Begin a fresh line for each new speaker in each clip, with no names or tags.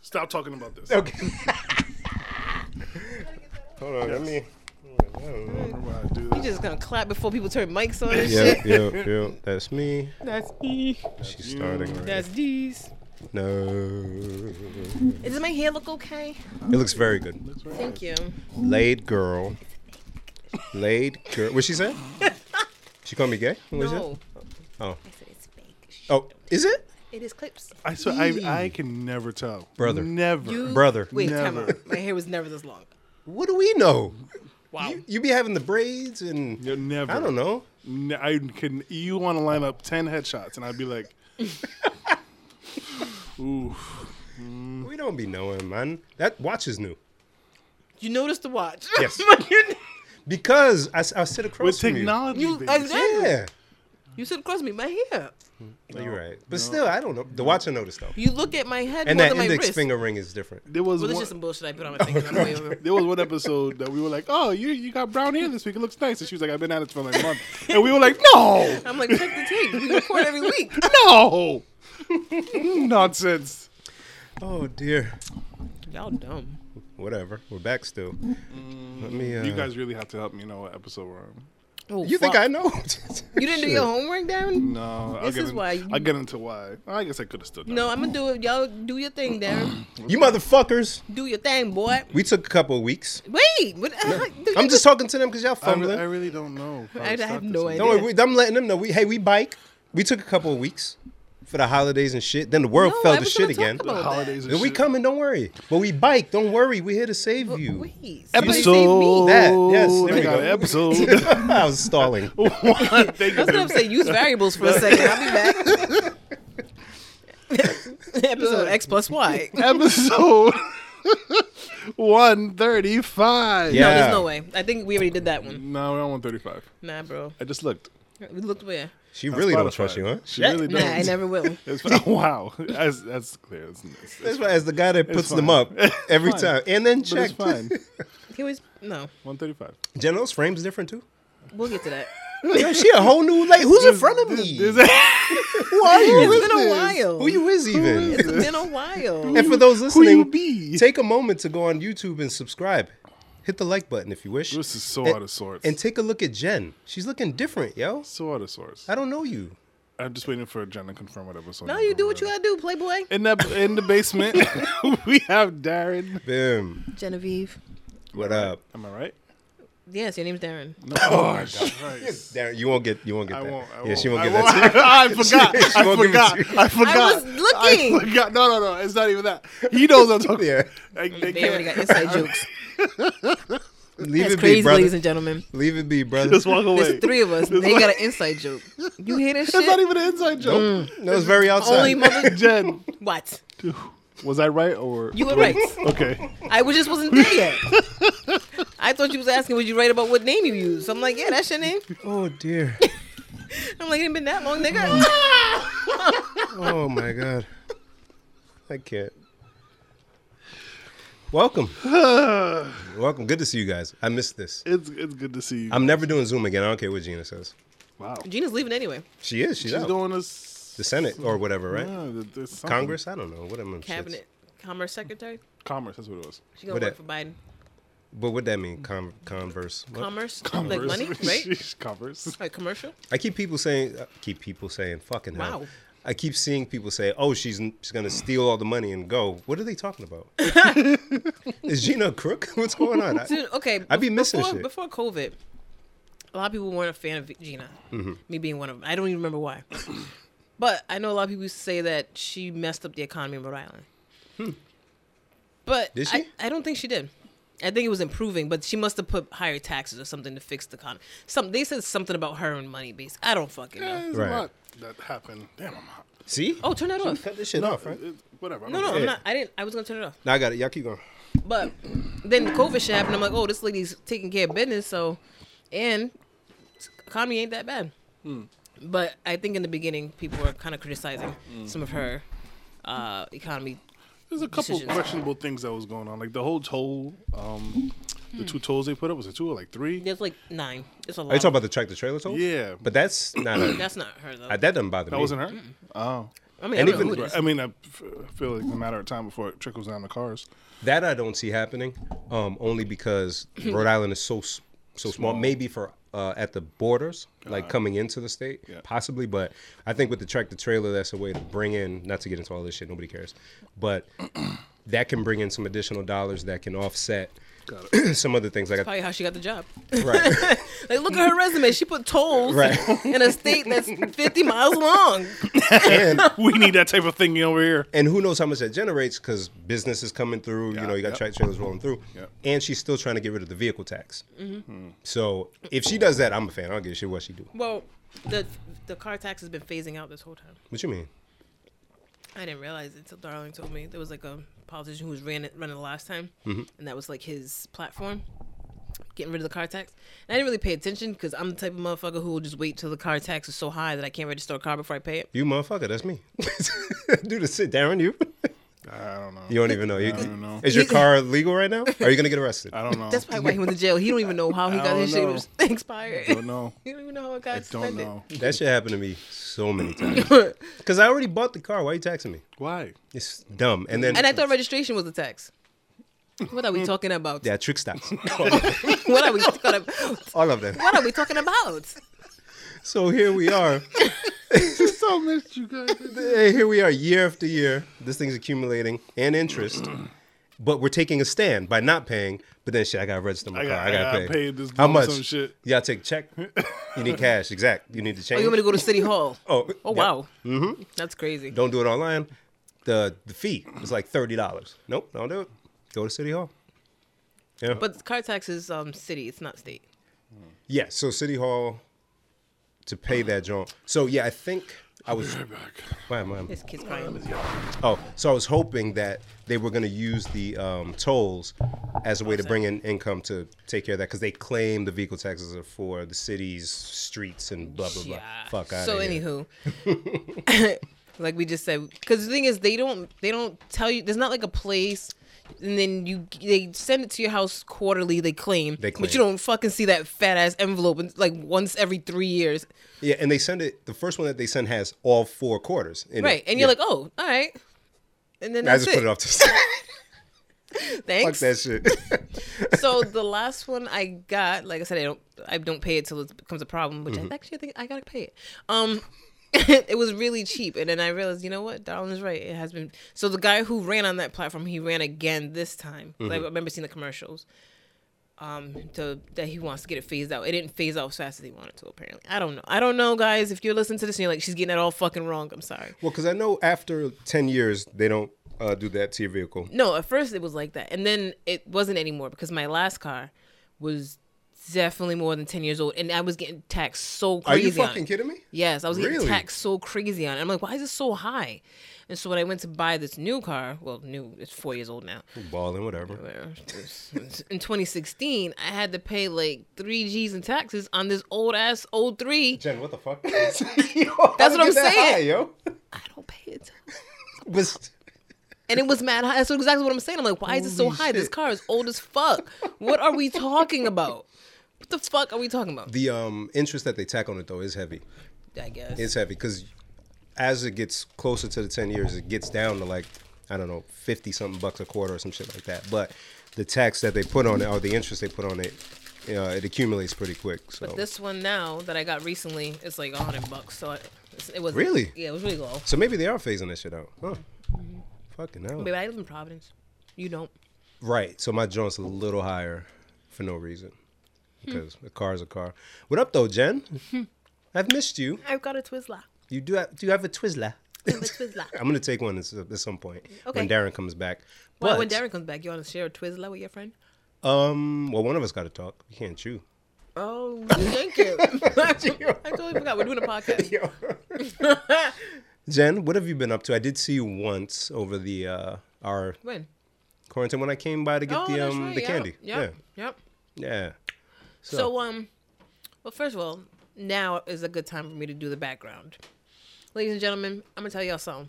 Stop talking about this.
Okay. Hold on, let me.
Everybody do
You
this.
just gonna clap before people turn mics on and
Yep,
shit.
yep, yep. That's me.
That's E.
She's starting right
That's D's.
No.
Does my hair look okay?
It looks very good.
Thank you.
Laid girl. Laid girl. What she said? She called me gay? What is
No.
it? Oh.
I said it's fake. Shh.
Oh, is it?
It is clips.
I, so I, I can never tell.
Brother.
Never.
You-
Brother.
Wait, time
Never.
out. My hair was never this long.
What do we know?
Wow.
You, you be having the braids and
You're never.
I don't know.
N- I can. You want to line up ten headshots, and I'd be like, "Ooh,
We don't be knowing, man. That watch is new.
You noticed the watch.
Yes.
you,
Because I, s- I sit across
with
from
technology,
You-
baby.
exactly.
you. Yeah.
you said across me my hair.
You're right. But still, I don't know. The watch I noticed though.
You look at my head
And
more
that
than my
index
wrist.
finger ring is Oh, different.
There was
Well, it's
one.
just some bullshit I put on my finger on the way over.
There was one episode that we were like, "Oh, you you got brown hair this week. It looks nice." And she was like, "I've been at it for like a month," and we were like, "No,
I'm like, check the tape. We record every week.
no, nonsense."
Oh dear.
Y'all dumb.
Whatever. We're back still. Let me. Uh,
Mm, You guys really have to help me know what episode we're on.
Oh,
You think
fuck.
I know?
You didn't do your homework, Darren?
No, I'll
This
get
is
in-
why you-
I'll get into why. I guess I could have stood.
No, I'm gonna do it. Y'all do your thing, Darren.
You motherfuckers.
Do your thing, boy.
We took a couple of weeks.
Wait, what? Dude,
I'm
you
just talking to them because y'all
I,
fumbling.
I really don't know. if
I
would start
have
this
no
one.
idea.
Don't worry, we, I'm letting them know. We hey, we bike. We took a couple of weeks for the holidays and shit. Then the world
No, I
fell to
was
shit
gonna talk
again.
about
The holidays. and
Then we
shit.
coming. Don't worry. But we bike. Don't worry. We're here to save you.
Wait, somebody save
Episode.
me.
That, yes, there
They
we
got
go.
Episode.
I was stalling.
one. They
I was gonna say use variables for a second. I'll be back. Episode X plus Y.
episode 135.
Yeah.
No, there's no way. I think we already did that one.
No, we're on 135.
Nah, bro.
I just looked.
We looked where?
She really don't
Spotify.
trust you, huh?
She really
Nah,
does.
I never will.
It's- wow. That's, that's clear. It's, it's,
That's why, as the guy that puts them
fine.
up every
fine.
time, and then
but it's
check.
fine.
He was no.
135.
General's frame's different too.
We'll get to that.
Yo, she a whole new like. Who's in front of me?
Is that-
Who are you?
It's been a while.
Who you is even?
It's been a while.
And for those
Who you
listening,
be?
take a moment to go on YouTube and subscribe. Hit the like button if you wish.
This is so
And-
out of sorts.
And take a look at Jen. She's looking different, yo.
so out of sorts.
I don't know you.
I'm just waiting for Jen to confirm what episode.
No,
number
you do
we're
what you
on.
gotta do, Playboy.
In that in the basement, we have Darren.
Bim.
Genevieve.
What up?
Am I right?
Yes, your name's Darren.
No. Oh, right.
Darren, you won't get you won't get
I
that.
won't. I
yeah, she
won't.
won't
I
get that. too.
I forgot.
She
I
won't give it
forgot.
to you.
I forgot.
was looking.
I forgot. No, no, no. It's not even that. He knows I'm talking.
Yeah.
I, they
They already
can't.
got inside jokes.
Leave
That's
it be,
crazy, ladies
brother.
and gentlemen.
Leave it be, brother.
Just walk away.
There's three of us. They got an inside joke. You hear that
It's not
shit?
even an inside joke.
No, it's very outside.
Only mother.
Jen,
What?
Mm.
was I right or
You were right.
okay?
I was just wasn't there yet. I thought you was asking, was you right about what name you use? I'm like, yeah, that's your name.
oh dear.
I'm like, it ain't been that long, nigga.
Oh my god. I can't. Welcome. Welcome. Good to see you guys. I missed this.
It's it's good to see you.
I'm never doing Zoom again. I don't care what Gina says.
wow,
Gina's leaving anyway.
She is. She's,
she's Mm-hmm.
out.
going to s-
the Senate or whatever, right?
yeah, th- there's something.
Congress? I don't know. What am I?
Cabinet Commerce Secretary.
commerce. That's what it was.
She gonna
What
work
that?
for Biden.
But what that mean? Com- converse. What?
Commerce,
Commerce,
like money, right?
She's commerce.
Like commercial.
I keep people saying. I keep people saying. Fucking hell.
Wow.
I keep seeing people say, "Oh, she's she's gonna steal all the money and go." What are they talking about? is Gina a crook? What's going on? I-
Dude, okay.
I be
bef-
missing
before,
shit.
Before COVID, a lot of people weren't a fan of Gina.
Mm-hmm.
Me being one of them. I don't even remember why. but I know a lot of people used to say that she messed up the economy in Rhode Island. But
Hmm. Did
I,
she?
I don't think she did. I think it was improving, but she must have put higher taxes or something to fix the economy. Some they said something about her and money base. I don't fucking know.
There's
Right.
a lot that happened. Damn, I'm hot.
See?
Oh, turn that off.
cut this shit off, right?
It- whatever. I
No,
don't
no,
care.
I'm not. I didn't. I was gonna turn it off.
No, I got it. Y'all keep going.
But then COVID shit happened. I'm like, oh, this lady's taking care of business. So, and economy ain't that bad. But I think in the beginning, people were kind of criticizing some of her uh, economy.
There's a couple
decisions.
questionable things that was going on. Like the whole toll, um, the two tolls they put up was it two or like three?
There's like nine. It's a lot.
Are you talking about the tractor trailer toll?
Yeah.
But that's not a.
That's not her though.
that doesn't bother me.
That wasn't her. Oh,
I mean,
And
I don't
even-
know who it is.
I mean, I f- feel like it's a matter of time before it trickles down to cars.
That I don't see happening, um, only because Rhode Island is so s- so small. Maybe for uh, at the borders, like coming into the state, possibly. But I think with the tractor trailer, that's a way to bring in. Not to get into all this shit, nobody cares. But that can bring in some additional dollars that can offset some other things. Like I,
Probably how she got the job.
right.
Like, look at her resume. She put tolls
Right.
in a state that's 50 miles long.
and
We need that type of thing over here.
and who knows how much that generates because business is coming through. you know, you got
yep.
track trailers rolling through,
Yep.
and she's still trying to get rid of the vehicle tax.
Mm-hmm.
Hmm.
So if she does that, I'm a fan. I don't give a shit what she do.
Well, the the car tax has been phasing out this whole time.
What you mean?
I didn't realize it until Darling told me there was like a politician who was ran it, running the last time,
Mm-hmm.
and that was like his platform, getting rid of the car tax. And I didn't really pay attention because I'm the type of motherfucker who will just wait till the car tax is so high that I can't register a car before I pay it.
You motherfucker, that's me. Dude, sit down, you.
I don't know.
You don't even know. You,
don't know.
Is your car legal right now? Are you gonna get arrested?
I don't know.
That's probably why he went to jail. He don't even know how he
I
got his
don't
shit
know.
was expired.
don't know.
He don't even know how it got
I don't
suspended.
know.
That shit happened to me so many times. Cause I already bought the car. Why are you taxing me?
Why?
It's dumb. And then
And I thought registration was a tax. What are we talking about?
yeah, trick stops.
What are we talking about?
All of them.
What are we talking about? Oh,
So here we are.
so missed you guys.
Hey, here we are year after year. This thing's accumulating and interest. But we're taking a stand by not paying. But then shit, I gotta register my
I
car.
got-
I
I
gotta
gotta
pay.
pay this
How
bill or
much?
some shit.
You gotta take check. You need cash. Exact. You need to
Oh,
change.
you want me to go to City Hall?
oh,
Oh,
yeah.
wow. Mm-hmm. That's crazy.
Don't do it online. The the fee is like thirty dollars. Nope, don't do it. Go to city hall. Yeah. But
But car tax is um city, it's not state.
yeah. So city hall to pay that joint. So yeah, I think I was.
Back.
Why am I?
This kid's crying.
Oh, so I was hoping that they were going to use the um, tolls as a way to bring in income to take care of that because they claim the vehicle taxes are for the city's streets and blah blah blah.
Yeah.
Fuck out.
So anywho, like we just said, because the thing is, they don't they don't tell you. There's not like a place. And then you, they send it to your house quarterly. They claim,
They
but you
claim.
don't fucking see that fat ass envelope and, like once every three years,
Yeah, and they send it. The first one that they send has all four quarters. in it.
right? And you're
Yeah.
like, oh, all right. And then
I
that's
just put it
it.
off to the side. Fuck
Thanks.
that shit.
so the last one I got, like I said, I don't I don't pay it till it becomes a problem, which I actually think I gotta pay it. Um it was really cheap and then I realized, you know what, Darwin is right. It has been so the guy who ran on that platform, he ran again this time. 'Cause I remember seeing the commercials. Um, to that he wants to get it phased out. It didn't phase out as fast as he wanted to, apparently. I don't know. I don't know, guys. If you're listening to this and you're like, she's getting it all fucking wrong, I'm sorry.
well, because I know after ten years they don't uh, do that to your vehicle.
No, at first it was like that, and then it wasn't anymore because my last car was definitely more than ten years old, and I was getting taxed so
Are
crazy.
you fucking
on it.
kidding me?
Yes, I was getting
Really?
taxed so crazy on it. I'm like, why is it so high? And so when I went to buy this new car, well, new, it's four years old now.
Balling, whatever.
where In 2016, I had to pay like three G's in taxes on this old ass old three.
Jen, what the fuck? That's what
That's what I'm saying.
High, yo.
I don't pay it.
But
And it was mad high. That's exactly what I'm saying. I'm like, why is it so
Holy
high? This
shit.
car is old as fuck. What are we talking about? What the fuck are we talking about?
the um, interest that they tack on it though is heavy.
I guess.
It's heavy because as it gets closer to the ten years, it gets down to like I don't know fifty something bucks a quarter or some shit like that. But the tax that they put on it or the interest they put on it, uh, it accumulates pretty quick. So
but this one now that I got recently, it's like a hundred bucks. So I, it's, it was
Really?
yeah, it was really low.
so maybe they are phasing this shit out. Huh.
Mm-hmm.
Fucking hell.
Baby, I live in Providence. You don't.
Right. So my joint's a little higher for no reason
Hmm.
because a car is a car. What up though, Jen? I've missed you.
I've got a Twizzler.
You do. Have, do you have a Twizzler?
I have a Twizzler.
I'm gonna take one at s- at some point
Okay.
when Darren comes back.
well, when
But-
Darren comes back, you want to share a Twizzler with your friend?
Um. Well, one of us got to talk. You can't chew.
Oh, thank you. I totally forgot we're doing a podcast.
Jen, what have you been up to? I did see you once over the uh our
When?
quarantine when I came by to get
Oh,
the
that's
um
right.
the
yep,
candy.
Yep. Yep.
Yeah. Yeah.
So, um, well, first of all, now is a good time for me to do the background. Ladies and gentlemen, I'm gonna tell y'all something.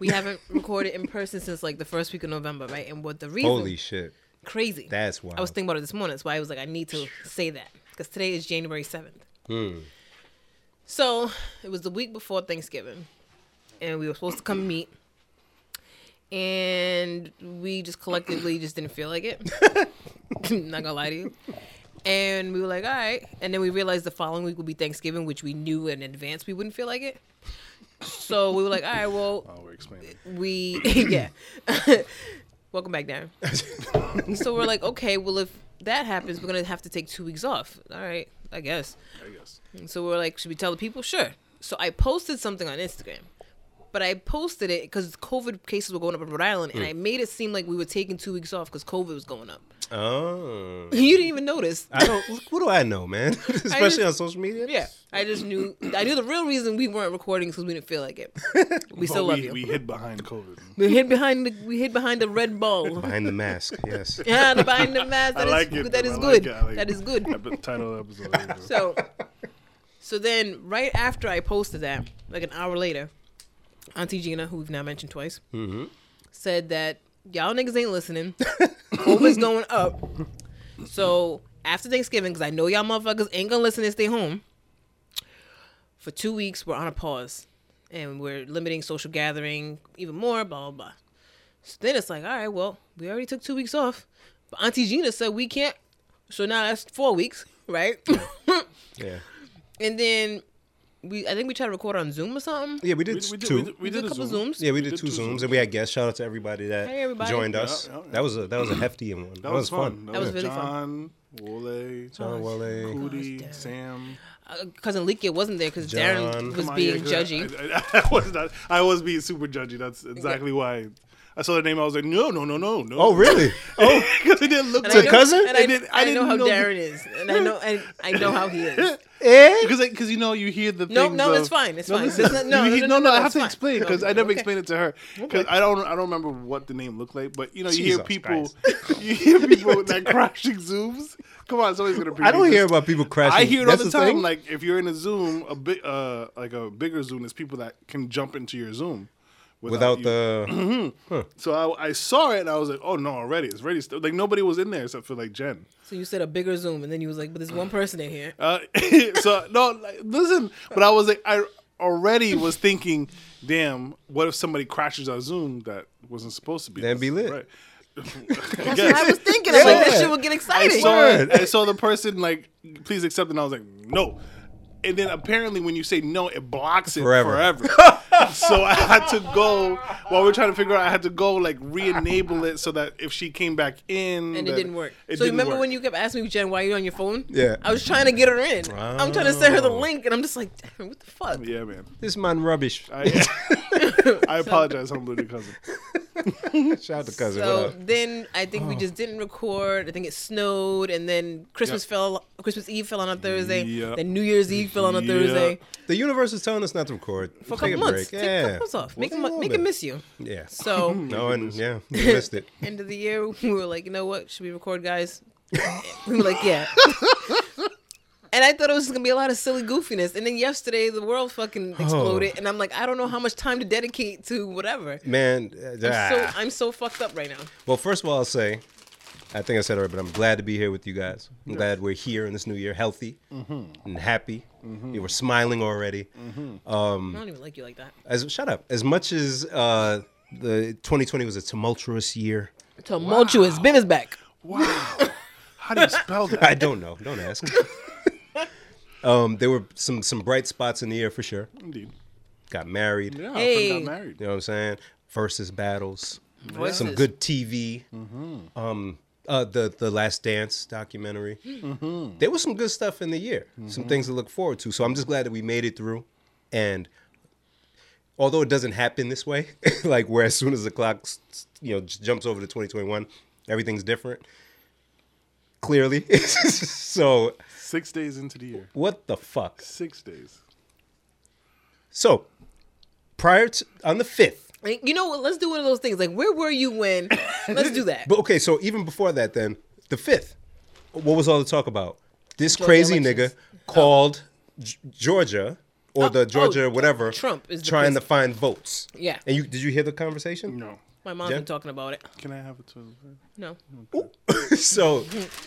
We haven't recorded in person since like the first week of November, right? And what the reason?
Holy shit.
crazy.
That's wild.
I was thinking about it this morning. That's why I was like, I need to say that because today is January 7th. So it was the week before Thanksgiving. and we were supposed to come meet. And we just collectively just didn't feel like it. Not gonna lie to you. And we were like, all right. And then we realized the following week would be Thanksgiving, which we knew in advance we wouldn't feel like it. So we were like, all right, well,
Oh, we're explaining.
we yeah welcome back darren so we're like okay well if that happens we're gonna have to take two weeks off all right i guess
I guess.
and so we're like should we tell the people sure so i posted something on instagram but i posted it because covid cases were going up in rhode island and i made it seem like we were taking two weeks off because covid was going up
Oh.
you didn't even notice
I don't. What do I know, man? Especially on social media.
yeah i just knew i knew the real reason we weren't recording because we didn't feel like it we
But
still love
we,
you
We
we,
hid behind COVID.
hid behind the we hid behind the red ball
Behind the mask. Yes.
Yeah, the behind the mask.
I
That is
like it.
that
though.
is
I like
good.
it. I like
that
it.
is good.
I bet- Title of the episode.
So, so then right after I posted that, like an hour later, Auntie Gina, who we've now mentioned twice, said that y'all niggas ain't listening. COVID's going up. So after Thanksgiving, because I know y'all motherfuckers ain't gonna listen and stay home. For two weeks, we're on a pause, and we're limiting social gathering even more. Blah blah blah. So then it's like, all right, well, we already took two weeks off, but Auntie Gina said we can't. So now that's four weeks, right?
Yeah.
and then we, I think we tried to record on Zoom or something.
Yeah, we did
We, we did,
two.
we did, we did
a couple
Zoom.
zooms.
yeah, we did, two, zooms, and we had guests. Shout out to everybody that
Hey, everybody.
joined us.
Yeah, yeah, yeah.
That was a that was a hefty one. That,
That was fun.
That was really
John, Wole,
John Wale.
Cootie,
damn it.
Sam.
Uh, Cousin Leaky wasn't there because
John.
Darren was
Come on,
being
yeah,
judgy.
I, I, I was not. I was being super judgy. That's exactly why. I saw the name. I was like, no, no, no, no, no.
Oh, really?
Oh, because it didn't look
And
like
I know-
cousin?
And I,
I did- I
I know
didn't
how
know-
Darren is, and I know I, I know how he is.
Eh?
Because because you know you hear the
No,
things
no,
of-
it's fine, it's
no,
fine.
listen,
It's not- no,
you
no,
hear-
no, no,
I
no,
have
it's
to
fine.
explain it because I never explained it to her because I don't I don't remember what the name looked like. But you know you hear
Jesus
people you hear people with that crashing zooms. Come on, somebody's gonna.
I don't
appreciate
hear
this.
about people crashing.
I hear it all
That's
the time.
thing?
Like if you're in a Zoom, a big uh, like a bigger Zoom, there's people that can jump into your Zoom
without
you.
the
So I, I saw it and I was like, oh no, already it's ready. Like nobody was in there except for like Jen.
So you said a bigger Zoom, and then you was like, "But there's one person in here."
Uh, so no, like, listen. But I was like, I already was thinking, damn, what if somebody crashes our Zoom that wasn't supposed to be?
Then be lit.
Right.
That's what I was thinking. I'm like,
Yeah.
"That shit would get
I
exciting."
saw
Word.
it. I saw the person like, please accept, and I was like, no. And then apparently, when you say no, it blocks it
Forever.
forever. so I had to go while we're trying to figure out. I had to go like re-enable it so that if she came back in,
and it
that-
didn't work.
It
so
didn't
remember
work.
when you kept asking me, Jen, why are you on your phone?
Yeah. Oh.
I was trying to get her in. I'm trying to send her the link, and I'm just like, damn, what the fuck?
Yeah, man.
this man rubbish.
I, I apologize, humbly, cousin.
Shout out to cousin.
So
what up? Oh.
then I think we just didn't record. I think it snowed, and then Christmas
Yep.
fell. Christmas Eve fell on a Thursday.
Yep.
Then New Year's Eve fell on a
Yep.
Thursday.
The universe is telling us not to record.
For a
Take
couple
a
months,
break.
take a
yeah.
couple months off. Make
What's
him,
wrong
make
with
him
it?
miss you.
Yeah.
So
No, and yeah, we missed it.
end of the year, we were like, you know what? Should we record, guys? we were like, yeah. And I thought it was just gonna be a lot of silly goofiness, and then yesterday the world fucking
Oh.
exploded, and I'm like, I don't know how much time to dedicate to whatever.
Man, uh,
I'm
ah.
so I'm so fucked up right now.
Well, first of all, I'll say, I think I said it already, but I'm glad to be here with you guys. I'm glad we're here in this new year, healthy
Mm-hmm.
and happy. You were smiling already.
Mm.
I don't even like you like that.
As shut up. As much as uh, the 2020 was a tumultuous year,
Tumultuous. Ben is back.
Wow. How do you spell that?
I don't know. Don't ask. um, there were some some bright spots in the year for sure.
Indeed.
Got married.
Yeah,
Hey.
I got married.
You know what I'm saying? Versus battles.
Voices.
Some good TV. Um, uh, the the Last Dance documentary. There was some good stuff in the year. Some things to look forward to. So I'm just glad that we made it through. And although it doesn't happen this way, like where as soon as the clock s- s- you know j- jumps over to 2021, everything's different. Clearly, so
Six days into the year.
what the fuck?
Six days.
So prior to on the fifth,
Like, You know what? Let's do one of those things. Like, where were you when? Let's do that.
But okay, so even before that, then the fifth, what was all the talk about? This
Georgia
crazy
elections.
nigga called G- Georgia or
Oh,
the
oh,
Georgia whatever
Trump is the
trying to
president.
find votes.
Yeah.
and you did you hear the conversation?
No.
My mom's
Jen?
been talking about it.
Can I have a twenty?
No.
so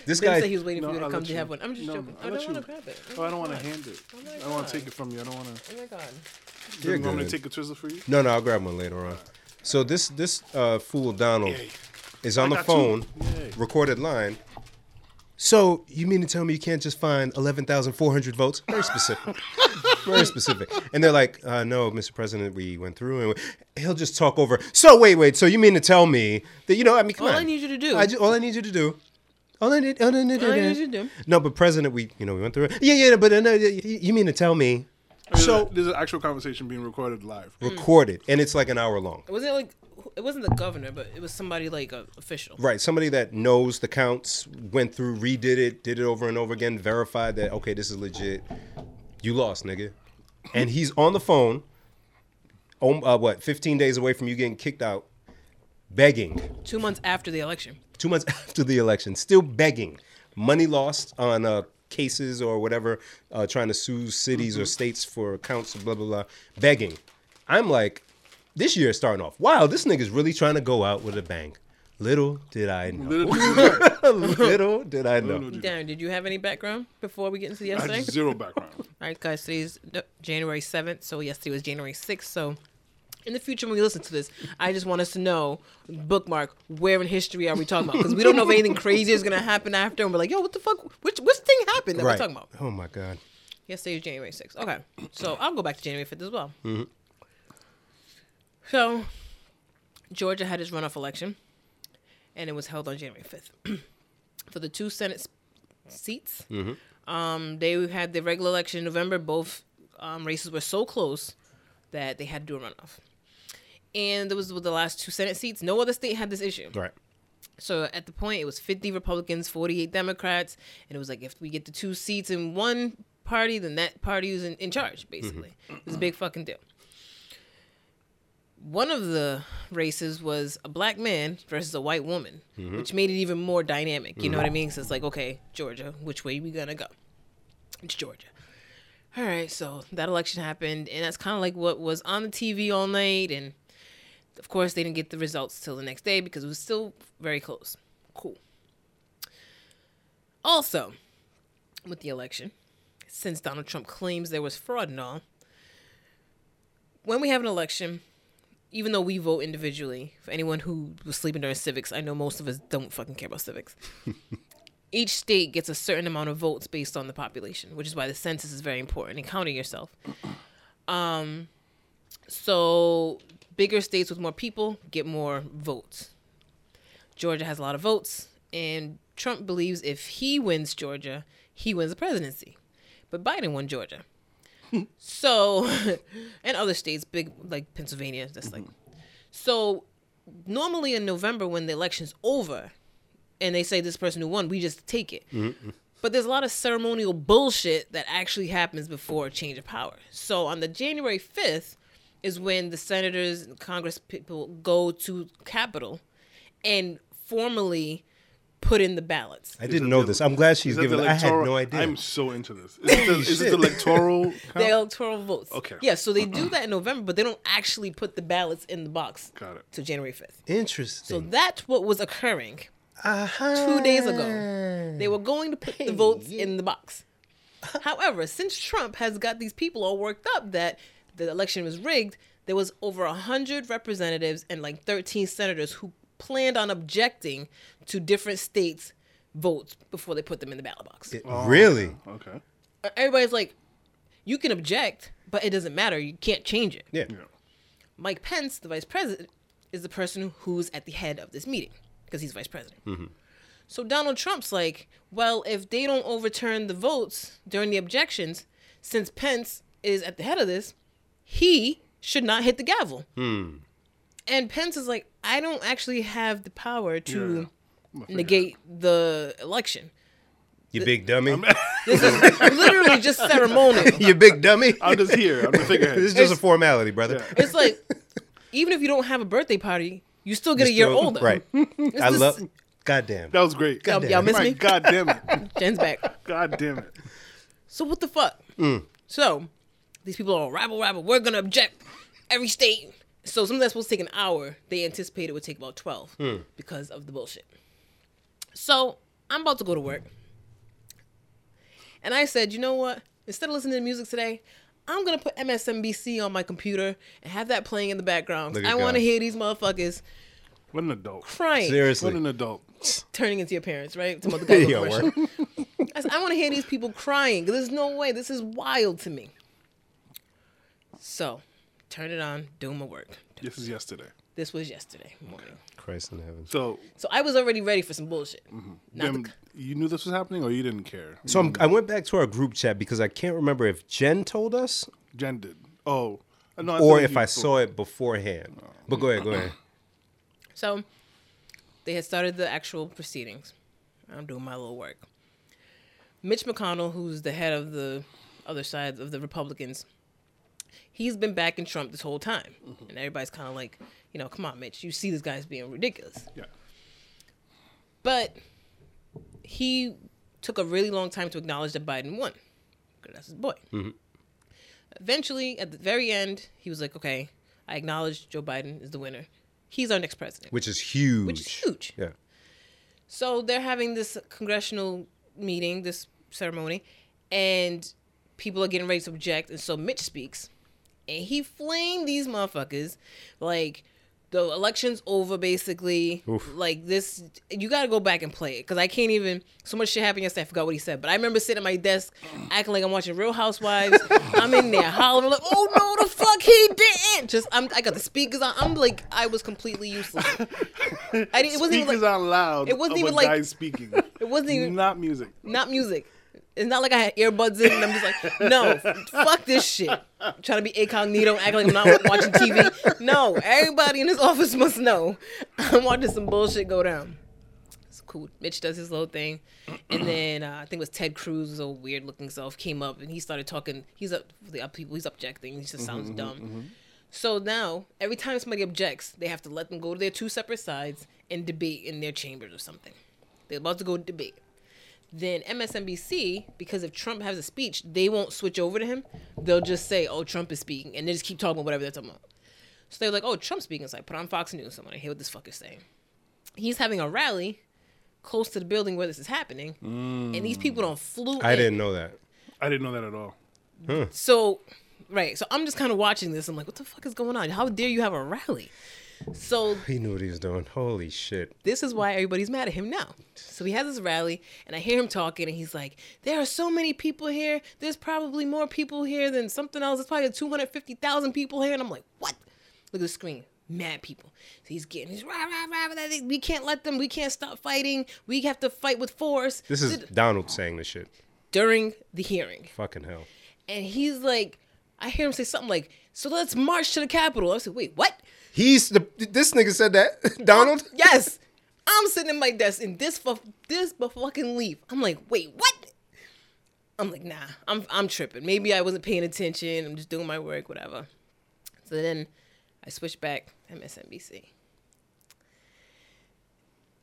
this
They
guy.
said he was waiting
No,
for you
I'll
to come
let
to
you.
have one. I'm just
No,
joking.
I'll
I
let
don't want
you.
to grab it.
Oh, I don't want to
God.
hand it.
Oh my
I don't want
God.
to take it from you. I don't want to.
Oh my god.
You're
You want me to
good.
take a twizzle for you?
No, no, I'll grab one later on. So this this uh, fool Donald
Yay.
is on
I
the
got
phone,
two. Yay.
recorded line. So you mean to tell me you can't just find eleven thousand four hundred votes? Very specific, very specific. And they're like, uh, "No, Mr. President, we went through, and we, he'll just talk over." So wait, wait. So you mean to tell me that you know? I mean, come
All
on.
I need you to do.
I ju- all I need you to do. All I need, all I need,
All I need you to do.
No, but President, we you know we went through. it. Yeah, yeah, but uh, no, y- y- you mean to tell me?
So
So
there's an actual conversation being recorded live.
recorded, and it's like an hour long.
was it like it wasn't the governor, but it was somebody like a official.
Right, somebody that knows the counts, went through, redid it, did it over and over again, verified that okay, this is legit. You lost, nigga. And he's on the phone, um, uh, what, 15 days away from you getting kicked out, begging.
Two months after the election.
Two months after the election, still begging. Money lost on uh, cases or whatever, uh, trying to sue cities
Mm-hmm.
or states for counts, blah blah blah, begging. I'm like, this year is starting off. Wow, this nigga's really trying to go out with a bang. Little did I know.
Literally,
Little did I know.
Darren, did you have any background before we get into
I
yesterday?
had zero background.
All right, guys, today's no, January 7th, so yesterday was January 6th. So in the future, when we listen to this, I just want us to know, bookmark, where in history are we talking about? Because we don't know if anything crazy is going to happen after. And we're like, yo, what the fuck? Which, which thing happened that we're talking about?
Oh my god.
Yesterday was January 6th. Okay, so I'll go back to January 5th as well. So Georgia had its runoff election, and it was held on January 5th. For the two Senate s- seats, um, they had the regular election in November. Both um, races were so close that they had to do a runoff. And it was with the last two Senate seats. No other state had this issue.
All right.
So at the point, it was 50 Republicans, 48 Democrats. And it was like, if we get the two seats in one party, then that party is in, in charge, basically. It's a big fucking deal. One of the races was a black man versus a white woman, which made it even more dynamic. You know what I mean? So it's like, okay, Georgia, which way we gonna go? It's Georgia. All right, so that election happened, and that's kind of like what was on the TV all night, and of course, they didn't get the results till the next day because it was still very close. Cool. Also, with the election, since Donald Trump claims there was fraud and all, when we have an election, even though we vote individually, for anyone who was sleeping during civics, I know most of us don't fucking care about civics. Each state gets a certain amount of votes based on the population, which is why the census is very important and counting yourself. So bigger states with more people get more votes. Georgia has a lot of votes, and Trump believes if he wins Georgia, he wins the presidency. But Biden won Georgia. so, and other states, big like Pennsylvania, that's like. So, normally in November, when the election's over, and they say this person who won, we just take it. But there's a lot of ceremonial bullshit that actually happens before a change of power. So on the January 5th is when the senators and Congress people go to Capitol and formally put in the ballots.
I didn't know this. I'm glad
Is
she's
that the
giving. I had
electoral-
no idea.
I'm so into this. Is it the, is it the electoral?
The
count?
electoral votes.
Okay.
Yeah, so they do that in November, but they don't actually put the ballots in the box
Got it.
till January 5th. So
Interesting.
that's what was occurring
uh-huh.
two days ago. They were going to put the votes in the box. However, since Trump has got these people all worked up that the election was rigged, there was over 100 representatives and like 13 senators who planned on objecting to different states' votes before they put them in the ballot box. E-,
really?
Okay.
Everybody's like, you can object, but it doesn't matter. You can't change it.
Yeah.
Yeah.
Mike Pence, the vice president, is the person who's at the head of this meeting because he's vice president.
Mm-hmm.
So Donald Trump's like, well, if they don't overturn the votes during the objections, since Pence is at the head of this, he should not hit the gavel.
Hmm.
And Pence is like, I don't actually have the power
Yeah.
to
I'm gonna figure
negate the election.
You big dummy.
This is literally just ceremonial.
you big dummy.
it out. I'm just here. I'm the
this is
figurehead.
just a formality, brother.
Yeah.
It's like, even if you don't have a birthday party, you still get a year
You're still-
older.
Right. I
this-
love. Goddamn.
That was great.
Y'all- y'all miss
My
me?
God damn it.
Jen's back.
God damn it.
So what the
Mm.
fuck? So these people are rabble rabble. We're gonna object every state. So something that's supposed to take an hour, they anticipated would take about 12
Hmm.
because of the bullshit. So I'm about to go to work. And I said, you know what? Instead of listening to music today, I'm going to put MSNBC on my computer and have that playing in the background.
Look at
I
God.
want to hear these motherfuckers
What an adult. What
crying,
an
Seriously.
adult.
turning into your parents, right? To mother Gothel
Yo,
commercial.
word.
I said, I want to hear these people crying. There's no way. This is wild to me. So, turn it on, do my work.
This is yesterday.
This was yesterday morning.
Christ in heaven.
So
So I was already ready for some bullshit. Not
them,
the,
you knew this was happening, or you didn't care.
So I'm, I went back to our group chat because I can't remember if Jen told us
Jen did. Oh, no, I
or
thought
if
you
I
told-
saw it beforehand. But go ahead, go ahead.
so they had started the actual proceedings. I'm doing my little work. Mitch McConnell, who's the head of the other side of the Republicans, he's been backing Trump this whole time. And everybody's kind of like, you know, come on, Mitch, you see this guy's being ridiculous.
Yeah.
But he took a really long time to acknowledge that Biden won. 'Cause That's his boy. Eventually, at the very end, he was like, okay, I acknowledge Joe Biden is the winner. He's our next president,
Which is huge.
which is huge.
Yeah.
So they're having this congressional meeting, this ceremony, and people are getting ready to object. And so Mitch speaks, and he flamed these motherfuckers like the election's over, basically.
Oof.
Like this, you got to go back and play it because I can't even. So much shit happened yesterday. I forgot what he said, but I remember sitting at my desk, acting like I'm watching Real Housewives. I'm in there hollering like, "Oh no, the fuck he didn't!" Just I'm, I got the speakers on. I'm like, I was completely useless. I didn't, it wasn't even like
Speakers out loud.
it wasn't
of
even
a
like-
guy speaking.
it wasn't even
Not music.
not music. It's not like I had earbuds in and I'm just like, no, fuck this shit. trying to be incognito, acting like I'm not watching TV. No, everybody in this office must know I'm watching some bullshit go down. It's cool. Mitch does his little thing. And then uh, I think it was Ted Cruz, his old weird looking self, came up and he started talking. He's up for the up people, he's objecting. He just sounds dumb. So now, every time somebody objects, they have to let them go to their two separate sides and debate in their chambers or something. They're about to go debate then MSNBC, because if Trump has a speech, they won't switch over to him. They'll just say, "Oh, Trump is speaking," and they just keep talking about whatever they're talking about. So they're like, "Oh, Trump's speaking." So I put on Fox News. I'm like, "Hear what this fucker's saying." He's having a rally close to the building where this is happening, and these people don't flew.
I
in.
didn't know that.
I didn't know that at all.
So, right. So I'm just kind of watching this. I'm like, "What the fuck is going on? How dare you have a rally?" So
He knew what he was doing. Holy shit.
this is why everybody's mad at him now. So he has this rally, and I hear him talking, and he's like, "There are so many people here. There's probably more people here than something else. It's probably two hundred fifty thousand people here." And I'm like, "What?" Look at the screen, mad people. So he's getting he's rah rah rah. rah, rah. We can't let them. We can't stop fighting. We have to fight with force.
This is Donald saying this shit.
during the hearing
Fucking hell.
and he's like, I hear him say something like, "So let's march to the Capitol." I said, "Wait, what?"
He's the this nigga said that. Donald?
Yes, I'm sitting at my desk in this fu- this but fucking leaf. I'm like, wait, what? I'm like, nah, I'm I'm tripping. Maybe I wasn't paying attention. I'm just doing my work, whatever. So then I switch back MSNBC.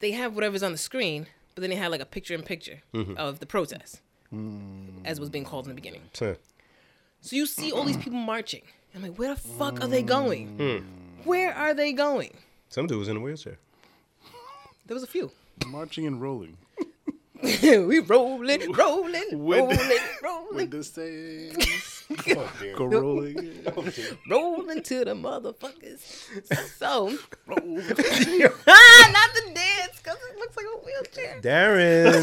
They have whatever's on the screen, but then they had like a picture in picture of the protest, as it was being called in the beginning.
Huh.
So you see all these people marching. I'm like, where the fuck are they going? Where are they going?
Some dude was in a wheelchair.
There was a few.
Marching and rolling.
we rolling,
When-
rolling, rolling,
With
rolling,
the same. Oh, Go rolling.
rolling to the motherfuckers. So,
Rolling.
ah, not the dance, because it looks like a wheelchair.
I'm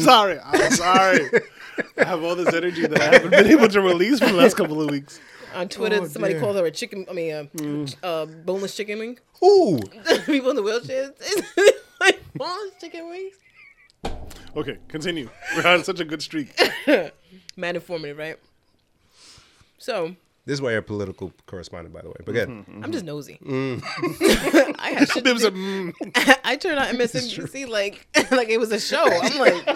Darren.
sorry. I'm sorry. I have all this energy that I haven't been able to release for the last couple of weeks.
On Twitter,
Oh,
somebody
dear.
called her a chicken, I mean, a, a boneless chicken wing.
Ooh.
People in the wheelchairs, like, boneless chicken wings.
Okay, continue. We're on such a good streak.
Mad informative, right? So,
This is why you're a political correspondent, by the way. But good.
Mm-hmm.
I'm just nosy.
Mm.
I had shit to
Bibs are,
do.
mm,
I turned on MSNBC like like it was a show. I'm like,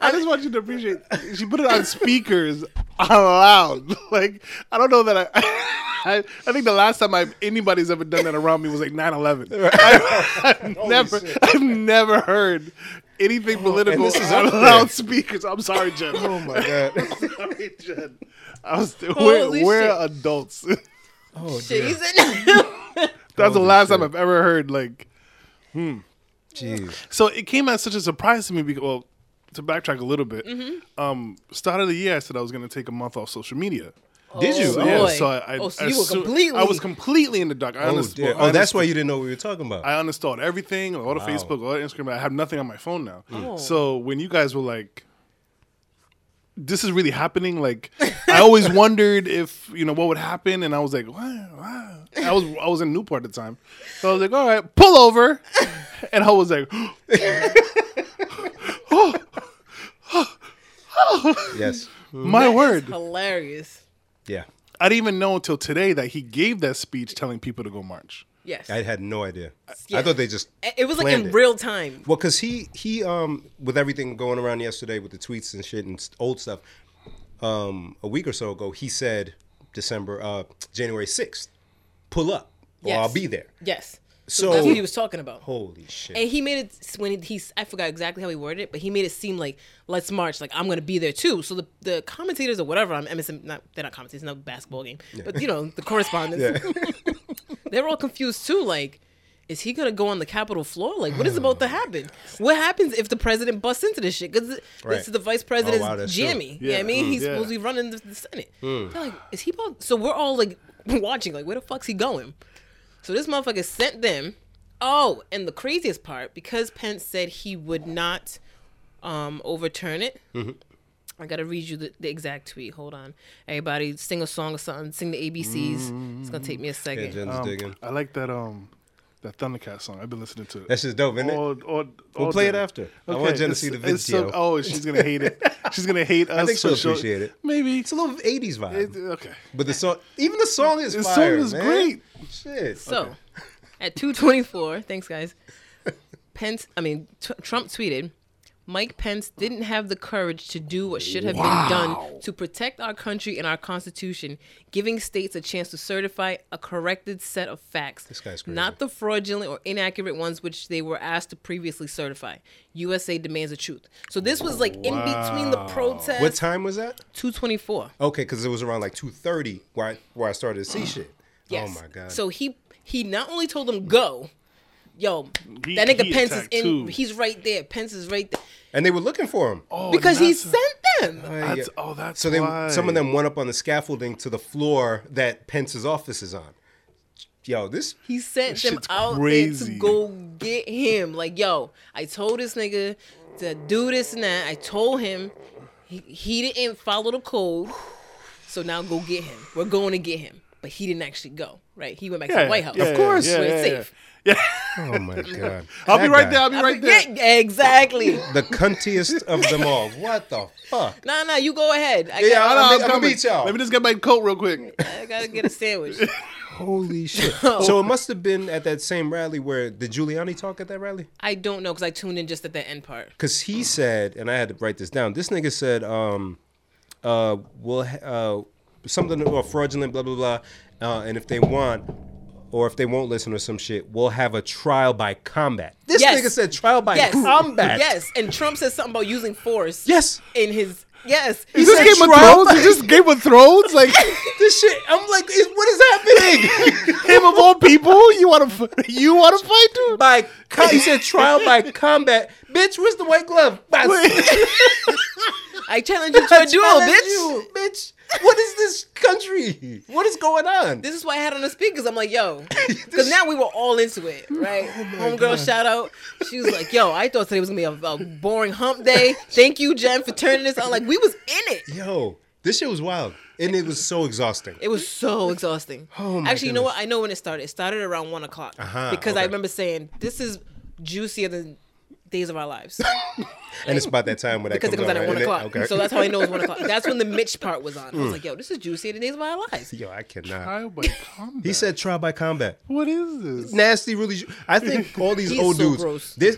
I just want you to appreciate. She put it on speakers out loud. Like I don't know that I. I, I think the last time I anybody's ever done that around me was like 9/11. I, have never, I've never heard anything political
Oh, this is
on
up there.
loudspeakers. I'm sorry, Jen.
Oh my god.
sorry, Jen. I was,
Holy
we're, we're
shit.
adults.
Oh,
Shit, he's in.
That's the
Holy
last time
shit.
I've ever heard like hmm.
jeez.
So it came as such a surprise to me because, well, to backtrack a little bit,
Mm-hmm.
um, start of the year, I said I was going to take a month off social media.
Did you?
So,
Oh,
yeah,
boy.
so I, I,
Oh, so
I
you were
su-
completely-
I was completely in the dark. I
Oh,
uninst-
dear.
I
oh, that's
uninst-
why you didn't know what we were talking about.
I uninstalled everything, all the
Wow.
Facebook, all the Instagram. I have nothing on my phone now.
Oh.
So when you guys were like, "This is really happening," like I always wondered if you know what would happen, and I was like, "Wow, wow." I was I was in Newport at the time, so I was like, "All right, pull over," and I was like,
yes.
"My word."
Hilarious.
Yeah.
I didn't even know until today that he gave that speech telling people to go march.
Yes.
I had no idea.
Yeah.
I thought they just.
it was like
planned
in
it.
real time.
Well, because he he um with everything going around yesterday with the tweets and shit and s- old stuff, um a week or so ago he said December uh January sixth, pull up or
Yes.
I'll be there.
Yes. So,
So-
that's what he was talking about.
Holy shit!
And he made it s- when he, he's I forgot exactly how he worded it, but he made it seem like let's march, like I'm gonna be there too. So the, the commentators or whatever, I'm MSM, not they're not commentators, not basketball game, but you know the correspondents, they're all confused too. Like, is he gonna go on the Capitol floor? Like, what is about to happen? What happens if the president busts into this shit? Because
Right.
this is the vice president's
Oh, wow, that's true.
jammy. You know what I
Yeah.
mean?
Mm.
he's
Yeah. Mm.
supposed to be running the, the Senate. They're like, is he about? So we're all like watching, like, where the fuck's he going? So this motherfucker sent them. Oh, and the craziest part, because Pence said he would not um, overturn it.
Mm-hmm.
I gotta read you the, the exact tweet. Hold on, everybody, sing a song or something. Sing the ABCs. It's gonna take me a
yeah,
second.
Jen's
Um,
digging.
I like that um that Thundercat song. I've been listening to it.
That's just dope, isn't it?
all, all,
We'll
all
play it
day.
after. I want Jen to see the
it's- it's
video.
oh, she's gonna hate it. She's gonna hate us.
think
for
she'll
sure.
appreciate it.
Maybe.
It's a little '80s vibe,
It- okay.
but the song, even the song is
The song
fire,
is
man.
great.
Shit.
So, at 2:24, thanks guys. Pence, I mean t- Trump tweeted, Mike Pence didn't have the courage to do what should have been done to protect our country and our constitution, giving states a chance to certify a corrected set of facts,
This guy's crazy.
not the fraudulent or inaccurate ones which they were asked to previously certify. USA demands the truth. So this was like in between the protest.
what time was that?
2:24.
Okay, because it was around like 2:30 where I, where I started to
Mm.
see shit.
Yes.
Oh my god.
So he he not only told them go, yo,
He-
that nigga
he
Pence is
attacked
in.
too.
He's right there. Pence is right there
and they were looking for him.
Oh,
because
and
he
that's-
sent them.
That's, oh, that's
So they
why.
some of them went up on the scaffolding to the floor that Pence's office is on. Yo, this
He sent them
shit's
out there
crazy.
to go get him. Like yo, I told this nigga to do this and that. I told him he, he didn't follow the code, so now go get him. We're going to get him. But he didn't actually go, right? He went back to the White House.
yeah,
Of course.
Yeah,
Where
yeah,
it's
yeah.
safe.
Oh my god.
I'll be
That
right
guy,
there. I'll be right there.
Yeah, exactly.
The cuntiest of them all. What the fuck?
Nah, nah, you go ahead. I
Yeah,
got-
I know.
I'm
I'm gonna
coming.
meet y'all.
Let me just get my coat real quick.
I gotta get a sandwich.
Holy shit. So it must have been at that same rally where did Giuliani talk at that rally?
I don't know because I tuned in just at the end part.
Cause he said, and I had to write this down. This nigga said, um, uh, we'll ha- uh, something or fraudulent, blah blah blah, uh, and if they want, or if they won't listen or some shit, we'll have a trial by combat. This
Yes.
nigga said trial by
Yes,
combat.
Yes, and Trump says something about using force.
Yes.
in his yes,
Is
said
this Game of
trial?
Thrones? Is this Game of Thrones? Like
This shit, I'm like, is- what is happening?
him of all people, you want to you want to fight, dude?
by co- he said trial by combat. Bitch, where's the white glove? By-
I challenge you to a
I
duel,
challenge
bitch.
you, bitch. What is this country? What is going on?
This is why I had on the speakers. I'm like, yo, because now we were all into it,
Oh
right? Homegirl, shout out. She was like, yo, I thought today was gonna be a, a boring hump day. Thank you, Jen, for turning this on. Like we was in it.
Yo, this shit was wild, and it was so exhausting.
It was so exhausting.
Oh, my
Actually, you know what? I know when it started. It started around one o'clock
Uh-huh,
because I
okay.
remember saying this is juicier than days of our lives.
and it's about that time when that
because it
comes
comes out at one
right?
o'clock.
Okay. Mm.
So that's how I know it's one o'clock. That's when the Mitch part was on. I was like, yo, this is juicier than days of our lives.
Yo, I cannot.
Trial by combat.
He said trial by combat.
"What is this?"
Nasty, really. ju- I think all these
He's
old
so
dudes.
gross. Oh.
This.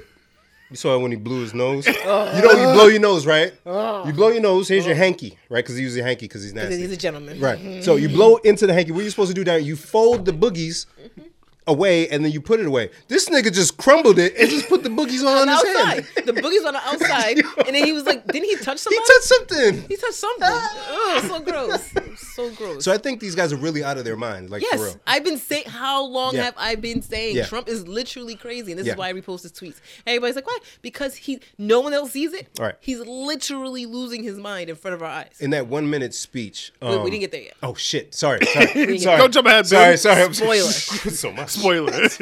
You saw it when he blew his nose. you know, you blow your nose, right? you blow your nose. Here's your hanky, right? Because he uses a hanky because he's nasty.
He's a gentleman. Mm-hmm.
Right. So you blow into the hanky. What are you supposed to do down? You fold the boogies
Mm-hmm.
away and then you put it away. This nigga just crumbled it and just put the boogies on
On the
his hand.
outside. The boogie's on the outside. and then he was like, didn't he touch
He
somebody?
touched something.
He touched something. Ugh, so gross. so gross.
So I think these guys are really out of their mind, like for
Yes,
real.
I've been saying. How long
Yeah.
have I been saying
Yeah.
Trump is literally crazy, and this
Yeah.
is why I repost his tweets. Everybody's like, "Why?" Because he, no one else sees it.
All right.
He's literally losing his mind in front of our eyes.
In that one minute speech,
Wait,
um,
we didn't get there yet.
Oh shit! Sorry, sorry,
get-
sorry.
Don't jump ahead,
Sorry,
Ben.
sorry. I'm-
Spoiler.
so much.
Spoiler.
This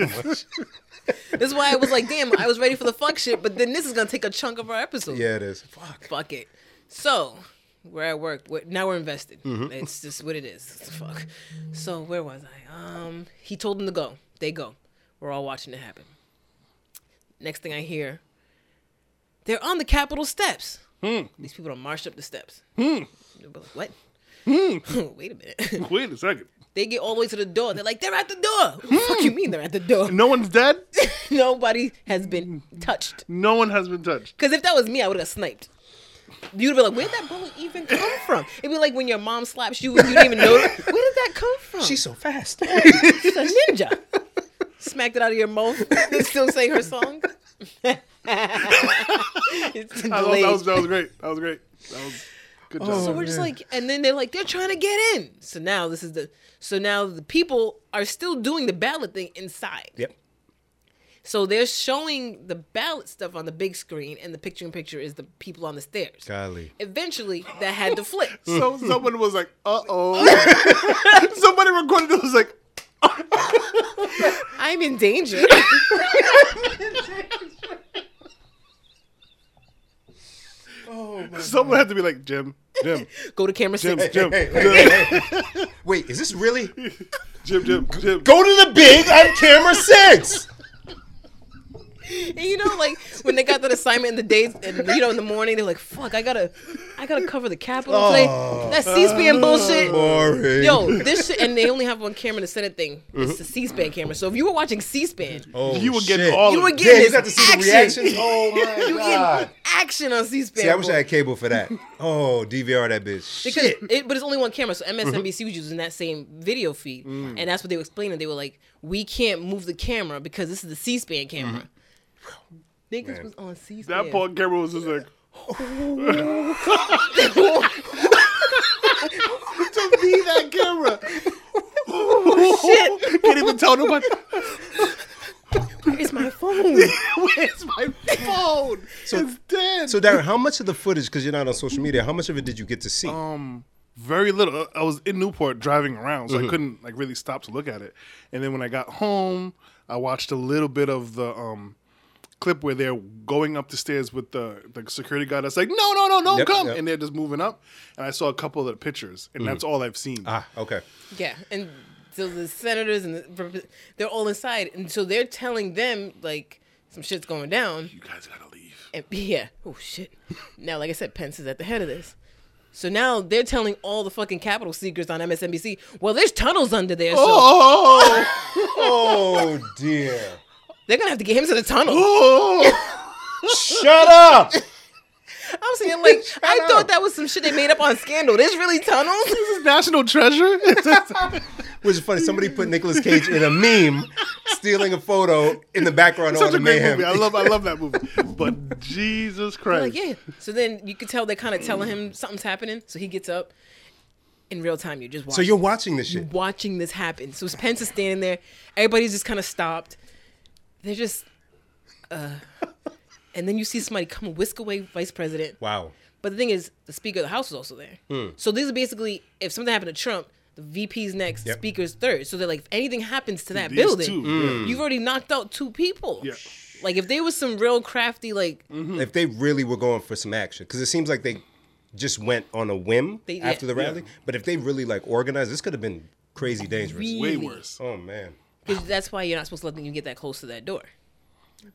is why I was like, "Damn, I was ready for the fuck shit," but then this is gonna take a chunk of our episode.
Yeah, it is. Fuck.
Fuck it. So where I worked, we now we're invested. It's just what it is. Fuck. So where was I? Um, he told them to go. They go. We're all watching it happen. Next thing I hear, they're on the Capitol steps. These people don't march up the steps. They're like, what? Wait a minute.
Wait a second.
they get all the way to the door. They're like, they're at the door. What the fuck you mean they're at the door?
No one's dead.
Nobody has been touched.
No one has been touched.
Because if that was me, I would have sniped. You'd be like, where'd that bullet even come from? It'd be like when your mom slaps you and you didn't even know. Where did that come from?
She's so fast.
She's a ninja. Smacked it out of your mouth. and still sang her song. it's
That was,
delayed.
that, was, that was great. That was great. That was good
Oh.
job.
so we're just like, and then they're like, they're trying to get in. So now this is the, so now the people are still doing the ballot thing inside.
yep.
So they're showing the ballot stuff on the big screen, and the picture in picture is the people on the stairs.
Golly.
Eventually, that had to flip.
So someone was like, "Uh oh." Somebody recorded it was like,
I'm in danger.
someone had to be like, "Jim, Jim,
Go to camera
Jim,
six.
Jim,
Hey,
Jim,
hey, hey, hey. Wait, is this really?
Jim, Jim, Jim."
Go to the big on camera six.
And you know, like when they got that assignment in the days, and you know, in the morning, they're like, "Fuck, I gotta, I gotta cover the Capitol
Oh.
today." That C-SPAN bullshit.
Boring.
Yo, this shit, and they only have one camera in the Senate thing. It's the C-SPAN camera. So if you were watching C-SPAN,
Mm-hmm. Oh,
You would get
shit.
all
you
of
were
it.
Yeah,
getting
you
this
got to see the
action.
reactions. Oh
You
my
were
god.
getting action on C-SPAN.
See, I wish I
bro.
had cable for that. Oh, DVR that bitch.
because
Shit. Mm-hmm.
it, but it's only one camera, so MSNBC was using that same video feed,
Mm.
and that's what they were explaining. They were like, "We can't move the camera because this is the C-SPAN camera." Niggas
Mm-hmm. Man.
was on C-SPAN.
That poor camera was just like, "To be that camera." Shit! Can't even tell nobody.
Where's my phone?
Where's my phone? it's dead.
So, Darren, how much of the footage, because you're not on social media, how much of it did you get to see?
Um,
very little. I was in Newport driving around,
Mm-hmm.
so I couldn't like really stop to look at it. And then when I got home, I watched a little bit of the um, clip where they're going up the stairs with the, the security guy that's like, "No, no, no, don't
Yep,
come!"
yep.
And they're just moving up. And I saw a couple of the pictures, and that's all I've seen.
ah, okay.
yeah, and so the senators and the, rep- they're all inside, and so they're telling them like some shit's going down.
you guys gotta leave.
And yeah, oh shit. Now, like I said, Pence is at the head of this. So now they're telling all the fucking Capitol secrets on MSNBC. Well, there's tunnels under there, so
Oh,
Oh, dear.
they're gonna have to get him to the tunnel.
oh.
Shut up.
I'm saying like I
up.
thought that was some shit they made up on Scandal. There's really tunnels.
this is national treasure.
Which is funny. Somebody put Nicolas Cage in a meme, stealing a photo in the background of all
Such
the
a great
mayhem.
movie. I love, I love that movie. But Jesus Christ,
Like yeah. So then you could tell they're kind of telling him something's happening. So he gets up. In real time, you just watch.
so you're watching this shit.
watching this happen. So Pence is standing there. Everybody's just kind of stopped. They're just, uh, and then you see somebody come and whisk away Vice President.
Wow.
But the thing is, the Speaker of the House is also there.
Hmm.
So these are basically, if something happened to Trump, the VP's next,
Yep.
Speaker's third. So they're like, if anything happens to that
These
building,
two, yeah.
you've already knocked out two people.
Yeah.
Like if there was some real crafty, like
If they really were going for some action, because it seems like they just went on a whim
They- yeah.
after the rally. But if they really like organized, this could have been crazy dangerous.
way
really,
worse.
Oh man.
'cause that's why you're not supposed to let them even get that close to that door.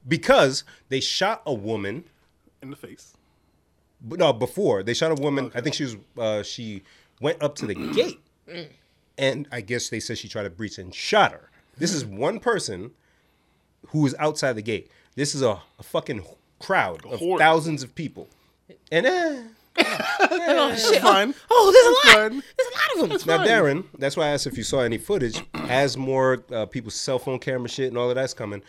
Because they shot a woman.
In the face.
But no, before they shot a woman. I think she was. Uh, she went up to the gate, and I guess they said she tried to breach and shot her. This is one person who was outside the gate. This is a, a fucking crowd of
horde.
thousands of people, and eh,
Oh shit!
fine.
Oh, oh, there's a
That's
lot.
fine.
There's a lot of them.
Now, Darren, that's why I asked if you saw any footage. As more uh, people's cell phone camera shit and all of that's coming,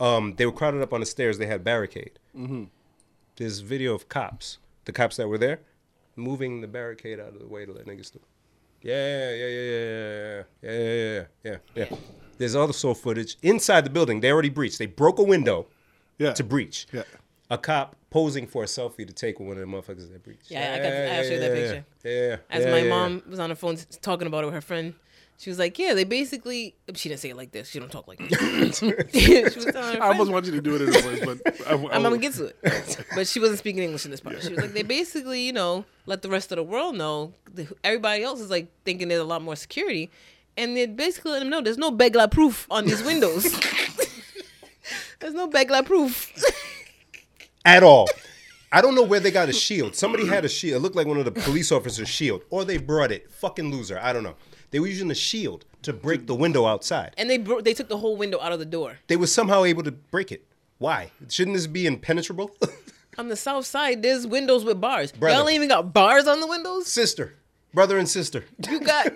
um, they were crowded up on the stairs. They had barricade.
Mm-hmm.
There's video of cops, the cops that were there, moving the barricade out of the way to let niggas through. Yeah, yeah, yeah, yeah, yeah, yeah, yeah, yeah, yeah, yeah. There's also footage inside the building. They already breached. They broke a window
Yeah.
to breach.
Yeah.
A cop posing for a selfie to take with one of the motherfuckers that breached.
Yeah, I got- I showed that picture.
Yeah.
As
yeah,
my
yeah,
mom was on the phone s- talking about it with her friend, she was like, "Yeah, they basically." She didn't say it like this. She don't talk like this. she was telling her friend,
I almost want you to do it in a voice, but I, I,
I'm, gonna get to it. But she wasn't speaking English in this part. She was like, they basically, you know, let the rest of the world know. that Everybody else is like thinking there's a lot more security, and they basically let them know there's no begla proof on these windows. there's no begla proof.
at all. I don't know where they got a shield. Somebody had a shield. It looked like one of the police officers' shield, or they brought it. Fucking loser. I don't know. They were using the shield to break the window outside.
and they bro- they took the whole window out of the door.
They were somehow able to break it. Why? Shouldn't this be impenetrable?
On the south side, there's windows with bars.
Brother.
Y'all ain't even got bars on the windows.
sister, brother, and sister.
You got.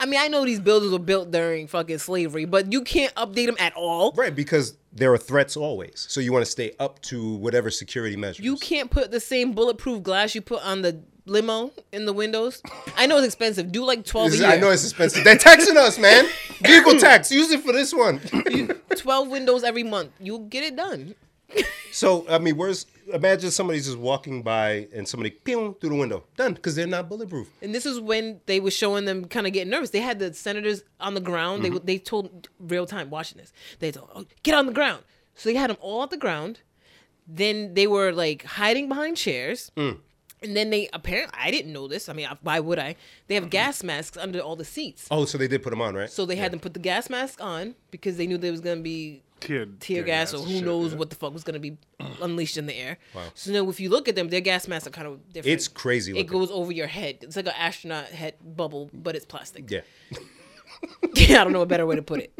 I mean, I know these buildings were built during fucking slavery, but you can't update them at all.
Right, because there are threats always. So you want to stay up to whatever security measures.
You can't put the same bulletproof glass you put on the limo in the windows. I know it's expensive. Do like twelve a
This is-
year.
I know it's expensive. They're taxing us, man. Vehicle tax. Use it for this one.
twelve windows every month. You'll get it done.
So I mean, where's imagine somebody's just walking by and somebody ping through the window, done because they're not bulletproof.
And this is when they were showing them kind of getting nervous. They had the senators on the ground. They they told real time watching this. They told, oh, "Get on the ground." So they had them all on the ground. Then they were like hiding behind chairs. And then they apparently I didn't know this. I mean, I- why would I? They have gas masks under all the seats.
Oh, so they did put them on, right?
So they had them put the gas mask on because they knew there was gonna be
tear,
tear gas, or who knows what the fuck was gonna be unleashed in the air. So now if you look at them, their gas masks are kind of different.
It's crazy
It
looking.
goes over your head. It's like an astronaut head bubble, but it's plastic.
yeah,
Yeah, I don't know a better way to put it.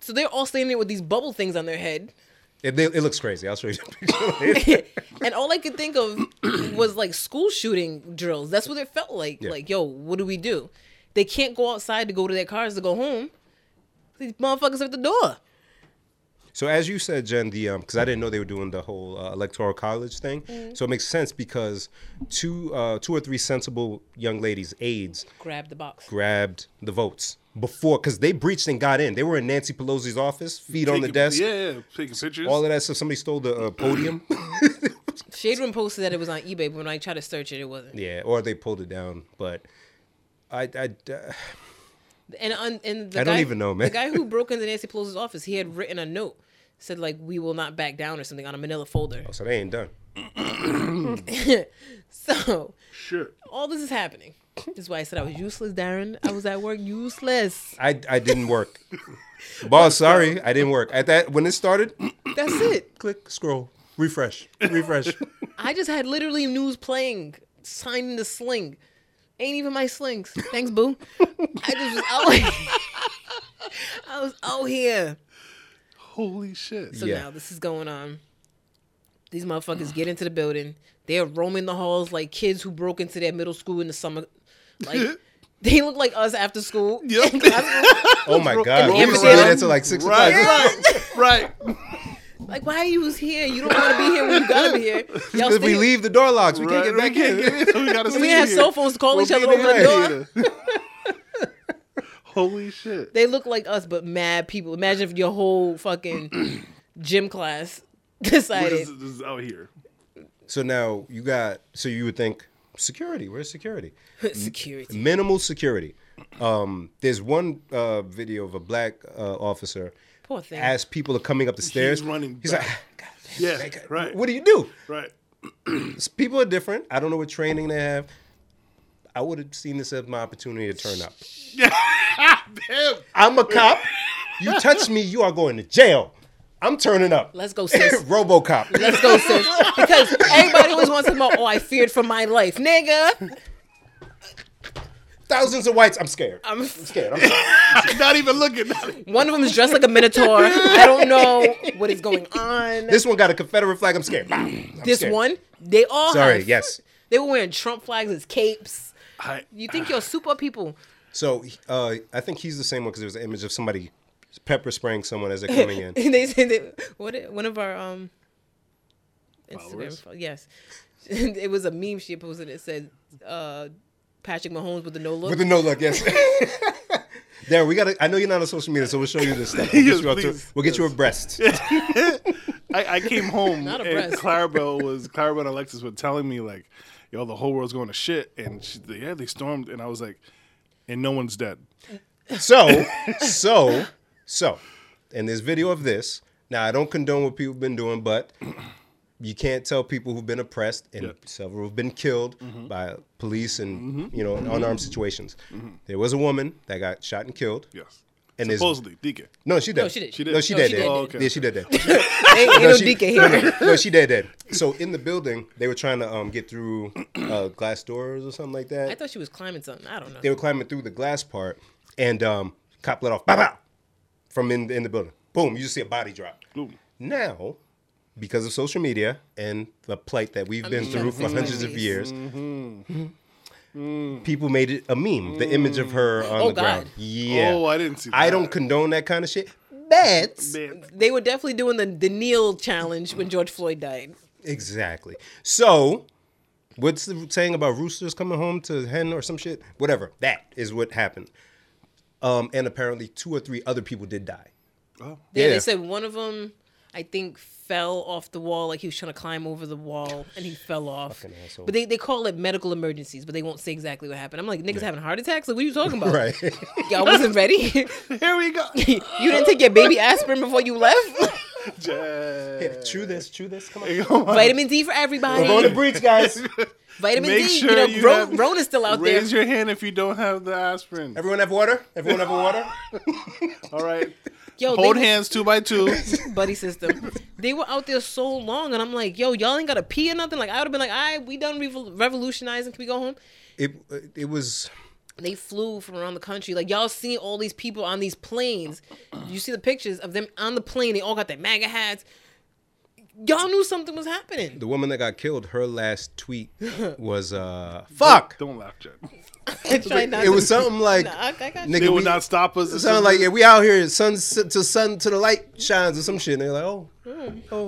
So they're all standing there with these bubble things on their head.
it, they- it looks crazy. I'll show you the picture. later.
and all I could think of was like school shooting drills. That's what it felt like. Like, yo, what do we do? They can't go outside to go to their cars to go home. These motherfuckers are at the door.
So as you said, Jen, the um, because I didn't know they were doing the whole uh, electoral college thing,
Mm-hmm.
so it makes sense because two, uh, two or three sensible young ladies, aides,
Grab the box.
grabbed the votes before because they breached and got in. They were in Nancy Pelosi's office, feet on the
Taking-
desk,
Yeah, yeah, taking pictures.
all of that stuff. Somebody stole the uh, podium.
Shade Room posted that it was on eBay, but when I tried to search it, it wasn't.
yeah, or they pulled it down. But I, I, uh,
And on, and the
I don't
guy-
even know, man.
The guy who broke into Nancy Pelosi's office, he had written a note, said like, "We will not back down" or something on a Manila folder.
so they ain't done.
So
Sure.
all this is happening. This is why I said I was useless, Darren. I was at work useless.
I, I didn't work. Boss, sorry, I didn't work at that when it started.
That's it.
click, scroll, refresh, refresh.
I just had literally news playing, signing the sling. Ain't even my slings. Thanks, boo. I just was out. I was out here.
Holy shit.
So
Yeah.
now this is going on. These motherfuckers get into the building. They're roaming the halls like kids who broke into their middle school in the summer. Like they look like us after school.
Yep.
oh my god,
roll
we were
around.
there till like six
right,
o'clock.
right, right.
Like why you was here? You don't want to be here when you gotta be here. Y'all
If we
stay-
leave the door locks, we
right.
can't get back
we can't
in.
get in. We gotta
We have cell phones to call each other over the door.
door. Holy shit.
They look like us, but mad people. Imagine if your whole fucking gym class
We're
decided.
just, just out here.
So now you got. So you would think security. Where's security?
Security.
Minimal security. Um, there's one uh, video of a black uh, officer.
Poor thing.
As people are coming up the stairs,
running
He's
back.
like, "God damn,
Yeah,
like,
right.
What do you do?
Right.
People are different. I don't know what training they have. I would have seen this as my opportunity to turn up.
Damn.
I'm a cop. You touch me, you are going to jail. I'm turning up.
Let's go, sis.
RoboCop.
Let's go, sis. Because everybody always wants to know, oh, I feared for my life. Nigga,
Thousands of whites. I'm scared. I'm
I'm
scared. I'm scared.
Not even looking.
One of them is dressed like a minotaur. I don't know what is going on. This,
this one got a Confederate flag. I'm scared. Bah, I'm scared.
one, they all
Sorry.
have-
Yes.
they were wearing Trump flags as capes.
I,
You think you're super people?
So uh, I think he's the same one because there was an image of somebody pepper spraying someone as they're coming in.
they said that what it- one of our um Instagram
Followers?
fo- yes, it was a meme she posted. It said, uh, Patrick Mahomes with the no look.
With the no luck, yes. Darren, we gotta. I know you're not on social media, so we'll show you this stuff. We'll get,
Yes,
you, up to,
please.
we'll get you a breast.
I, I came home
Not a
and
breast.
Clarabelle was Clarabelle and Alexis were telling me like, yo, the whole world's going to shit, and she, yeah, they stormed, and I was like, and no one's dead.
So, so, so, and there's video of this. Now, I don't condone what people have been doing, but you can't tell people who've been oppressed and several have been killed
Mm-hmm.
by police and you know unarmed situations.
Mm-hmm.
There was a woman that got shot and killed.
Yes,
And there's-
supposedly DK.
No, she did.
No, she did. She
did.
No, she
Oh,
did. did.
she did.
Oh, okay.
Yeah, she did that.
Ain't, ain't no,
she-
DK here.
no, she did that. So in the building, they were trying to um, get through uh, glass doors or something like that.
I thought she was climbing something. I don't know.
they were climbing through the glass part, and um, cop let off, bow, bow, from in, in the building. Boom, you just see a body drop. Now, because of social media and the plight that we've been
just
through
trying to
for
see my
hundreds of
face.
years,
Mm-hmm.
Mm-hmm. people made it a meme, the image of her on
Oh,
the ground.
God.
Yeah.
Oh, I didn't see
I
that.
don't condone that kind of shit. But
Man.
They were definitely doing the, the kneel challenge when George Floyd died.
Exactly. So, what's the saying about roosters coming home to hen or some shit? Whatever. That is what happened. Um, and apparently, two or three other people did die.
Oh.
Yeah,
Yeah.
they said one of them, I think, fell off the wall. Like he was trying to climb over the wall and he fell off.
Fucking asshole.
But they, they call it medical emergencies, but they won't say exactly what happened. I'm like, niggas having heart attacks? Like, what are you talking about?
Right.
Y'all wasn't ready?
Here we go.
you didn't take your baby aspirin before you left?
Yeah.
chew this. Chew this. Come on.
Come on.
Vitamin D for
We're going to
everybody.
breach, guys.
Vitamin
Make
D.
sure
you know,
you
Ro-
have-
Rona's still out there.
Raise your hand if you don't have the aspirin.
Everyone have water? Everyone have water?
All right.
Yo, they
Hold
were-
hands two by two.
buddy system. they were out there so long, and I'm like, yo, y'all ain't gotta pee or nothing. Like I would have been like, all right, we done revol- revolutionizing. Can we go home?
It, it was.
They flew from around the country. Like y'all see all these people on these planes. You see the pictures of them on the plane. They all got their MAGA hats. Y'all knew something was happening.
The woman that got killed, her last tweet was, uh, fuck.
Don't laugh, Jen.
I tried not
It
to-
was something like,
Nah, I- I got you.
nigga,
They will
we-
not stop us.
it sounded like, yeah, we out here, sun s- to sun to the light shines or some shit. And they're like, oh,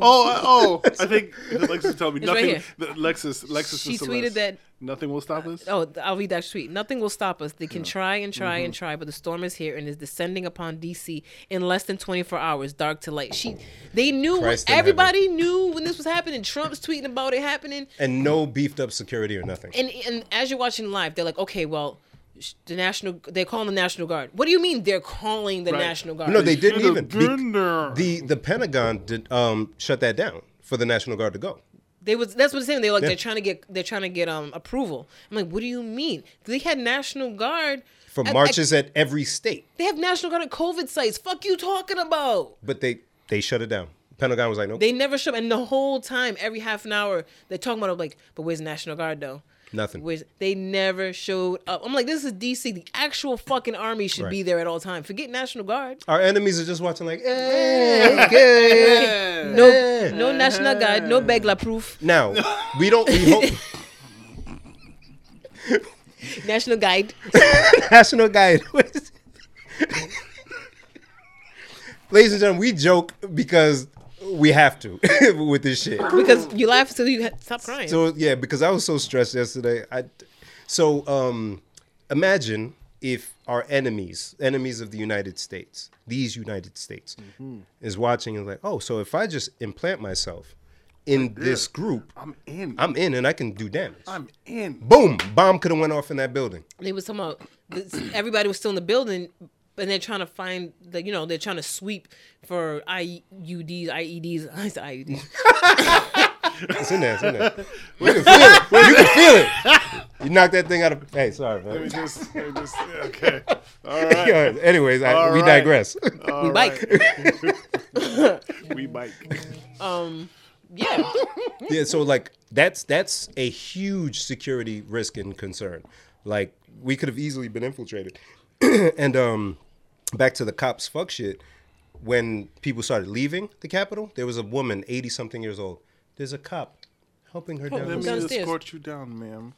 Oh, uh, oh! I think Lexus told me
right
nothing.
here.
the- Lexus, Lexus.
She
is
tweeted
Celeste.
that-
nothing will stop us.
Oh, th- I'll read that tweet. Nothing will stop us. They can try and try
Mm-hmm.
and try, but the storm is here and is descending upon DC in less than 24 hours, dark to light. She, they knew.
Christ in
everybody knew when this was happening. Trump's tweeting about it happening,
and no beefed up security or nothing.
and and as you're watching live, they're like, okay, well, sh- the national, they're calling the national guard. What do you mean they're calling the
Right.
national guard?
No, they didn't
Should've
even.
been there.
the the Pentagon did um shut that down for the National Guard to go.
They was that's what I'm saying. They were like
Yeah.
they're trying to get they're trying to get um approval. I'm like, what do you mean? They had national guard
For
at- at-
marches at every state,
they have national guard at COVID sites. Fuck you talking about.
but they they shut it down. Pentagon was like, nope,
They never show up. And the whole time, every half an hour, they're talking about it, like, but where's the National Guard though?
Nothing.
Where's they never showed up. I'm like, this is DC. The actual fucking army should be
Right.
there at all time. Forget National Guard.
our enemies are just watching like, hey, okay.
No,
Eh.
no National Guard. No Begla proof.
Now we don't. We hope
National Guide.
National Guard. what is it? Ladies and gentlemen, we joke because we have to with this shit.
Because you laugh until you ha- stop crying.
So yeah, because I was so stressed yesterday. I so um imagine if our enemies, enemies of the United States, these United States,
Mm-hmm.
is watching and like, oh, so if I just implant myself in this group,
I'm in. I'm,
I'm in and I can do damage.
in.
Boom! Bomb could have went off in that building.
they was talking about this, everybody was still in the building and they're trying to find the you know they're trying to sweep for IUDs IEDs I E said IUDs
It's in there. It's in there. You can feel it. You can feel it. You knocked that thing out of. Hey, sorry,
Let me
man.
just, let me just. Okay. All right.
Anyways, I,
All
we
right.
digress.
we bike
We bike.
yeah
yeah so like that's that's a huge security risk and concern like we could have easily been infiltrated and um back to the cops fuck shit when people started leaving the capitol there was a woman 80 something years old there's a cop helping her down
Let
the
me
Downstairs.
escort you down, ma'am.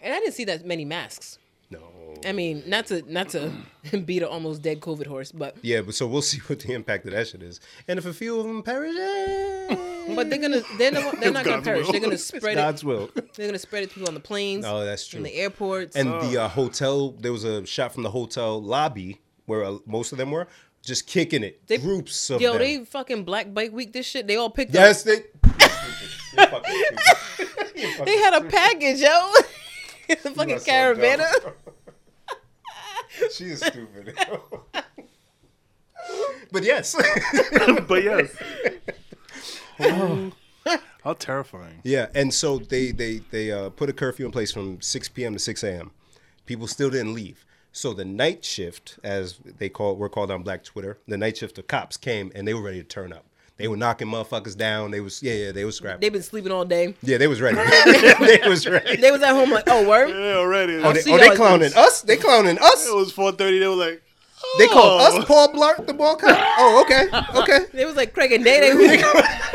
and I didn't see that many masks
no
I mean not to not to beat an almost dead COVID horse but
yeah but so we'll see what the impact of that shit is and if a few of them perish eh,
But they're gonna they're, not- they're not gonna
God's
perish.
will.
They're gonna spread it.
God's will.
They're gonna spread it to people on the planes,
Oh, that's true.
in the airports.
And the uh, hotel, there was a shot from the hotel lobby where uh, most of them were just kicking it.
They-
Groups of
Yo,
them.
they fucking Black Bike Week. This shit, they all picked
yes,
up.
they. You're fucking stupid. You're fucking
They had a package, yo. the
You
fucking
are so dumb.
caravana.
she is stupid. but yes.
but yes. How terrifying.
yeah, and so they they they uh, put a curfew in place from 6 p.m. to 6 a.m. People still didn't leave. So the night shift, as they call were called on Black Twitter, the night shift of cops came and they were ready to turn up. They were knocking motherfuckers down. They was yeah yeah they was scrapping.
They've been sleeping all day.
yeah they was ready. they was ready.
They was at home like, oh, word.
Yeah, already.
Oh, they,
see
oh, they
y'all
clowning
dudes.
us. They clowning us.
it was 4.30. They were like,
They call
Oh.
us Paul Blart the ball cop. Oh, okay, okay.
They was like Craig and Day. They who? Okay,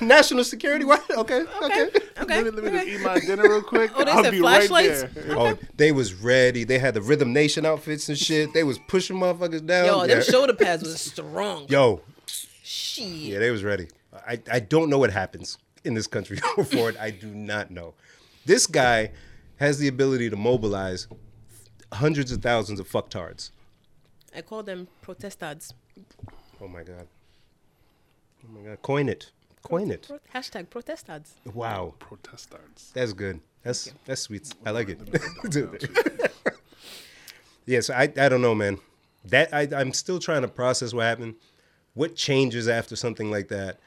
National security. What? Okay, okay.
okay.
let me, let me
okay.
just eat my dinner real quick.
Oh, they
I'll
said
be
flashlights?
right there.
Oh, they was ready. They had the Rhythm Nation outfits and shit. They was pushing motherfuckers down.
Yo,
yeah.
them shoulder pads was strong.
Yo,
Shit.
yeah, they was ready. I, I don't know what happens in this country going forward. I do not know. This guy has the ability to mobilize hundreds of thousands of fucktards.
I call them protestads.
Oh my god. Oh my god. Coin it. Coin it.
Pro- Hashtag protestads.
Wow.
Protestants.
That's good. That's that's sweet. I like it. yes, I, I don't know, man. That I, I'm still trying to process what happened. What changes after something like that?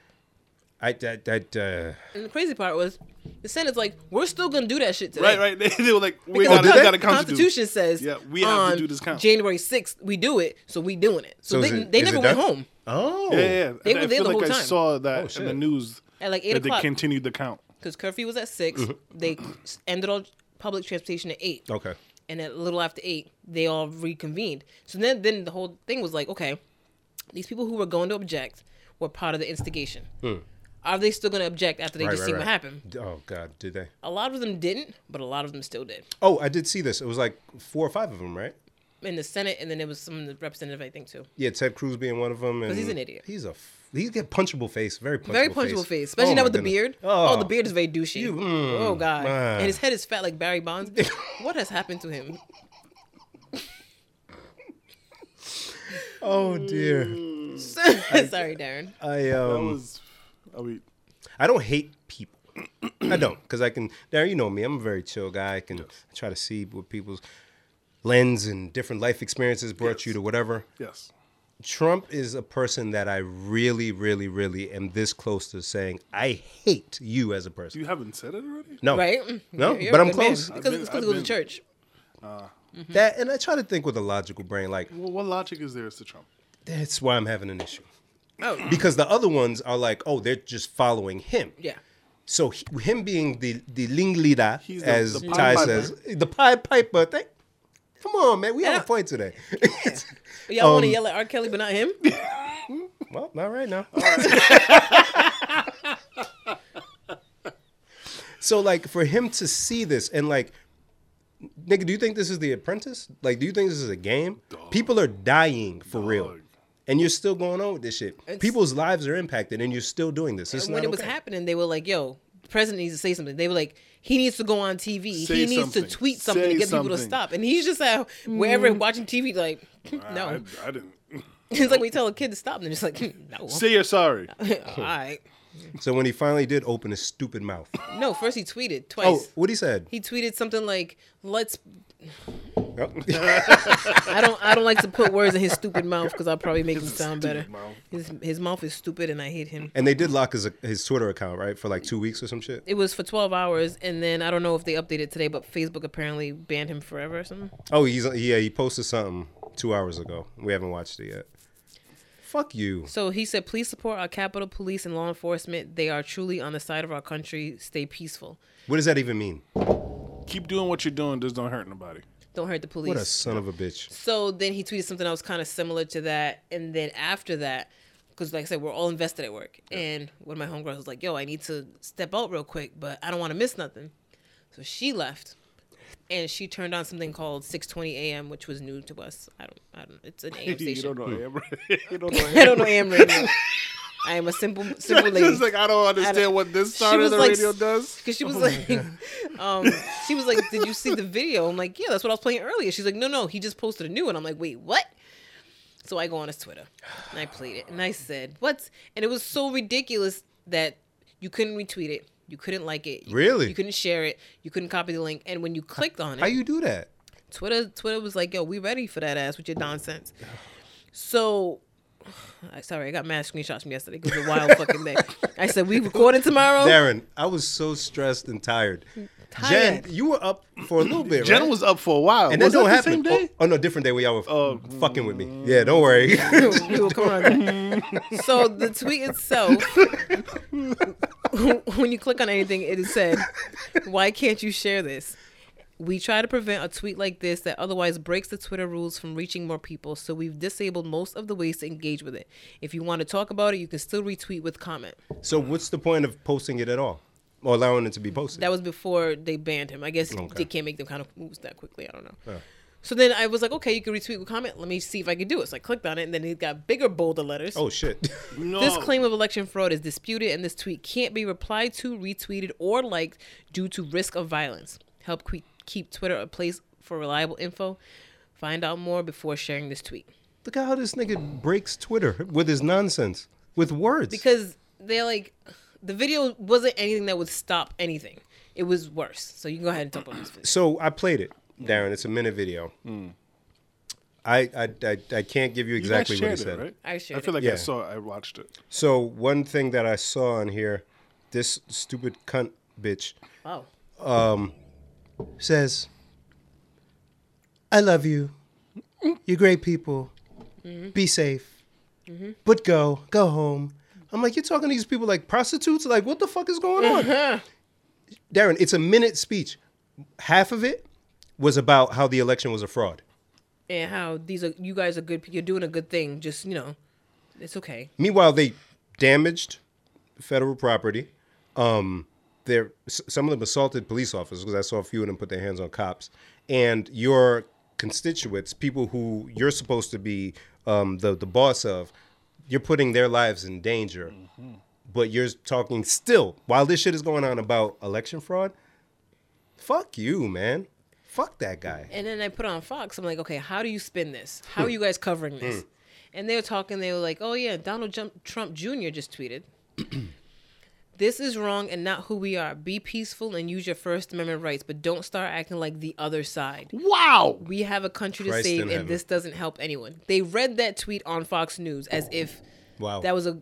I that that uh,
And the crazy part was, the Senate's like, we're still gonna do that shit today.
Right, right. They, they were like, we
Because
got,
Oh, did
we
they?
got a
the Constitution
constitution.
says,
Yeah, we have to
on
do this count.
January sixth, we do it, so we doing it. So,
So
they,
is it-
they
is
never
it
went
done?
home.
oh
Yeah, yeah.
They
I,
were
I feel
there the
like
whole
I
time.
saw that in
shit.
the news
At like eight
that they
o'clock,
continued the count.
because curfew was at 6
Mm-hmm.
They ended all public transportation at eight.
okay.
and at a little after eight, they all reconvened. So then, then the whole thing was like, okay, these people who were going to object were part of the instigation. Are they still going to object after they
Hmm. Right,
just
right,
see
right.
what happened?
D- Oh god, did they?
A lot of them didn't, but a lot of them still did
Oh, I did see this. It was like four or five of them, right?
in the Senate, and then there was some in the representative, I think, too.
Yeah, Ted Cruz being one of them. Because
he's an idiot.
He's a f- he's got punchable face. Very punchable
Very punchable face,
Oh
especially now
my
with the
goodness. mm,
beard. Oh. the beard is very douchey. oh god, and his head is fat like Barry Bonds. what has happened to him?
Oh dear.
Sorry, Darren.
I um.
That was, I mean,
I don't hate people. I don't, because I can. Now you know me. I'm a very chill guy. I can try to see what people's lens and different life experiences brought you to whatever.
yes.
Trump is a person that I really, really, really am this close to saying I hate you as a person.
You haven't said it already?
No,
Right?
Oh. No,
You're- you're
but
a
I'm
good man,
close.
because
been-
it's because
I've
he goes to
been-
church.
That, and I try to think with a logical brain. Like
Well, what logic is there as to Trump?
that's why I'm having an issue.
Oh,
Because the other ones are like, oh, they're just following him.
yeah.
So he, him being the the ringleader,
He's the-
as
the Pied
Ty
Piper.
says, the Pied Piper. Thing. Come on, man, we on
Yeah.
point today.
Y'all want
Um,
to yell at R. Kelly, but not him.
well, not right now. so like for him to see this and like, nigga, do you think this is The Apprentice? Like, do you think this is a game? People are dying for real.
Dog.
And you're still going on with this shit. People's lives are impacted, and you're still doing this. It's
when
not
it was
okay.
happening, they were like, "Yo, the president needs to say something." They were like, "He needs to go on TV.
Say
he needs
something.
to tweet something
Say
to get people to
something." Mm.
stop." And he's just out wherever watching TV, like, "No."
I, I didn't.
it's like we tell a kid to stop, and they're just like, "No."
Say you're sorry.
All right.
So when he finally did open his stupid mouth,
No, first he tweeted twice.
oh, what he said?
He tweeted something like, "Let's."
Oh.
I don't. I don't like to put words in his stupid mouth because I'll probably make him sound better.
mouth.
His his mouth is stupid, and I hate him.
And they did lock his his Twitter account, right, for like two weeks or some shit.
It was for twelve hours, and then I don't know if they updated today, but Facebook apparently banned him forever or something.
Oh, he's yeah, he posted something two hours ago. We haven't watched it yet. Fuck you.
So he said, please support our Capitol Police and law enforcement. They are truly on the side of our country. Stay peaceful.
What does that even mean?
Keep doing what you're doing. Just don't hurt nobody.
Don't hurt the
What a
police.
son of a bitch.
so then he tweeted something else kind of similar to that. And then after that, because like I said, we're all invested at work. And one of my homegirls was like, yo, I need to step out real quick, but I don't want to miss nothing. So she left. And she turned on something called 6:20 a.m., which was new to us. I don't, I don't. It's an AM
you
station.
Hmm. don't know. I am. you don't know. I am.
I don't know AM radio. I am a simple, simple lady.
Just like I don't understand
don't-
what this
She
side of
was
the
like-
radio does. Oh
Cause she was like, um, she was like, "Did you see the video?" I'm like, "Yeah, that's what I was playing earlier." She's like, "No, no, he just posted a new one." I'm like, "Wait, what?" So I go on his Twitter and I played it and I said, "What?" And it was so ridiculous that you couldn't retweet it, you couldn't like it, you,
Really?
you couldn't share it, you couldn't copy the link, and when you clicked on it,
How you do that?
Twitter Twitter was like, "Yo, we ready for that ass with your nonsense." So, I sorry, I got mad screenshots from yesterday. 'cause It was a wild fucking day. I said, "We recording tomorrow."
Darren, I was so stressed and tired.
Tired.
Jen, you were up for a little bit, right?
Jen was up for a while.
and
was
that
that
don't
the
happen.
same day? Oh.
Oh, oh, no, different day where y'all were fucking with me. Yeah, don't worry.
we
Oh,
will come around that. So the tweet itself, when you click on anything, it is said, "Why can't you share this?" We try to prevent a tweet like this that otherwise breaks the Twitter rules from reaching more people, so we've disabled most of the ways to engage with it. If you want to talk about it, you can still retweet with comment.
so what's the point of posting it at all? Or allowing it to be posted?
That was before they banned him. I guess
Okay.
they can't make them kind of moves that quickly. I don't know. So then I was like, okay, you can retweet with comment. Let me see if I can do it. So I clicked on it, and then it got bigger, bolder letters.
oh, shit.
No.
This claim of election fraud is disputed, and this tweet can't be replied to, retweeted, or liked due to risk of violence. Help que- keep Twitter a place for reliable info. Find out more before sharing this tweet.
Look at how this nigga breaks Twitter with his nonsense, with words.
Because they're like, the video wasn't anything that would stop anything, it was worse. So you can go ahead and talk about this. video.
so I played it, Darren. It's a minute video. I, I, I, I can't give you
You guys
exactly what he
shared it,
said.
right?
I shared
I feel like
it.
I
Yeah.
saw it. I watched it.
So one thing that I saw on here, this stupid cunt bitch
Wow.
says, "I love you. You're great people. Be safe, but go, go home." I'm like, you're talking to these people like prostitutes. Like, what the fuck is going on? Darren, it's a minute speech. Half of it was about how the election was a fraud.
And how these are, you guys are good, pe- you're doing a good thing. Just, you know, it's okay.
Meanwhile, they damaged federal property. Um, they're, s- some of them assaulted police officers because I saw a few of them put their hands on cops. And your constituents, people who you're supposed to be um, the the boss of, you're putting their lives in danger. But you're talking still while this shit is going on about election fraud. Fuck you, man. Fuck that guy.
And then I put on Fox. I'm like, okay, how do you spin this? How
Hmm.
are you guys covering this? And they were talking. They were like, oh yeah, Donald Jump- Trump Jr. just tweeted, "This is wrong and not who we are. Be peaceful and use your First Amendment rights, but don't start acting like the other side.
Wow.
We have a country to
Christ in
save, and
heaven.
this doesn't help anyone." They read that tweet on Fox News as if
Oh. Wow.
that was a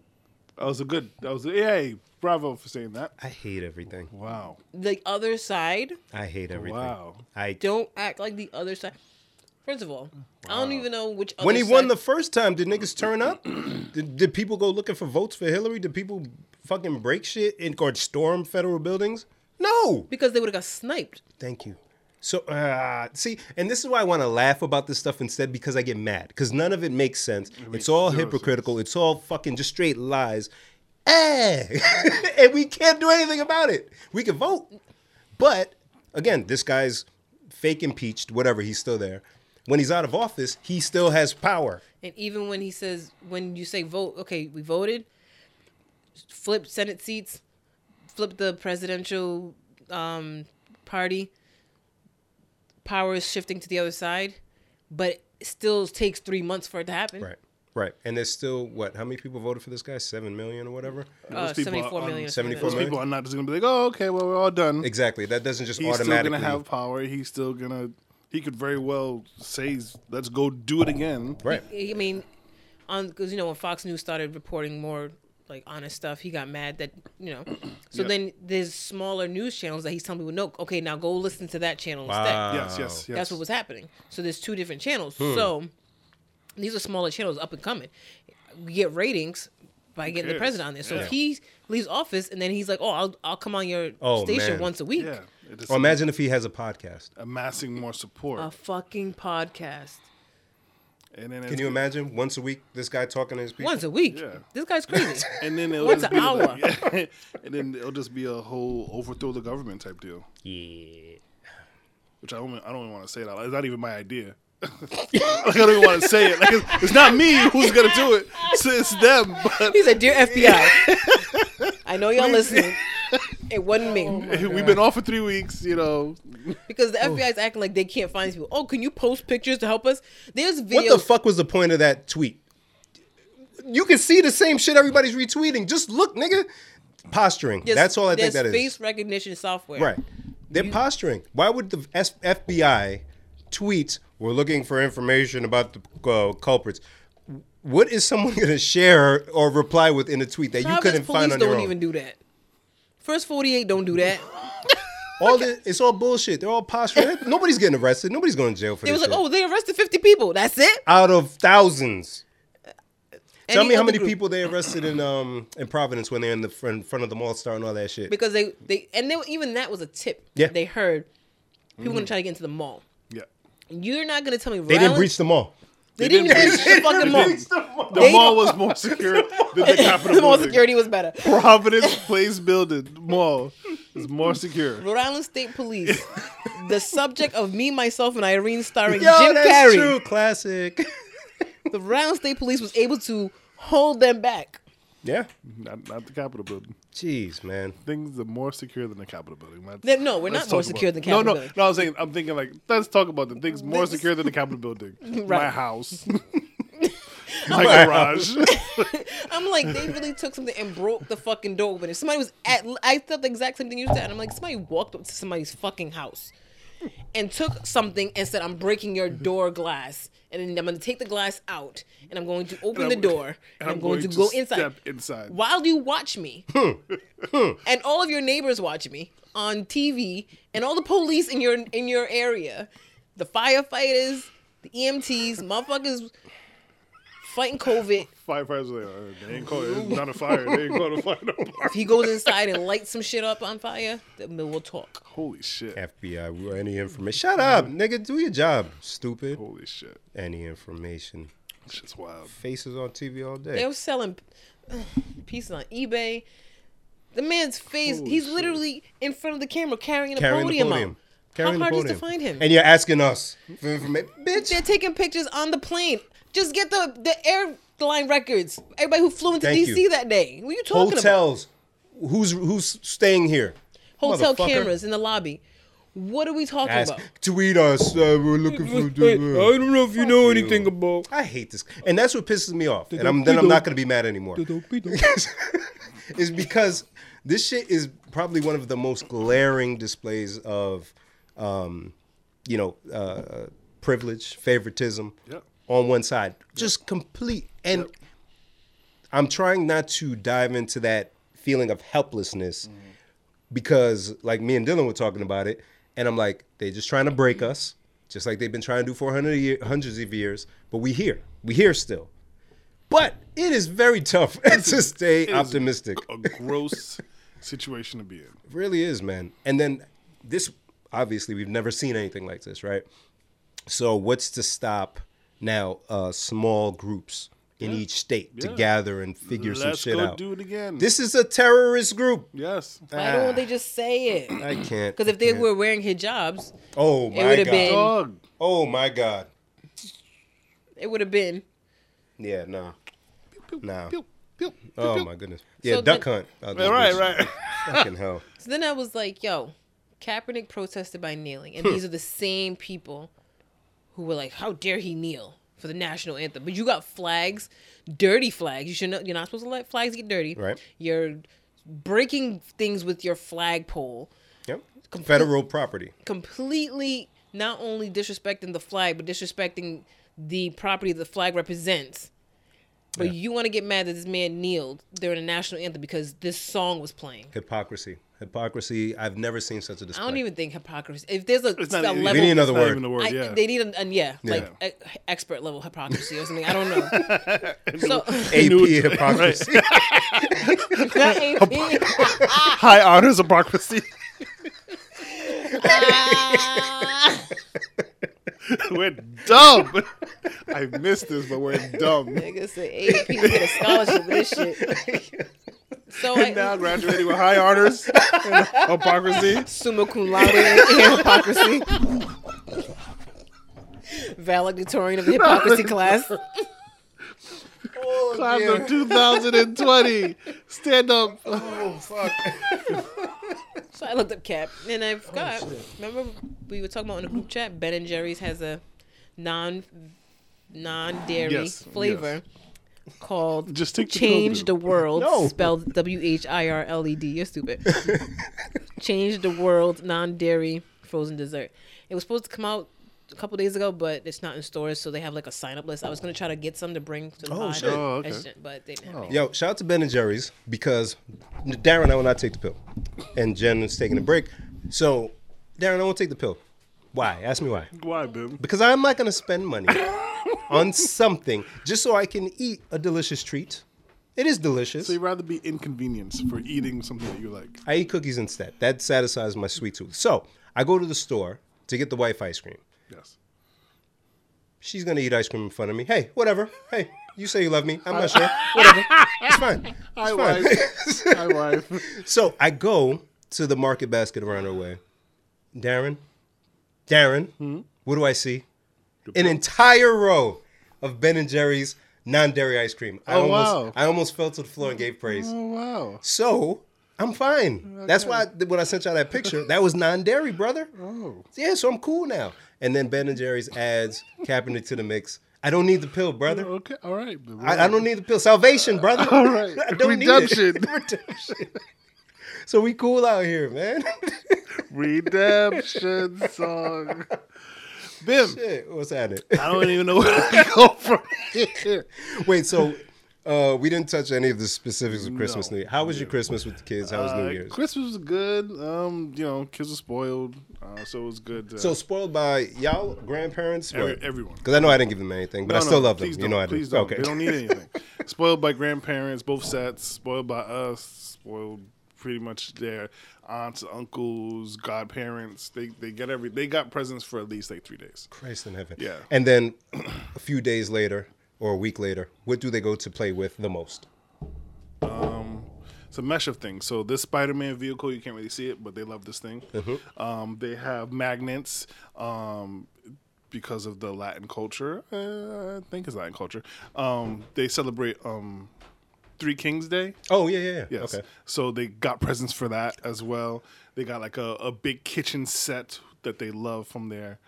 That was a good. That was a, yay. Bravo for saying that.
I hate everything.
Wow.
the other side.
I hate everything.
Wow.
I
Don't act like the other side. First of all, I don't even know which. Other
When he won
side-
the first time, did niggas turn up? did, did people go looking for votes for Hillary? Did people fucking break shit and or storm federal buildings? No.
because they would have got sniped.
Thank you. So uh, see, and this is why I want to laugh about this stuff instead because I get mad because none of it makes sense. it's all
zero
hypocritical. It's all fucking just straight lies. Eh. and we can't do anything about it. We can vote, but again, this guy's fake impeached. Whatever, he's still there. When he's out of office, he still has power.
And even when he says, when you say vote, okay, we voted, flip Senate seats, flip the presidential um, party, power is shifting to the other side, but it still takes three months for it to happen.
Right. Right. And there's still what? How many people voted for this guy? Seven million or whatever.
Uh,
Those people are
74
on-
million. or
74
something like
Those
that.
million.
people are not just gonna be like, oh, okay, well, we're all done.
Exactly. That doesn't just
He's still
automatically.
gonna have power. He's still gonna. He could very well say, "Let's go do it again."
right.
I mean, on because you know when Fox News started reporting more like honest stuff, he got mad that you know. So
Yeah.
then there's smaller news channels that he's telling people, no, okay, now go listen to that channel
Wow.
instead.
Yes, yes, yes.
That's what was happening. So there's two different channels.
Hmm.
So these are smaller channels up and coming. We get ratings by getting the
cares?
president on there. So
Yeah.
if he leaves office and then he's like, oh, I'll, I'll come on your
Oh,
station
man.
once a week.
Yeah. It is
Or imagine if he has a podcast.
amassing more support,
A fucking podcast.
and then
Can you imagine once a week this guy talking to his people?
Once a week.
Yeah.
This guy's crazy.
And then it'll
Once
just
an
be like- and then it'll just be a whole overthrow the government type deal,
Yeah.
which I don't. I don't even want to say that. It's not even my idea. I don't even want to say it. Like it's, it's not me who's gonna do it. It's, it's them. But
He's a dear FBI. I know y'all listening. It wasn't
Oh
me
we've been off for three weeks. You know
because the FBI is acting like they can't find these people. Oh, can you post pictures to help us? There's videos.
What the fuck was the point of that tweet? You can see the same shit everybody's retweeting. Just look, nigga. Posturing.
There's-
That's all I think
there's
that is.
face recognition software.
Right. They're posturing. Why would the S- FBI tweet, we're looking for information about the uh, culprits? What is someone going to share or reply with in a tweet that you
Providence
couldn't
police
find on
don't
your own?
even do that. First 48 don't do that.
all this, it's all bullshit. They're all posturing. Nobody's getting arrested. Nobody's going to jail for
They
this.
was like,
shit.
oh, they arrested 50 people. That's it.
out of thousands. Tell
Any
me how
other
many
group.
people they arrested in um in Providence when they're in the fr- in front of the mall star and all that shit.
Because they, they and they, even that was a tip
Yeah. Mm.
they heard. People gonna try to get into the mall.
yeah.
You're not gonna tell me
They didn't breach the mall.
They, didn't,
didn't
breach the fucking mall.
The
They-
mall was more secure than the Capitol
the mall
building.
security was better.
Providence Place building mall is more secure.
Rhode Island State Police, the subject of Me, Myself, and Irene starring
Yo,
Jim
that's
Carrey.
true. Classic.
The Rhode Island State Police was able to hold them back.
yeah.
Not, not the Capitol building.
Jeez, man.
Things are more secure than the Capitol building. Let's-
They're- no, we're
let's
not more
talk
secure
about-
than Capitol
no, no,
building.
No, I was saying, I'm thinking like, let's talk about the things more secure than the Capitol building. My house, my garage.
I'm like, they really took something and broke the fucking door open. If somebody was at, I thought the exact same thing you said. And I'm like, somebody walked up to somebody's fucking house and took something and said, I'm breaking your door glass. And then I'm going to take the glass out and I'm going to open
And
the
I'm-
door and, I'm, going, to, go inside.
Step inside.
While you watch me, and all of your neighbors watch me on TV, and all the police in your in your area, the firefighters, the EMTs, motherfuckers fighting COVID,
Firefighters were like, uh, they ain't called. It's not a fire. They ain't called a fire. No more.
If he goes inside and lights some shit up on fire, then we'll talk.
Holy shit.
FBI, we- any information? Shut up,
Mm.
nigga. Do your job, stupid.
Holy shit.
Any information?
It's just wild.
Faces on TV all
They
day.
were selling uh, pieces on eBay. The man's face,
Holy
he's
shit.
literally in front of the camera carrying a
Carrying
podium,
the
out.
podium. Carrying
How
the
hard
podium.
is to find him?
And you're asking us for information, bitch.
They're taking pictures on the plane. Just get the, the airline records. Everybody who flew into
Thank
DC
you.
that day. What are you talking about?
Hotels. Who's who's staying here?
Hotel
Motherfucker.
cameras in the lobby. What are we talking
Ask,
about?
tweet us. Uh, we're looking for.
don't know if you know anything about.
I hate this, and that's what pisses me off. And I'm, then I'm not gonna be mad anymore. is because this shit is probably one of the most glaring displays of, um, you know, uh, privilege, favoritism
Yep.
on one side, just complete. And I'm trying not to dive into that feeling of helplessness because, like me and Dylan were talking about it, and I'm like, they're just trying to break us, just like they've been trying to do for 100 year, hundreds of years. But we here, we here still. But it is very tough to stay optimistic.
A gross situation to be in.
It really is, man. And then this, obviously, we've never seen anything like this, right? So what's to stop now uh, small groups in each state to
Yeah.
gather and figure some
Let's
shit
go
out?
do it again.
This is a terrorist group.
Yes.
Why don't they just say it?
I can't.
Because if they were wearing hijabs,
oh
it
my god,
would have been.
Dog.
oh my god,
It would have been.
yeah, no, no,
Pew, pew, pew,
oh
pew.
my goodness, yeah,
So
duck
then-
hunt, Oh, this
Right,
bitch.
right.
fucking hell,
So then I was like, yo, Kaepernick protested by kneeling.
Hmm.
And these are the same people who were like, how dare he kneel for the national anthem? But you got flags, dirty flags. You should not, you're not supposed to let flags get dirty.
Right.
You're breaking things with your flagpole.
yep, federal property.
Completely not only disrespecting the flag, but disrespecting the property the flag represents. But you want to get mad that this man kneeled during the national anthem because this song was playing.
Hypocrisy. Hypocrisy. I've never seen such a
I
display.
don't even think hypocrisy. If there's a,
It's not
a
even-
level,
We need another
it's not
word.
even a word.
I,
yeah.
They need an, an yeah, like
Yeah.
e- expert level hypocrisy or something. I don't know. so
AP hypocrisy.
not AP.
High honors hypocrisy.
Ah.
we're dumb. I missed this, but we're dumb.
Nigga said AP get a scholarship with this shit. So I,
Now graduating with high honors and hypocrisy.
summa cum laude and hypocrisy. valedictorian of the hypocrisy class.
Class of 2020. Stand up.
So I looked up Cap, and I
Oh,
forgot. remember, we were talking about in the group chat. Ben and Jerry's has a non non dairy
Yes,
flavor called
Just take the
Change
Kobe.
the World,
No.
spelled W H I R L E D. You're stupid. Change the World non dairy frozen dessert. It was supposed to come out a couple days ago, but it's not in stores, so they have like a sign up list. I was gonna try to get some to bring to the
Oh,
pod,
shit.
Oh, okay.
That's shit, but they didn't. have any.
Yo, shout out to Ben and Jerry's because Darren, I will not take the pill, and Jen is taking a break. So, Darren, I won't take the pill. Why? Ask me why.
Why, Ben?
Because I'm not gonna spend money on something just so I can eat a delicious treat. It is delicious.
So you'd rather be inconvenienced for eating something that you like.
I eat cookies instead. That satisfies my sweet tooth. So I go to the store to get the wife ice cream.
Yes.
She's gonna eat ice cream in front of me. Hey, whatever. Hey, you say you love me. I'm not sure. Whatever. It's fine. It's
Hi,
fine.
wife. Hi, wife.
So I go to the market basket around her way. Darren, Darren,
Hmm?
what do I see? An entire row of Ben and Jerry's non-dairy ice cream. I
Oh, wow.
almost, I almost fell to the floor and gave praise.
Oh, wow.
So I'm fine. That's why I, when I sent y'all that picture, that was non-dairy, brother. Oh. Yeah, so I'm cool now. And then Ben and Jerry's adds Kaepernick to the mix. I don't need the pill, brother.
Okay. All right, Ben.
I, I don't need the pill. Salvation, brother.
All right.
I don't
Redemption.
Need it. Redemption. So we cool out here, man.
Redemption song. Bim.
Shit, what's happening?
I don't even know where to go from here.
Wait, so uh, we didn't touch any of the specifics of Christmas.
No.
New Year. How was your Christmas with the kids? How was
Uh,
New Year's?
Christmas was good. Um, you know, kids were spoiled, uh, so it was good. To,
so spoiled by y'all grandparents?
Every- everyone.
Because I know I didn't give them anything, but
No,
I
no,
still love them.
please
You
don't,
know I do.
please don't.
Okay.
They don't need anything. spoiled by grandparents, both sets. Spoiled by us. Spoiled pretty much their aunts, uncles, godparents. They they get every. They got presents for at least like three days.
Christ in heaven.
Yeah.
And then a few days later or a week later, what do they go to play with the most?
It's a mesh of things. So this Spider-Man vehicle, you can't really see it, but they love this thing. Um, they have magnets um, because of the Latin culture. Uh, I think it's Latin culture. Um, they celebrate um, Three Kings Day.
Oh yeah, yeah, yeah.
Yes.
Okay.
So they got presents for that as well. They got like a, a big kitchen set that they love from their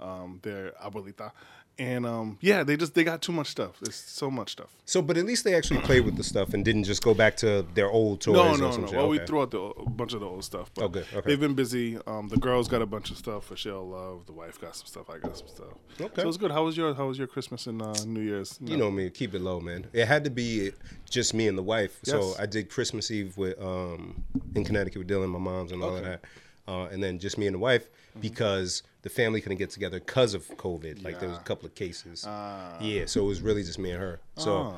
um, their abuelita. And um, yeah, they just they got too much stuff. It's so much stuff.
So, but at least they actually played with the stuff and didn't just go back to their old toys
No, no,
or
no.
some shit.
Well, we
Okay.
threw out the, a bunch of the old stuff. But
Oh, good. Okay.
They've been busy. Um, the girls got a bunch of stuff. Michelle love. The wife got some stuff. I got some stuff.
Okay.
So it was good. How was your How was your Christmas and uh, New Year's?
you know me, keep it low, man. It had to be just me and the wife. So
Yes.
I did Christmas Eve with um in Connecticut with Dylan, my mom's, and all of that. Uh, and then just me and the wife because the family couldn't get together because of COVID. Like there was a couple of cases. yeah, so it was really just me and her. So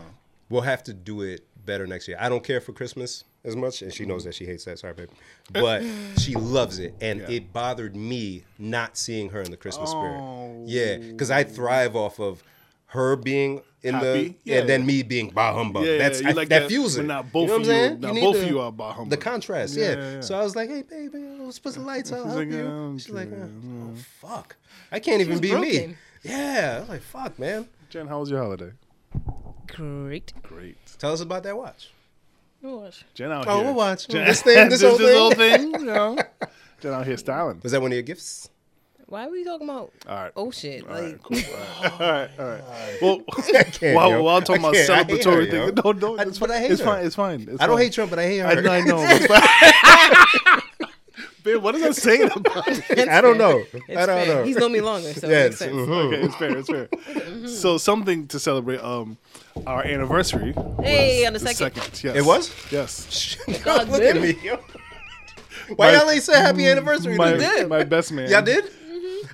we'll have to do it better next year. I don't care for Christmas as much, and she knows that she hates that. Sorry, babe, but she loves it, and it bothered me not seeing her in the Christmas
Oh.
spirit. Yeah, because I thrive off of her being in
Happy?
the
Yeah.
and then me being bah humbug.
Yeah, yeah,
That's
you
I-
like
that,
that
fuels it.
when not both
you know what
of
I'm
you-
saying?
not
need
both of
the-
you are bah humbug.
The contrast,
Yeah,
yeah.
yeah, yeah.
So I was like, "Hey, baby, let's put the lights out. I'll help
like,
you."
"Oh,
She's like,
okay,
"Oh, oh, fuck, I can't even be me."
broken.
Yeah, I'm like, "Fuck, man."
Jen, how was your holiday? Oh.
Great.
Great.
Tell us about that watch.
Jen out
Oh,
here.
we'll watch.
Jen,
This thing, this whole thing.
you know. Jen out here styling.
Was that one of your gifts?
Why are we talking about
All right.
oh shit?
All
like
right, cool. All right, all right. All right. Well,
can't,
while,
yo.
while I'm talking
I
about
can't. I hate
celebratory
her,
things, no,
yo.
no,
I-
it's,
but
fine.
I hate
it's
her.
fine. It's fine. It's
I don't
fine.
hate Trump, but I hate her.
I know, I know. It's fine. Babe, what does that say about it?
I don't know.
it's
I don't
fair.
know.
He's known me longer, so it makes
yes.
sense.
mhm.
Okay, it's fair. It's fair.
Mm-hmm.
so something to celebrate um our anniversary.
Hey,
was
on the second.
yes.
It was.
Yes.
God,
Look at
man.
me. yo. Why
My-
y'all ain't say happy anniversary?
My,
to me?
my best man.
Y'all did?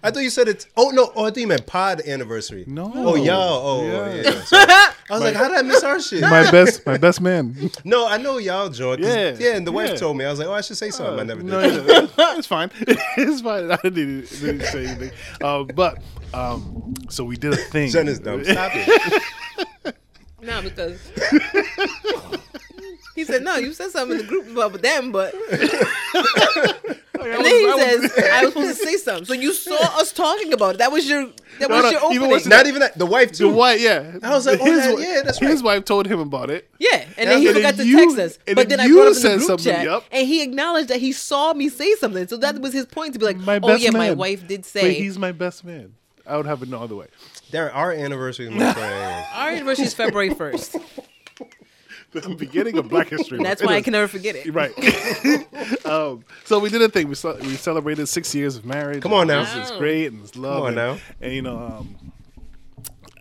I thought you said it's. Oh no! Oh, I thought you meant pod anniversary.
No.
Oh y'all. Oh
Yeah.
yeah. yeah, sorry. I was like, how did I miss our shit?
My best, my best man.
no, I know y'all joined. 'cause-
Yeah,
Yeah. and the wife
yeah. Uh,
told me. I was like, oh, I should say something. I never did.
No, no, no. it's fine. It's fine. I didn't, didn't say anything. Um, but um, so we did a thing.
Jen is dumb. Stop it.
No, because he said no. You said something in the group about them, but
Like, I
And then he
Oh, was, I was
said, because I was supposed to say something. So you saw us talking about it. That was your that
No,
was
no,
your
even
opening.
worse than
Not even that. The wife too.
The wife, yeah.
I was like, oh, yeah,
wi-
yeah, that's
His wife told him about it.
yeah, and then he
And then
forgot to
you-
text us.
and
But
then
then I
you
brought up in
said
the group
something,
chat,
yup.
and he acknowledged that he saw me say something. So that was his point to be like,
My
oh
best
yeah, my
man.
wife did
Wait,
say.
he's my best man. I would have it no other way.
There, our anniversary. is my friend.
Our anniversary is February first.
The beginning of Black History.
And that's why I can never forget it.
Right. um, so we did a thing. We ce- we celebrated six years of marriage.
Come on
and
now.
It's great and it's love.
on
and,
now.
And you know, um,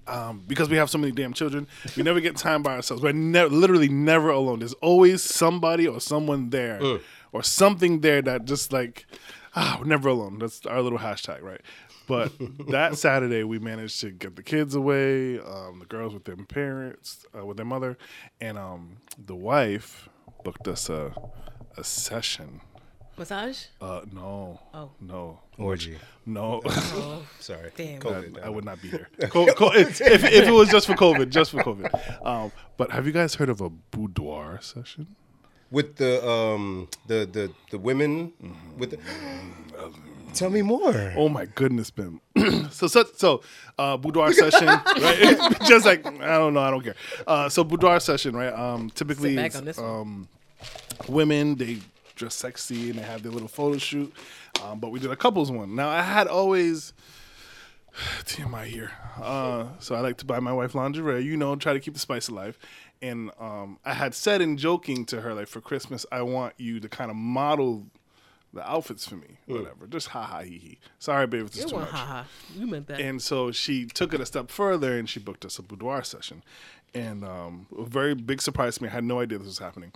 um, because we have so many damn children, we never get time by ourselves. We're ne- literally never alone. There's always somebody or someone there or something there that just like, ah, we're never alone. That's our little hashtag, right? But that Saturday, we managed to get the kids away, um, the girls with their parents, uh, with their mother, and um, the wife booked us a, a session.
Massage?
Uh, no.
Oh.
No.
Orgy.
No. Oh,
Sorry.
Damn.
COVID.
I would not be here. Co- co- if, if it was just for COVID, just for COVID. Um, but have you guys heard of a boudoir session?
with the um the the the women with the Tell me more.
Mm-hmm. Oh my goodness, Bim. so so, so uh, boudoir session, right? just like I don't know, I don't care. Uh, so boudoir session, right? Um, typically,
Sit back
it's,
on this one.
um, women they dress sexy and they have their little photo shoot. Um, but we did a couples one. Now I had always. TMI here. Uh, so I like to buy my wife lingerie, you know, try to keep the spice alive. And um, I had said in joking to her, like, for Christmas, I want you to kind of model the outfits for me, whatever. Just ha ha hee hee. Sorry, babe, if it's
It
too
went
much.
haha. You meant that.
And so she took it a step further and she booked us a boudoir session. And um, a very big surprise to me. I had no idea this was happening.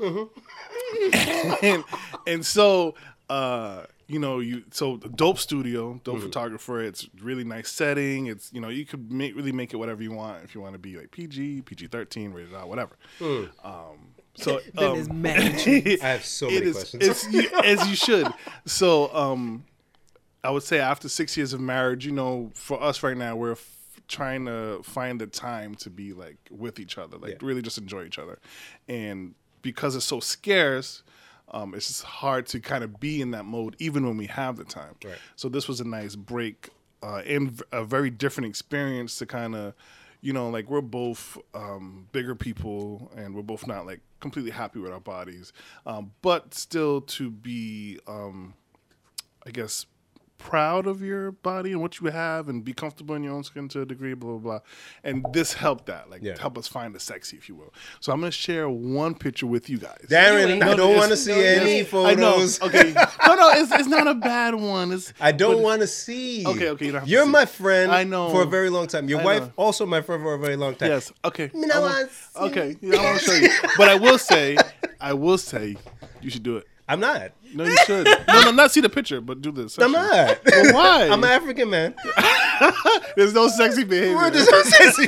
and, and so, uh, you know, you so the dope studio, dope photographer. It's really nice setting. It's you know you could make, really make it whatever you want if you want to be like PG, PG thirteen, rated R, whatever. Um, so
Then
um,
it's mad.
I have so
it
many
is-
questions.
It's, you, as you should. So, um, I would say after six years of marriage, you know, for us right now, we're f- trying to find the time to be like with each other, like really just enjoy each other. And because it's so scarce, um, it's just hard to kind of be in that mode even when we have the time. Right. So this was a nice break uh, and v- a very different experience to kind of, you know, like we're both um, bigger people and we're both not like completely happy with our bodies, um, but still to be. Um, I guess, proud of your body and what you have and be comfortable in your own skin to a degree, blah, blah, blah. And this helped that, like,
Yeah.
help us find the sexy, if you will. So I'm going to share one picture with you guys.
Darren, I
No,
don't
it's-
want to see
no,
any
it's- I know.
photos. I,
Okay. No, no, it's, it's not a bad one. It's
don't want to see.
Okay, okay, you don't have to
You're
see.
my friend.
I know.
for a very long time. Your
I
wife
know.
also my friend for a very long time.
Yes. Okay.
Me no
I
want see.
okay. Yeah, I want to show you. But I will say, I will say, you should do it.
I'm not.
No, you should. No, no, not see the picture, but do this.
I'm not.
Well, why?
I'm an African man.
There's no sexy behavior.
We're just so sexy.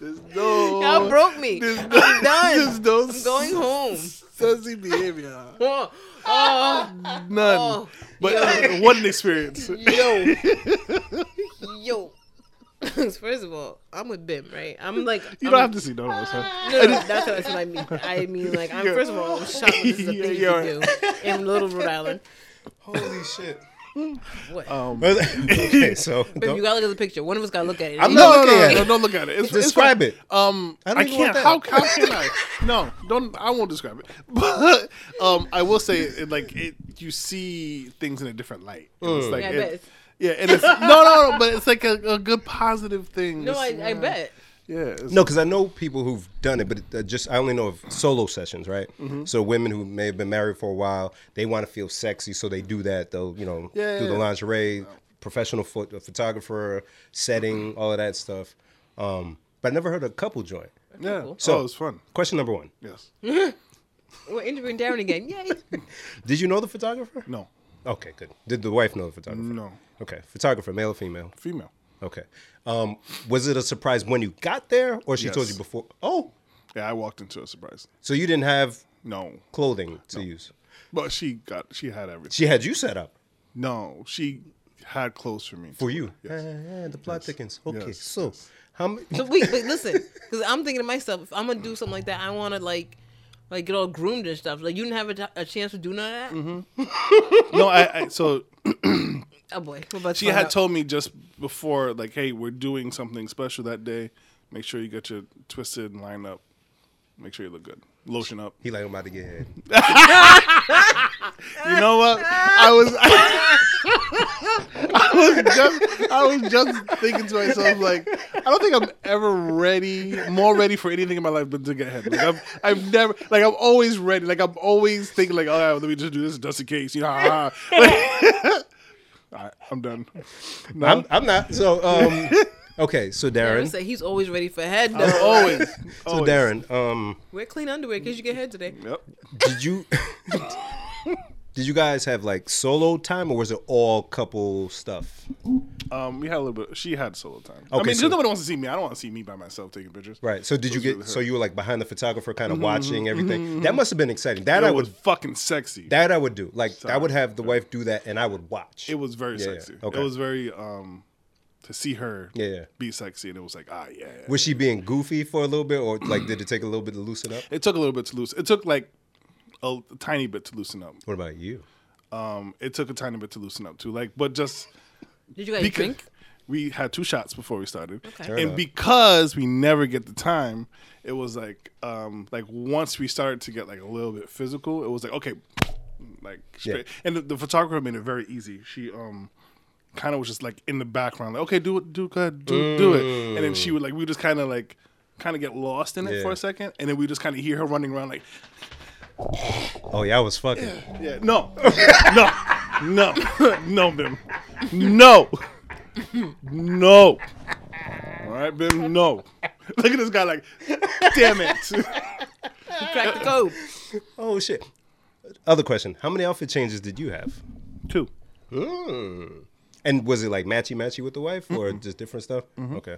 There's no.
Y'all broke me.
There's no,
I'm done.
There's no
I'm going home.
sexy behavior.
Oh, oh,
None.
Oh,
but what an experience.
yo, yo. First of all, I'm with Bim, right? I'm like
You
I'm,
don't have to see. No, no, it's fine.
No, no, that's what that's what I mean. I mean, like, I'm first of all, I'm shocked that this is a
Yeah,
thing you
you're
can do in Little Rhode Island.
Holy shit.
What?
Um,
okay, so
Babe,
don't-
you gotta look at the picture. One of us gotta look at it.
I'm
You-
not
No, no,
looking
no,
at
no,
it.
don't look at it. It's,
Describe
it's fine. Um,
I
I,
don't even want
can't.
that.
How, how can I? No, don't. I won't describe it. But um, I will say, it, like, it, you see things in a different light. And
Mm.
It's like,
Yeah, I
it-
bet it's-
yeah, and it's no, no, no. But it's like a, a good positive thing.
no,
It's-
I, I bet.
Yeah. it's-
No, because I know people who've done it, but it, uh, just I only know of solo sessions, right?
Mm-hmm.
So women who may have been married for a while, they want to feel sexy, so they do that. They'll you know
Yeah,
do the
yeah.
lingerie, professional pho- uh, photographer, setting,
Mm-hmm.
all of that stuff. Um, but I never heard a couple joint.
Yeah.
So-
So it's fun.
Question number one:
Yes.
We're interviewing Darren again. Yay!
Did you know the photographer?
No.
Okay, good. Did the wife know the photographer?
No.
Okay, photographer, male or female?
Female.
Okay. Um, was it a surprise when you got there, or she told
Yes.
you before? Oh,
Yeah, I walked into a surprise.
so you didn't have
No.
clothing to use?
But she got she had everything.
She had you set up.
No, she had clothes for me.
For you.
Yes.
Ah, ah, the plot thickens. Okay,
Yes,
so how many?
So wait, but listen, because I'm thinking to myself, if I'm gonna do something like that, I want to like like get all groomed and stuff. Like you didn't have a, t- a chance to do none of that.
No, I, I so
Oh boy, we're about to
she
find
had
out.
told me just before, like, hey, we're doing something special that day. Make sure you get your twisted and lined up. Make sure you look good. Lotion up.
He like I'm about to get head.
You know what? I was I, was just I was just thinking to myself like I don't think I'm ever ready more ready for anything in my life than to get head. Like I'm I've never like I'm always ready. Like I'm always thinking like oh let me just do this just in case. You know. ah, ah. Like, I, I'm done. No,
I'm, I'm not. So um, okay. So
I
Darren.
said he's always ready for head.
I'm
Though.
always.
So
always.
Darren. Um,
Wear clean underwear in case you get head today.
Yep.
did you? Did you guys have like solo time or was it all couple stuff?
Um, we had a little bit. She had solo time. I
Okay,
mean,
so-
nobody wants to see me. I don't want to see me by myself taking pictures.
Right. So did
Those
you
were
get?
her. Mm-hmm,
So you were like behind the photographer, kind of watching everything. That must have been exciting. That
It
I
was
would.
fucking sexy.
That I would do. Like I would have the wife do that, and I would watch.
It was very
Yeah, yeah.
sexy.
Okay.
It was very um to see her
Yeah, yeah.
be sexy and it was like, ah yeah.
Was she being goofy for a little bit, or like did it take a little bit to loosen up?
It took a little bit to loosen it took like a tiny bit to loosen up.
What about you?
Um it took a tiny bit to loosen up too. Like but just
Did you guys
because
drink?
we had two shots before we started.
Turn
And
up.
because we never get the time, it was like um like once we started to get like a little bit physical, it was like okay like straight. And the, the photographer made it very easy. She um kind of was just like in the background like okay, do it, do good, do do it. And then she would like we would just kind of like kind of get lost in it
Yeah.
for a second and then we just kind of hear her running around like
Oh yeah, I was fucking.
yeah, no, no, no, no, Bim, no, no. All right, Bim, no. Look at this guy, like, damn it.
Crack the code.
Oh shit. Other question: How many outfit changes did you have?
Two.
Mm. And was it like matchy matchy with the wife, or just different stuff?
Mm-hmm.
Okay.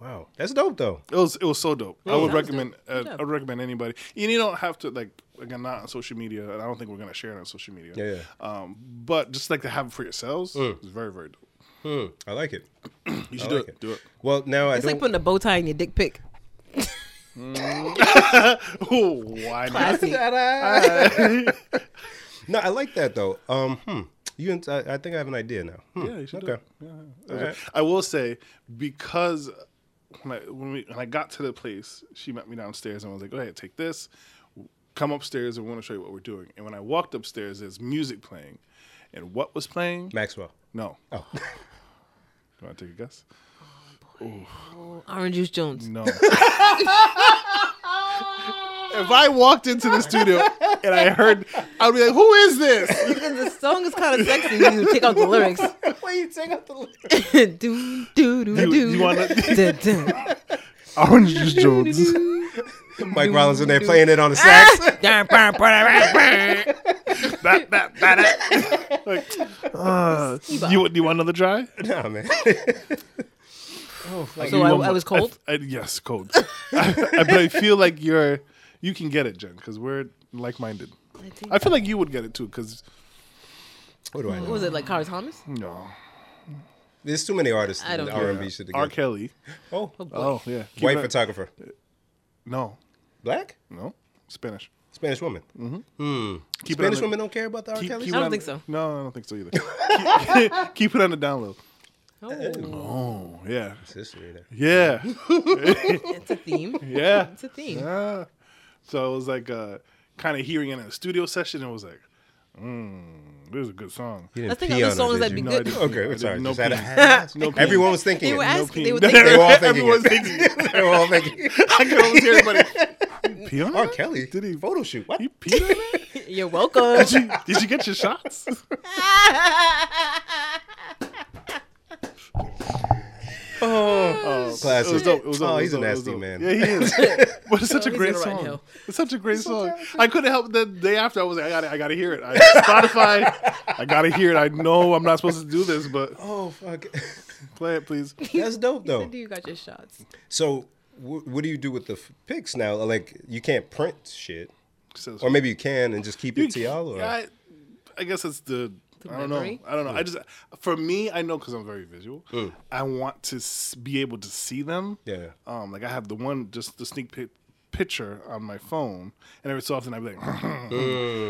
Wow, that's dope though.
It was it was so dope. I would
that was
recommend
dope.
uh,
Good job.
I would recommend anybody. And you don't have to like again not on social media. And I don't think we're gonna share it on social media.
Yeah,
Um, but just like to have it for yourselves is very very dope.
Hmm, I like it.
You should
I
do
like
it.
it.
Do it.
Well, now I
It's
don't.
like putting a bow tie in your dick pic.
Oh, why
I
not?
see.
no, I like that though. Um, hmm. You, and- I, I think I have an idea now. Hmm.
Yeah, you should do
Okay.
it. I will say because when I, when, we, when I got to the place, she met me downstairs and was like, "Go ahead, take this. Come upstairs and we want to show you what we're doing." And when I walked upstairs, there's music playing, and what was playing?
Maxwell.
no.
Oh.
You want to take a guess?
Orange Juice Jones.
No. if I walked into the studio and I heard, I would be like, "Who is this?"
Because the song is kind of sexy. You take out the lyrics.
Why you take out the lyrics?
do do do do.
you wanna-
Da, da.
Orange Juice Jones.
Mike Rollins in there playing it on the sax.
Da, ba, ba, ba, ba.
Ba- ba- ba- da. like, uh, you, do you want another try?
nah, man.
So I, I was cold.
I, I- Uh, yes, cold. I- but I feel like you're you can get it, Jen, because we're like minded. I feel like you would get it too, because
what do I
What
know?
was it like? Carl Thomas.
you know,
There's too many artists
I
in
don't
the
care.
R&B shit
R.
together.
Kelly.
Oh,
Oh yeah, Keep
white
it-
photographer,
No,
black,
no, Spanish.
Spanish woman. Mm-hmm.
Keep
Spanish
it on the-
women don't care about the R.
keep-
Kelly.
keep it
shit?
don't
on-
think so.
No, I don't think so either. keep, keep it on the download.
Oh,
Oh yeah,
Sister, there.
yeah,
it's a theme.
yeah.
It's a theme.
Ah. So it was like uh, kind of hearing it in a studio session. and It was like, mm, this is a good song.
You
I
didn't
think
pee
other
on her,
songs
did
that'd
you?
be
No, I
good.
didn't.
Okay,
I
we're
did
sorry.
no
Just had
pee.
to-
No pee.
Everyone was thinking.
They were
it.
asking. They were
pee.
They
thinking.
were all thinking.
Everyone's
it.
thinking.
they were all thinking.
I can almost hear everybody. Pee on
R.
that?
Kelly
Did he?
photo shoot? What?
He peed on that?
You're welcome.
Did you, did you get your shots?
Oh, classic.
It was dope. It was dope.
oh,
It was
he's a
dope. It was
nasty
dope.
man.
Yeah, he is. But it's such a
he's
great
in the right
song.
hill.
It's such a great song. I couldn't help the day after. I was like, I gotta, I gotta hear it. I, Spotify, I gotta hear it. I know I'm not supposed to do this, but
Oh fuck,
play it, please.
that's dope though.
Do you got your shots?
So, wh- what do you do with the f- pics now? Like, you can't print shit,
So-
or maybe you can and just keep it to y'all. Or
Yeah, I, I guess it's the. I don't know.
memory?
I don't know. I just for me, I know because I'm very visual. I want to s- be able to see them.
Yeah.
Um, like I have the one just the sneak pic picture on my phone, and every so often I'd be like,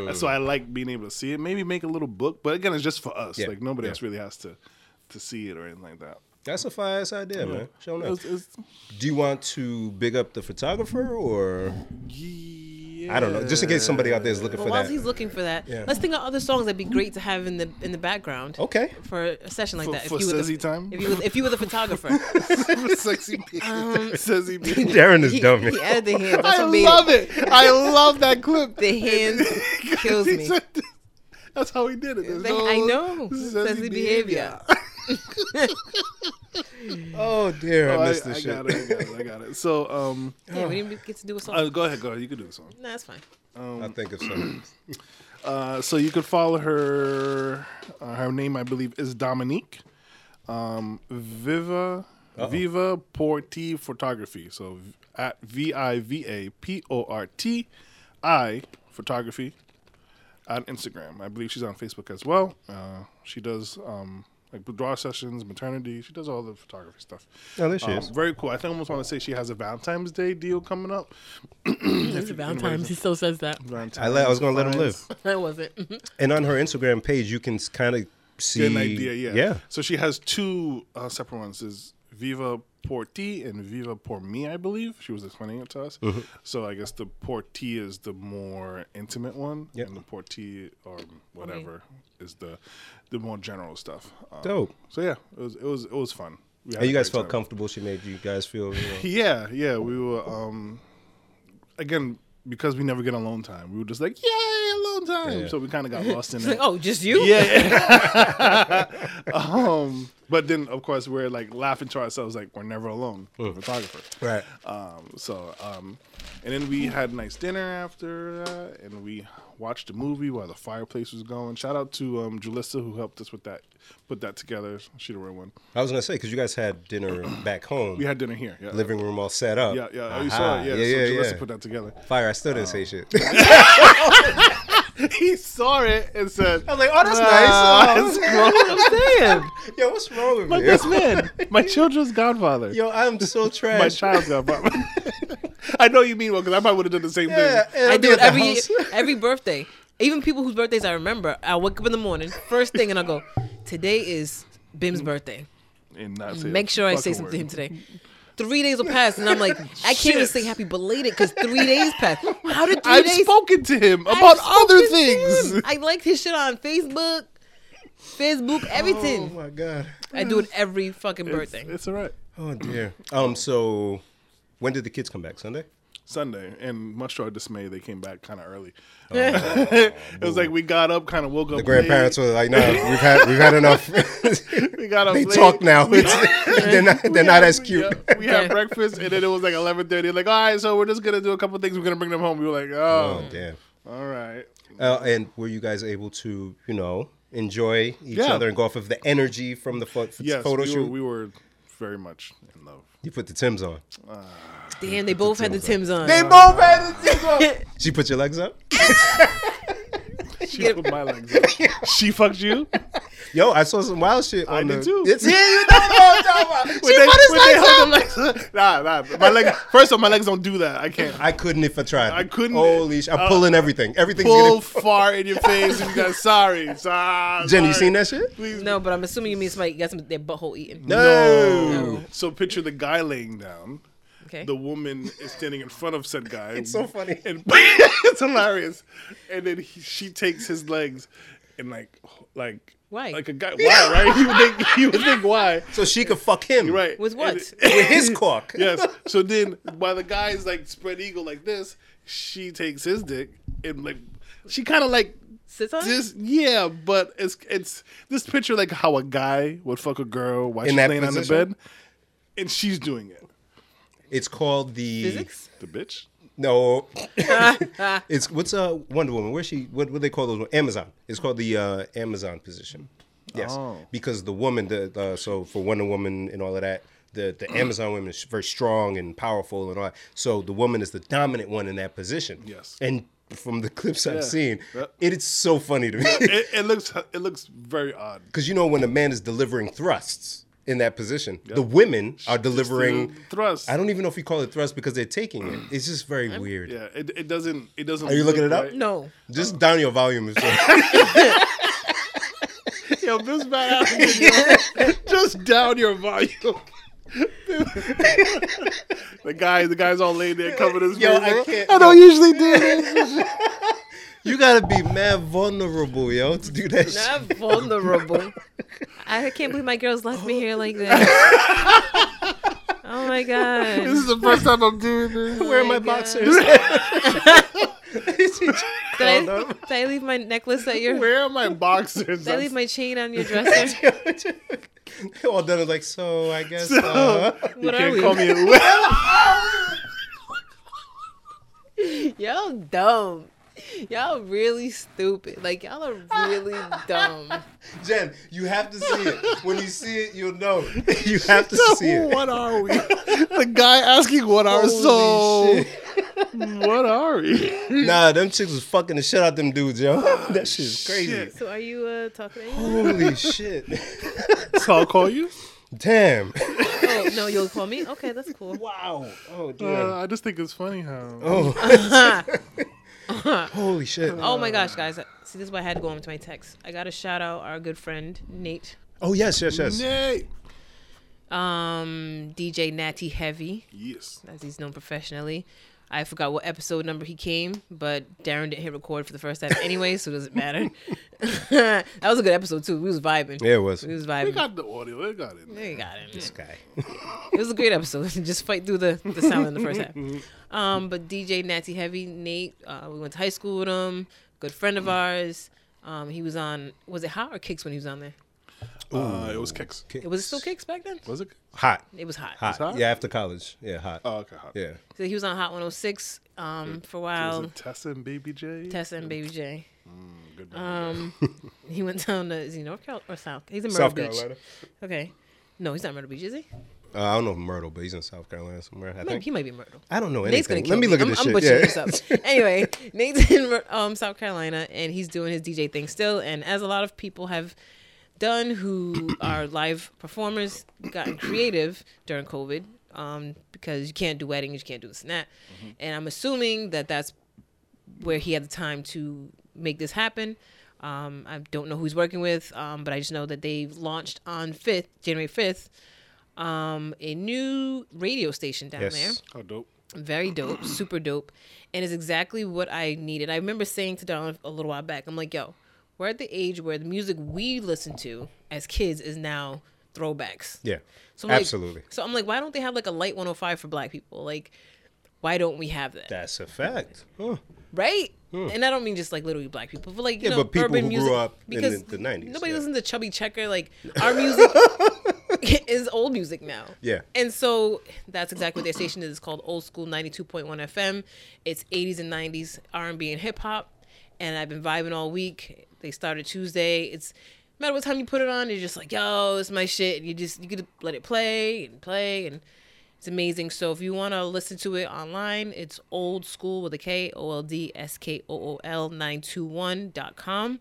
and so I like being able to see it. Maybe make a little book, but again, it's just for us.
Yeah,
Like nobody
yeah.
else really has to to see it or anything like that.
That's a fire ass idea, man. Show up.
It's- it's-
Do you want to big up the photographer or
yeah.
I don't know, just in case somebody out there is looking
But
for
while
that.
he's looking for that,
Yeah.
let's think of other songs that'd be great to have in the in the background.
Okay.
For a session like
For-
that,
for
the,
sissy time?
if you were, if you were the photographer,
sexy people. sexy people.
Darren is
he,
dumb.
he added the hands. That's
I
amazing.
love it. I love that clip.
The hands kills
He
me.
said this- That's how he did it. There's
They-
no
I know.
sexy
Sexy behavior.
Oh dear,
Oh,
I
I,
missed this
I
shit.
got it. I got it. I got it. So, um,
Yeah, we didn't get to do a song.
uh, go ahead, go ahead. You can do the song.
no, that's fine.
um,
I think of something.
Uh, so you could follow her. Uh, her name, I believe, is Dominique. Um, Viva Viva Porti Photography. So v- at V I V A P O R T I Photography on Instagram. I believe she's on Facebook as well. Uh, she does um, like boudoir sessions, maternity. She does all the photography stuff.
Oh, there she
Um,
is.
Very cool. I think I almost want to say she has a Valentine's Day deal coming up.
It's Valentine's. He still says that.
I, let, I was gonna let him live.
I wasn't.
And on her Instagram page, you can kind of see.
Get an idea, yeah.
Yeah.
So she has two uh, separate ones: is Viva Por Ti and Viva Por Mi, I believe. She was explaining it to us.
Mm-hmm.
So I guess the Por Ti is the more intimate one,
Yep.
and the Por Ti or whatever is the the more general stuff. Um,
Dope.
So yeah, it was it was it was fun. We had
And
a
Oh, you guys
great
felt
time.
comfortable. She made you guys feel. You know,
Yeah, yeah, we were. um Again, because we never get alone time, we were just like, "Yay, alone time!"
Yeah.
So we kind of got lost in it.
oh, just you?
Yeah. um, but then, of course, we're like laughing to ourselves, like we're never alone. with a Photographer.
right.
Um, so, um, and then we had a nice dinner after that, and we watched a movie while the fireplace was going. Shout out to um, Julissa who helped us with that, put that together. She the real one.
I was gonna say because you guys had dinner back home,
We had dinner here. Yeah.
living room all set up.
Yeah, yeah. Oh, you saw
Aha.
it. Yeah.
yeah,
so
yeah.
Julissa
yeah.
put that Oh. together.
Fire. I still didn't say shit.
he saw it and said,
I was like, oh, that's
"Ah, it's gross."
nice. Yo, what's wrong with me?
This man, my children's godfather.
Yo, I'm so trash.
my child's got bought. I know you mean one because I probably would have done the same
Yeah,
thing.
and
I
I'll be
do
at
it
the
every
house.
every birthday. Even people whose birthdays I remember, I wake up in the morning, first thing, and I go, "Today is
Mm.
Bim's birthday.
And not say a
Mm, Make sure I say
fucking
something to him
word.
today." Three days will pass, and I'm like, I can't even say happy belated because three days passed. How did 3
I've
days?
spoken to him
I've
about other
spoken to
things.
him. I liked his shit on Facebook, Facebook,
Oh
everything.
my god.
I do it every fucking birthday.
It's all right.
Oh dear. Um. So, when did the kids come back? Sunday.
Sunday, and much to our dismay, they came back kind of early. it was like we got up, kind of woke up.
Oh, The grandparents were like, "No, we've had we've had enough.
late. We got up.
they
late.
talk now. they're not they're not as cute."
Yeah, we had
Okay.
breakfast, and then it was like eleven thirty. Like, all right, so we're just gonna do a couple things. We're gonna bring them home. We were like,
Oh
oh,
damn.
all right.
Uh, and were you guys able to, you know, enjoy each
Yeah.
other and go off of the energy from the pho-
Yes,
photo
we were,
shoot?
we were very much in love.
you put the Tims on.
Damn, they both had the Tim's on.
both had the Tims on. she put your legs up?
She put my legs. Up. She fucked you.
Yo, I saw some wild shit on
I did
the-
too.
It's here, you know what I'm talking about.
when they, when they hold the legs up. Nah, nah. My legs. First off, my legs don't do that. I can't.
I couldn't if I tried.
I couldn't-
Holy shit. I'm
uh,
pulling everything. Everything's
Full
getting.
fart in your face, and you got sorry. sorry.
Jen, you seen that shit?
Please.
No, but I'm assuming you mean somebody got some their butthole eaten.
No.
So picture the guy laying down.
Okay.
The woman is standing in front of said guy.
It's so funny.
And it's hilarious. And then he, she takes his legs and like, like,
Why?
Like a guy. Why? Right? You would think. You would think why?
So she could fuck him.
Right.
With what?
And-
With his cock.
Yes. So then, while the guy's like spread eagle like this, she takes his dick and like she kind of like
Sits on it?
this. Yeah, but it's it's this picture like how a guy would fuck a girl while
In
she's
that
laying on the
position?
bed, and she's doing it.
It's called the.
physics.
The bitch.
No, it's what's uh Wonder Woman? Where's she? What what do they call those? Amazon. It's called the uh, Amazon position. Yes,
Oh.
because the woman, the uh, so for Wonder Woman and all of that, the the Amazon women is very strong and powerful and all. That. So the woman is the dominant one in that position.
Yes.
and from the clips I've seen,
Yep.
it is so funny to me
It, it looks it looks very odd.
because you know when a man is delivering thrusts. in that position. The women are delivering
thrust.
I don't even know if you call it thrust because they're taking it. It's just very weird.
Yeah, it, it doesn't. It doesn't.
Are you looking it up?
No.
Just down your volume. and stuff.
Yo, this bad African, yo. just down your volume. the guy, the guy's all laying there covering his
Yo,
face.
I
bro.
can't-
I don't usually do this.
you gotta be mad vulnerable, yo, to do that. shit.
Not vulnerable. I can't believe my girls left me here like that. Oh my
this
god.
is the first time I'm doing this.
Where are my
God.
boxers?
Did I, did I leave my necklace at your
Where are my boxers?
did I
I'm
leave my chain on your dresser?
All done. Like so, I guess.
So-
uh,
What are
can't
we?
call me a whale.
Y'all dumb. Y'all really stupid. Like y'all are really dumb.
Jen, you have to see it. When you see it, you'll know. You have to see it.
what are we? The guy asking what are
Holy
so what are we?
Nah, them chicks was fucking the shit out them dudes, yo. That shit is crazy.
Shit.
So are you uh talking to anyone?
Holy shit.
So I'll call you.
Damn.
Oh no, you'll call me? Okay, that's cool.
Wow. Oh
Uh, I just think it's funny how.
oh. Holy shit.
Oh my gosh, guys. See this is why I had to go on to my text. I gotta shout out our good friend Nate.
Oh yes, yes, yes.
Nay.
Um DJ Natty Heavy.
Yes.
as he's known professionally. I forgot what episode number he came, but Darren didn't hit record for the first time anyway, so it doesn't matter. that was a good episode too. We was vibing.
Yeah, it was.
We was
We
vibing.
got the audio. We got it.
We got it.
Guy.
It was a great episode. Just fight through the, the sound in the first half. Um, but DJ Natty Heavy, Nate, uh, we went to high school with him. Good friend of ours. Um, he was on. Was it Hot or Kicks when he was on there?
Uh, it was kicks.
It was it still Kicks back then.
Was it?
Hot.
It was Hot.
Hot.
hot?
Yeah, after college. Yeah, hot.
Oh, okay. Hot.
yeah.
So he was on Hot 106 um, for a
Was
while.
it Tessa and Baby J? Oh,
Tessa and Baby J.
Good
Um, he went down to is he North Carolina or South? He's in Myrtle
South
Beach.
Carolina.
Okay, no, he's not Myrtle Beach, is he?
Uh, I don't know if Myrtle, but he's in South Carolina somewhere. I
Maybe
think.
he might be Myrtle.
I don't know
Nate's gonna
anything.
kill
Let me look at
I'm,
this
I'm
shit.
butchering
yeah.
this up. Anyway, Nate's in Myr- um, South Carolina and he's doing his DJ thing still. And as a lot of people have done who are live performers, gotten creative during COVID um, because you can't do weddings, you can't do this and that. And I'm assuming that that's where he had the time to make this happen. Um, I don't know who he's working with, um, but I just know that they launched on 5th, January 5th, um, a new radio station down there
Yes.
Oh, dope.
very dope, super dope, and is exactly what I needed. I remember saying to Don a little while back, I'm like, yo, we're at the age where the music we listen to as kids is now throwbacks.
Yeah.
So I'm
Absolutely.
Like, so I'm like, why don't they have like a light 105 for black people? Like, why don't we have that?
That's a fact. Huh.
right? And I don't mean just like literally black people, but like
Hmm. Yeah,
you know,
but people
urban
who grew
music,
up in
because
the- the 90s,
Nobody
yeah.
listens to Chubby Checker. Like our music is old music now.
Yeah.
and so that's exactly what their station is. It's called Old School ninety two point one FM. It's eighties and nineties R and B and hip hop, and I've been vibing all week. They started Tuesday. It's no matter what time you put it on, you're just like, yo, it's my shit. And you just you get to let it play and play and. It's amazing. So if you want to listen to it online, it's old school with a K O L D S K O O L 921.com.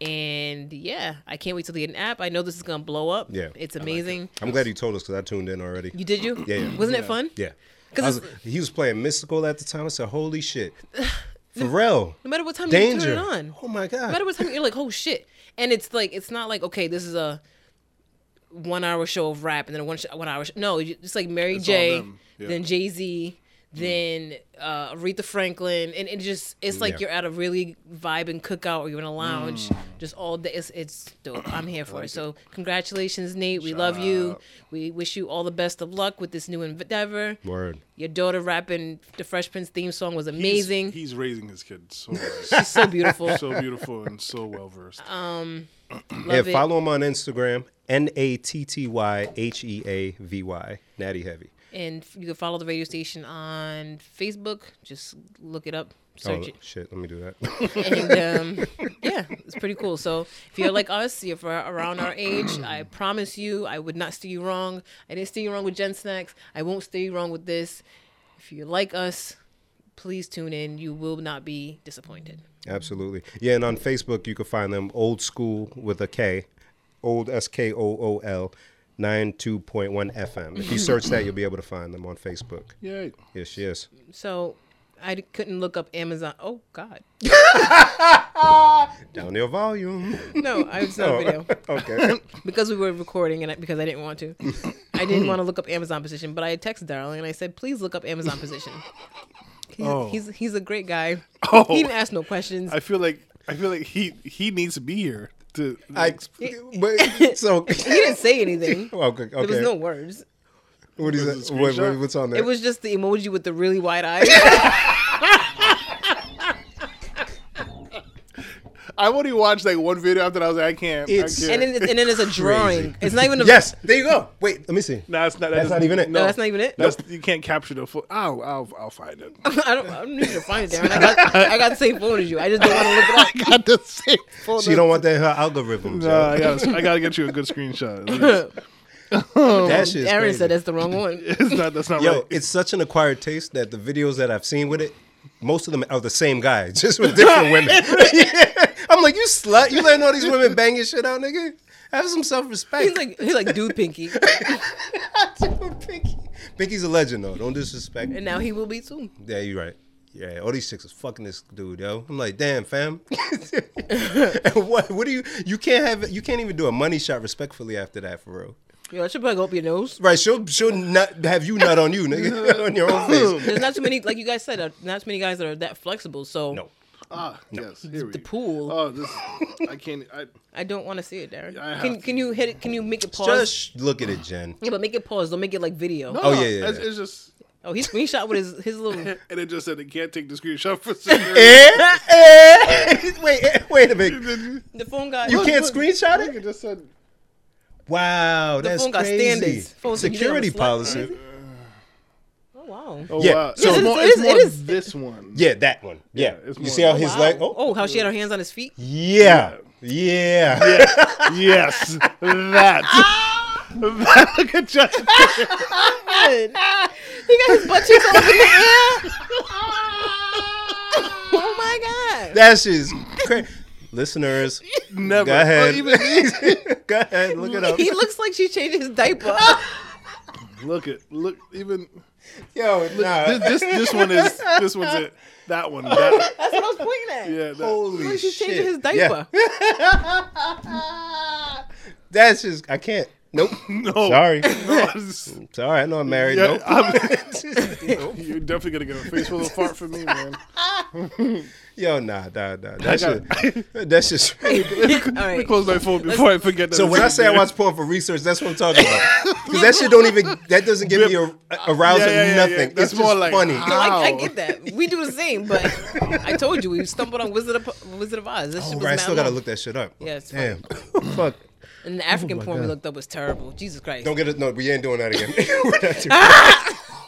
And yeah, I can't wait till they get an app. I know this is going to blow up.
Yeah,
It's
I like
amazing.
I'm glad you told us because I tuned in already.
You did you?
Yeah, yeah.
Wasn't it fun?
Yeah.
'Cause
I was-
it's-
he was playing mystical at the time. I said, "Holy shit, Pharrell,
No matter what time you
danger!"
turn it on.
Oh my god.
No matter what time you're like, oh shit. And it's like, it's not like, okay, this is a one hour show of rap and then a one, sh- one hour. Sh- no, you- it's like Mary
all
J,
them. Yeah. Mm.
then Jay Z, then uh, Aretha Franklin. And it just, it's like
Yeah.
you're at a really vibing cookout or you're in a lounge
Mm.
just all day. It's, it's dope. I'm here for it. So congratulations, Nate. We love you. We wish you all the best of luck with this new endeavor.
Word.
Your daughter rapping the Fresh Prince theme song was amazing.
He's, he's raising his kid so
She's so beautiful.
so beautiful and so well versed.
Love
yeah,
it.
follow him on Instagram. N a t t y h e a v y. Natty Heavy.
and f- you can follow the radio station on Facebook. Just look it up,
Oh
search
shit, let me do that.
it, and um, yeah, it's pretty cool. So if you're like us, if you're around our age, I promise you, I would not steer you wrong. I didn't steer you wrong with Gen Snacks. I won't steer you wrong with this. If you're like us, please tune in. You will not be disappointed.
Absolutely. Yeah, and on Facebook you can find them old school with a K, old S K O O L 92.1 FM. If you search that, you'll be able to find them on Facebook.
Yay.
Yes, yes.
So I d- couldn't look up Amazon. Oh God,
Down your volume.
no! I was
Oh.
on video
okay.
because we were recording and I, because I didn't want to. I didn't want to look up Amazon position, but I texted Darling and I said, "Please look up Amazon position." He's,
Oh.
he's he's a great guy.
Oh.
He didn't ask no questions.
I feel like I feel like he he needs to be here to
I, but, so,
he didn't say anything.
okay, okay.
There was no words.
what
Was
is
it
that?
a
What,
screenshot?
what, what's on there?
It was just the emoji with the really wide eyes.
I only watched like one video after that. I was like, I can't.
It's-
I
and
can't.
then and then there's a drawing. It's not even a
yes, there you go. Wait, let me see.
no, it's not. that
That's
doesn't-
not even it.
No,
No, that's not even it.
That's, You can't capture the full. I'll, I'll, I'll find it.
I don't. I don't need to find it. Darren. I got I got the same phone as you. I just don't want to look it up.
I got the same phone.
So you don't want that in her algorithm.
No, I gotta, I gotta get you a good screenshot. It's-
that shit's
Aaron
crazy.
said that's the wrong one.
It's not. That's not
Yo,
right.
it's such an acquired taste that the videos that I've seen with it, most of them are the same guy, just with different women. Yeah. I'm like, you slut, you letting all these women bang your shit out, nigga. Have some self
He's
respect.
like he's like dude pinky,
Pinky. Pinky's a legend though. Don't disrespect.
and now he will be too.
Yeah, you're right. Yeah, all these chicks is fucking this dude, yo. I'm like, damn, fam. what? What do you? You can't have. You can't even do a money shot respectfully after that, for real.
Yo, I should probably go up your nose.
Right? She'll she'll not have you nut on you, nigga, on your own face.
There's not too many, like you guys said, uh, not too many guys that are that flexible. So
No. Uh,
ah, yes. Here we
the pool.
Oh, this. I can't. I,
I don't want to see it, Darren.
I have
Can
to.
can you hit it? Can you make it pause?
Just look at it, Jen.
Yeah, but make it pause. Don't make it like video.
no,
Oh,
no,
yeah, yeah,
ah, It's,
yeah.
it's just.
Oh, he screenshot with his his little.
And it just said it can't take the screenshot for security.
Eh? Eh? wait, eh, wait a minute.
The phone Oh, got
You can't screenshot
Look,
it?
it just said.
Wow, that's
phone got
crazy.
standards. Phone-
Security
you didn't have a slot?
policy.
Oh wow.
Oh,
Yeah,
wow.
so-
it's
It is-
more,
it
it's
is-
more
it is-
this one.
Yeah, that one. Yeah.
it's
you
more-
see how his
Wow.
leg? Oh,
oh, how she had her hands on his feet.
yeah. Yeah.
yes, that. that look at Jen.
he got his butt cheeks all up in the air. oh my god.
That shit's crazy. Listeners,
Never.
go ahead.
Or even these.
go ahead. Look it up.
He looks like she changed his diaper.
Look at look even
Yo, nah.
this, this this one is this one's it. That one. That,
That's what I was pointing at.
yeah. That,
Holy
She's
shit.
changing his
Yeah.
diaper.
That's just, I can't. Nope.
no.
Sorry.
No, it's-
Sorry, I know I'm married.
Oh, yeah,
Nope.
I'm- you're definitely gonna get a face full of fart for me, man.
Yo, nah, nah, nah. That's
got-
just, that's just.
All
Let me
right.
close my phone before I forget. That
So
it's
when I
in
say I
there.
watch porn for research, that's what I'm talking about. Because that shit don't even that doesn't give me a,
Yeah,
arousal
yeah, yeah, yeah.
nothing.
That's
It's
more
more
like,
funny.
ah.
No, I, I
Wow.
get that. We do the same, but I told you we stumbled on Wizard of Wizard of Oz. That shit
Oh,
was
right, I
mad
still gotta
long.
look that shit up.
Yeah, it's
Damn. Fuck.
And the African porn we looked up was terrible. Jesus Christ.
Oh Don't get it. No, we ain't doing that again. We're not doing-
Ah!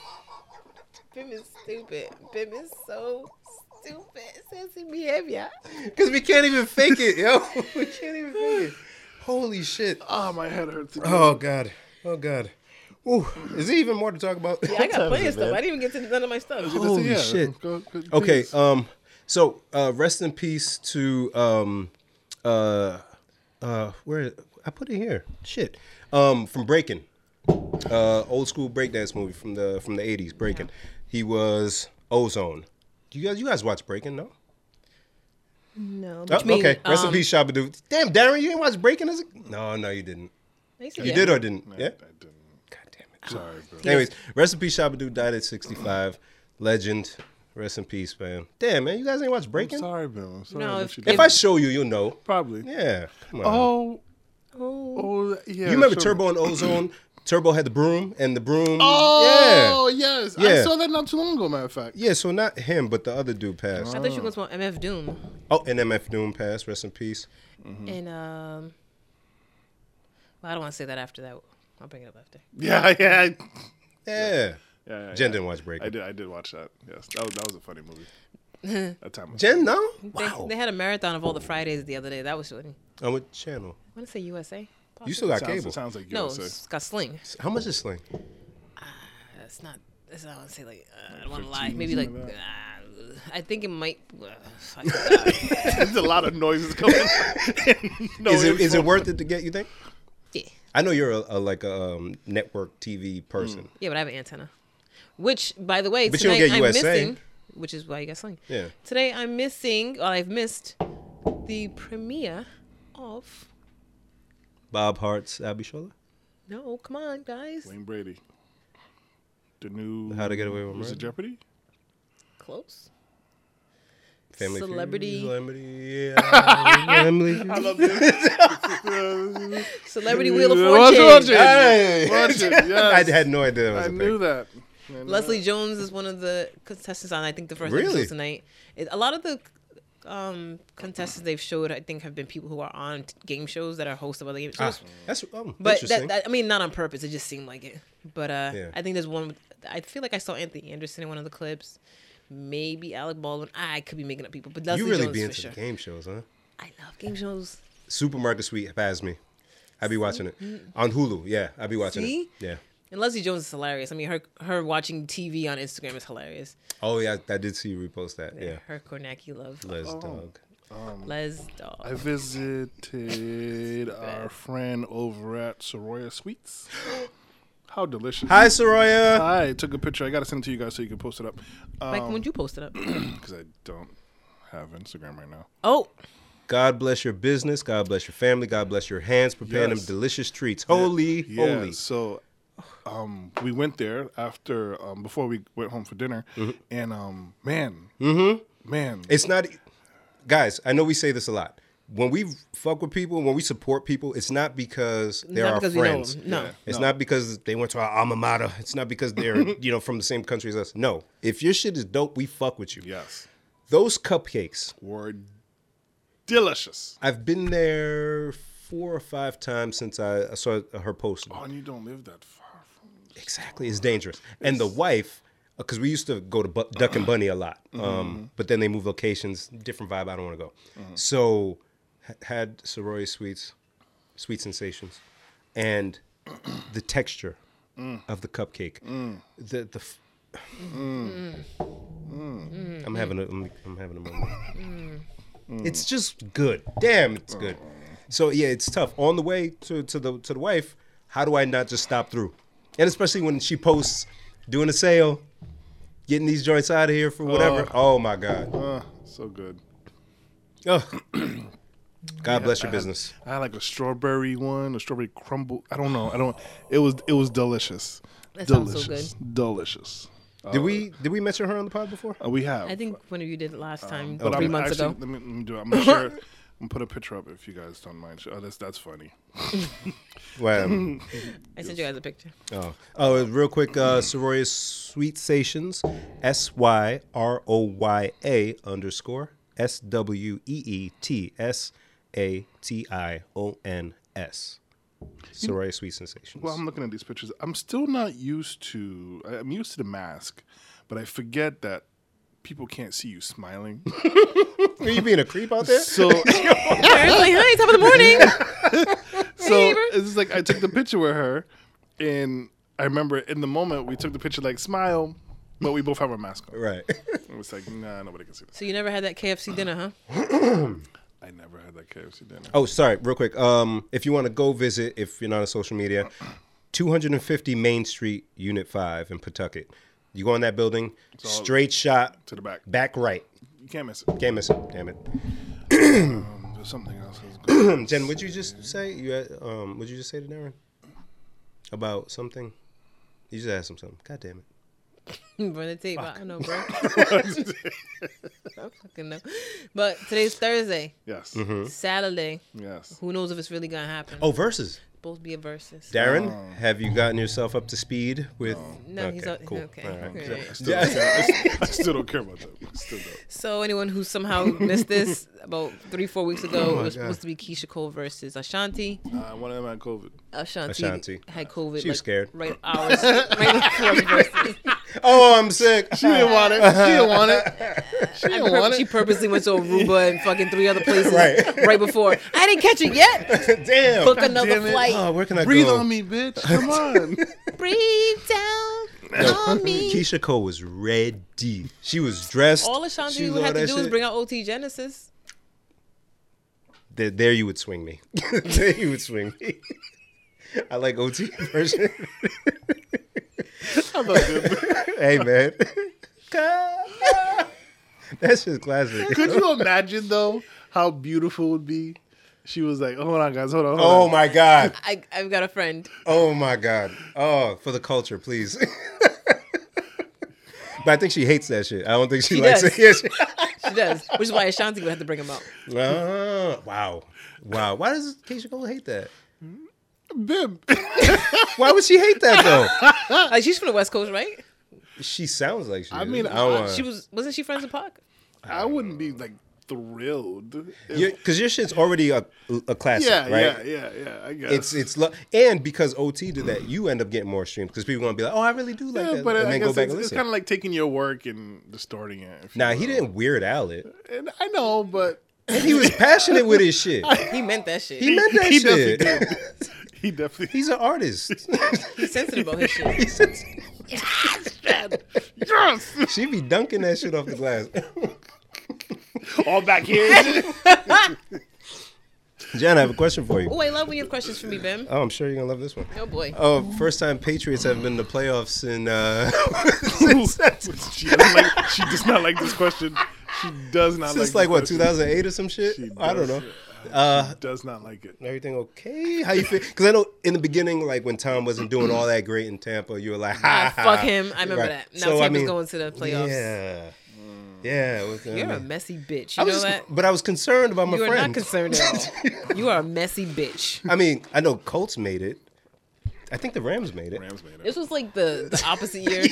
Bim is stupid. Bim is so stupid. Sassy behavior.
Cause we can't even fake it, yo. We can't even fake it. Holy shit.
Ah, my head hurts. again.
Oh god. Oh god. Ooh, is there even more to talk about?
I got plenty of stuff. I didn't even get to none of my
Oh,
stuff.
That's it,
holy shit.
Go- go-
Okay.
please.
Um. So uh, rest in peace to um, uh, uh, where I put it here. Shit. Um, from Breaking, uh, old school breakdance movie from the from the eighties. Breaking. He was Ozone. You guys, you guys watch Breaking? No.
No.
Oh,
Which means,
okay. Rest
um,
in peace, Shabadoo. Damn, Darren, you didn't watch Breaking? As a... No, no, you didn't.
they said
You
that.
did or didn't? Yeah.
I didn't-
God damn it.
Sorry, bro.
Anyways, rest in peace, Shabadoo died at sixty five. Legend. Rest in peace, man. Damn, man, you guys ain't watch Breaking?
Sorry, Bill. I'm sorry.
No,
that
if-
you
if
did.
If I show you, you'll know.
probably.
Yeah. Come on.
Oh,
Oh.
oh, yeah.
you remember
sure.
Turbo and Ozone? Turbo had the broom and the broom.
Oh, yes. I
Yeah.
saw that not too long ago. Matter of fact.
Yeah. Yeah, so not him, but the other dude passed.
I thought you were going to MF Doom.
Oh, and MF Doom passed. Rest in peace. Mm-hmm.
And, um, well, I don't want to say that after that. I'll bring it up after.
Yeah, yeah. I-
Yeah.
Yeah, yeah,
Jen
yeah.
didn't watch
I
Breaking.
did. I did watch that. Yes, that was, that was a funny movie. That time. Was
Jen, no?
They,
Wow.
they had a marathon of all the Fridays the other day. That was funny.
On what channel?
I want to say USA.
You still got
sounds,
cable.
sounds like
No,
you. say.
it's got Sling.
How much is Sling?
That's not. That's not. I want to say like. Uh, I don't want to lie. Maybe like. Uh, I think it might. Uh, fuck.
There's a lot of noises coming. no,
is it
info.
is it worth it to get, you think?
yeah.
I know you're a, a like a um, network TV person.
Mm.
Yeah, but I have an antenna. Which, by the way,
But you don't
tonight
get
I'm
USA.
missing, which is why you got slang.
Yeah.
Today I'm missing, or I've missed, the premiere of.
Bob Hart's Abishola.
No, come on, guys.
Wayne Brady. The new
How to Get Away with
Was it
Murder.
Jeopardy?
Close.
Family Feud,
Celebrity.
Celebrity. Yeah. Family Feud.
I love this.
Celebrity Wheel of
Watch it, watch
Fortune.
it.
Hey.
Watch it, yes.
I had no idea. That was
I
a
knew
thing.
that.
Leslie Jones is one of the contestants on I think the first
Really?
episode tonight. It, a lot of the um, contestants they've showed I think have been people who are on t- game shows that are hosts of other game shows.
That's um,
but
interesting.
that, that I mean not on purpose. It just seemed like it. But uh,
Yeah.
I think there's one. with- I feel like I saw Anthony Anderson in one of the clips. Maybe Alec Baldwin. Ah, I could be making up people, but Leslie
you really
Jones
be
for
into
sure.
the game shows, huh?
I love game shows.
Supermarket Suite has me. I be watching it on Hulu. Yeah, I be watching
See?
it. Yeah.
And Leslie Jones is hilarious. I mean, her her watching TV on Instagram is hilarious.
Oh yeah, I, I did see you repost that. Yeah.
Her Kornacki love.
Les dog.
Les dog.
I visited our friend over at Soroya Sweets. How delicious.
Hi Soraya.
I took a picture. I got to send it to you guys so you can post it up.
Mike, when you post it up?
Because I don't have Instagram right now.
Oh,
God bless your business. God bless your family. God bless your hands. Preparing
Yes.
them delicious treats. Holy,
Yeah,
holy.
so um, we went there after um, before we went home for dinner, and um, man, mm-hmm. man,
It's not, e, guys. I know we say this a lot. When we fuck with people, when we support people, it's not because they're
Not
our
because we know
friends.
them. No. Yeah.
it's not because they went to our alma mater. It's not because they're you know from the same country as us. No, if your shit is dope, we fuck with you.
yes,
Those cupcakes,
were delicious.
I've been there four or five times since I I saw her post.
Oh, and you don't live that far from.
Exactly, it's dangerous. And the wife, because we used to go to Bu- Duck and Bunny a lot, um, but then they moved locations. Different vibe. I don't want to go. So ha- had Soroya Sweets, Sweet Sensations, and the texture of the cupcake. The the. F- I'm having a I'm, I'm having a moment. It's just good. Damn, it's good. So yeah, it's tough. On the way to, to the to the wife, how do I not just stop through? And especially when she posts doing a sale, getting these joints out of here for whatever. oh my God.
Uh, so good.
Ugh. God bless your business.
I had like a strawberry one, a strawberry crumble. I don't know. I don't. It was it was delicious.
That sounds so
delicious. Delicious.
Did we did we mention her on the pod before?
Uh, we have.
I think one of you did it
Um,
last time,
oh,
But
3
I'm
months
actually,
ago.
Let me, let me do it. I'm gonna share. it. I'm gonna put a picture up if you guys don't mind. Oh, that's that's funny.
Well,
I sent you guys a picture.
Oh, oh, real quick, uh, Soroya Sweet Stations, S Y R O Y A underscore S W E E T S A T I O N S. Soroya Sweet Sensations.
Well, I'm looking at these pictures. I'm still not used to. I- I'm used to the mask, but I forget that people can't see you smiling.
Are you being a creep out there?
So,
Karen's like, hi, top of the morning.
so
neighbor.
it's just like I took the picture with her, and I remember in the moment we took the picture like smile, but we both have our mask on.
Right.
It was like nah, nobody can see this.
so you never had that KFC dinner, huh?
I never had that KFC dinner.
Oh, sorry, real quick. Um, if you want to go visit, if you're not on social media, 250 Main Street, Unit 5 in Pawtucket. You go in that building,
all
straight shot
to the back.
back right.
You can't miss it.
Can't miss it. Damn it.
There's something else. That's good.
Jen, would you just say you had- um? Would you just say to Darren about something? You just asked him something. God damn it!
Burn the tape. I don't know, bro. I don't fucking know. But today's Thursday,
yes.
Mm-hmm. Saturday.
Yes.
Who knows if it's really gonna happen?
Hmm? Oh, verses.
Both be a versus.
Darren, have you gotten yourself up to speed with?
No, he's o- okay.
All right.
All right.
Still don't care. I s- I still don't care about that. I Still don't.
So anyone who somehow missed this about three, four weeks
Oh
ago, it was supposed to be Keisha Cole versus Ashanti.
Uh, one of them had COVID.
Ashanti,
Ashanti.
had COVID.
She was
like,
scared.
Right hours. right before the verses.
Oh, I'm sick.
She didn't want it. She didn't want it. She
I
didn't
pur-
want
she
it.
purposely went to Aruba and fucking three other places right.
Right.
before. I didn't catch it yet.
damn.
Book another
damn it.
flight.
oh, where can I
Breathe
go?
on me, bitch. Come on.
Breathe down on me.
Keisha Cole was ready. She was dressed.
All Ashanti
She was
would have to
that
do is
shit.
bring out OT Genesis.
There, there you would swing me. there you would swing me. I like OT version.
I'm not good.
hey man, that's just classic.
Could you imagine though how beautiful it would be? She was like, "Hold on, guys, hold on." Hold
Oh
on.
my god.
I, I've got a friend.
Oh my god. Oh, for the culture, please. but I think she hates that shit. I don't think she,
She
likes
does.
it. Yeah, she-
She does, which is why Ashanti would have to bring him up.
Ah, wow. Wow. Why does Keisha Cole hate that?
Bim.
Why would she hate that though?
Like she's from the West Coast, right?
she sounds like she.
I
is.
mean, uh,
I don't wanna-
She was wasn't she friends with Pac?
I wouldn't be like thrilled. If-
Your- Cause your shit's already a, a classic,
yeah,
right?
yeah, yeah, yeah. I guess
It's it's lo- and because OT did that, you end up getting more streams because people gonna be like, oh, I really do like
yeah,
that,
but
and
I
then
guess
go back
it's,
and
it's
listen.
kind of like taking your work and distorting it. if you
nah, he
will.
didn't weird out it.
And I know, but
And he was passionate with his shit.
He meant that shit.
He meant that
he
shit.
definitely did. He definitely.
He's an artist.
He's sensitive about his shit.
He says-
yes,
she be dunking that shit off the glass.
all back here.
John, I have a question for you.
Oh, I love when you have questions for me, Bim.
Oh, I'm sure you're gonna love this one.
Oh boy.
Oh, first time Patriots have been to playoffs in uh,
she, doesn't like, she does not like this question. She does not
since
like
like
this question.
what 2008 or some shit.
She
I don't know.
does-
Uh,
Does not like it.
everything okay? How you feel? Because I know in the beginning, like when Tom wasn't doing all that great in Tampa, you were like, ha,
Ah,
ha,
fuck
ha."
him. I remember
Right.
that. Now
So, I
Tampa's
mean,
going to the playoffs.
Yeah, yeah. it was- I
You're a
mean,
messy bitch.
I
You know
was
that?
just- but I was concerned about my
You are
friends.
not concerned at all. You are a messy bitch.
I mean, I know Colts made it. I think the Rams made it.
Rams made it.
This was like the, the opposite year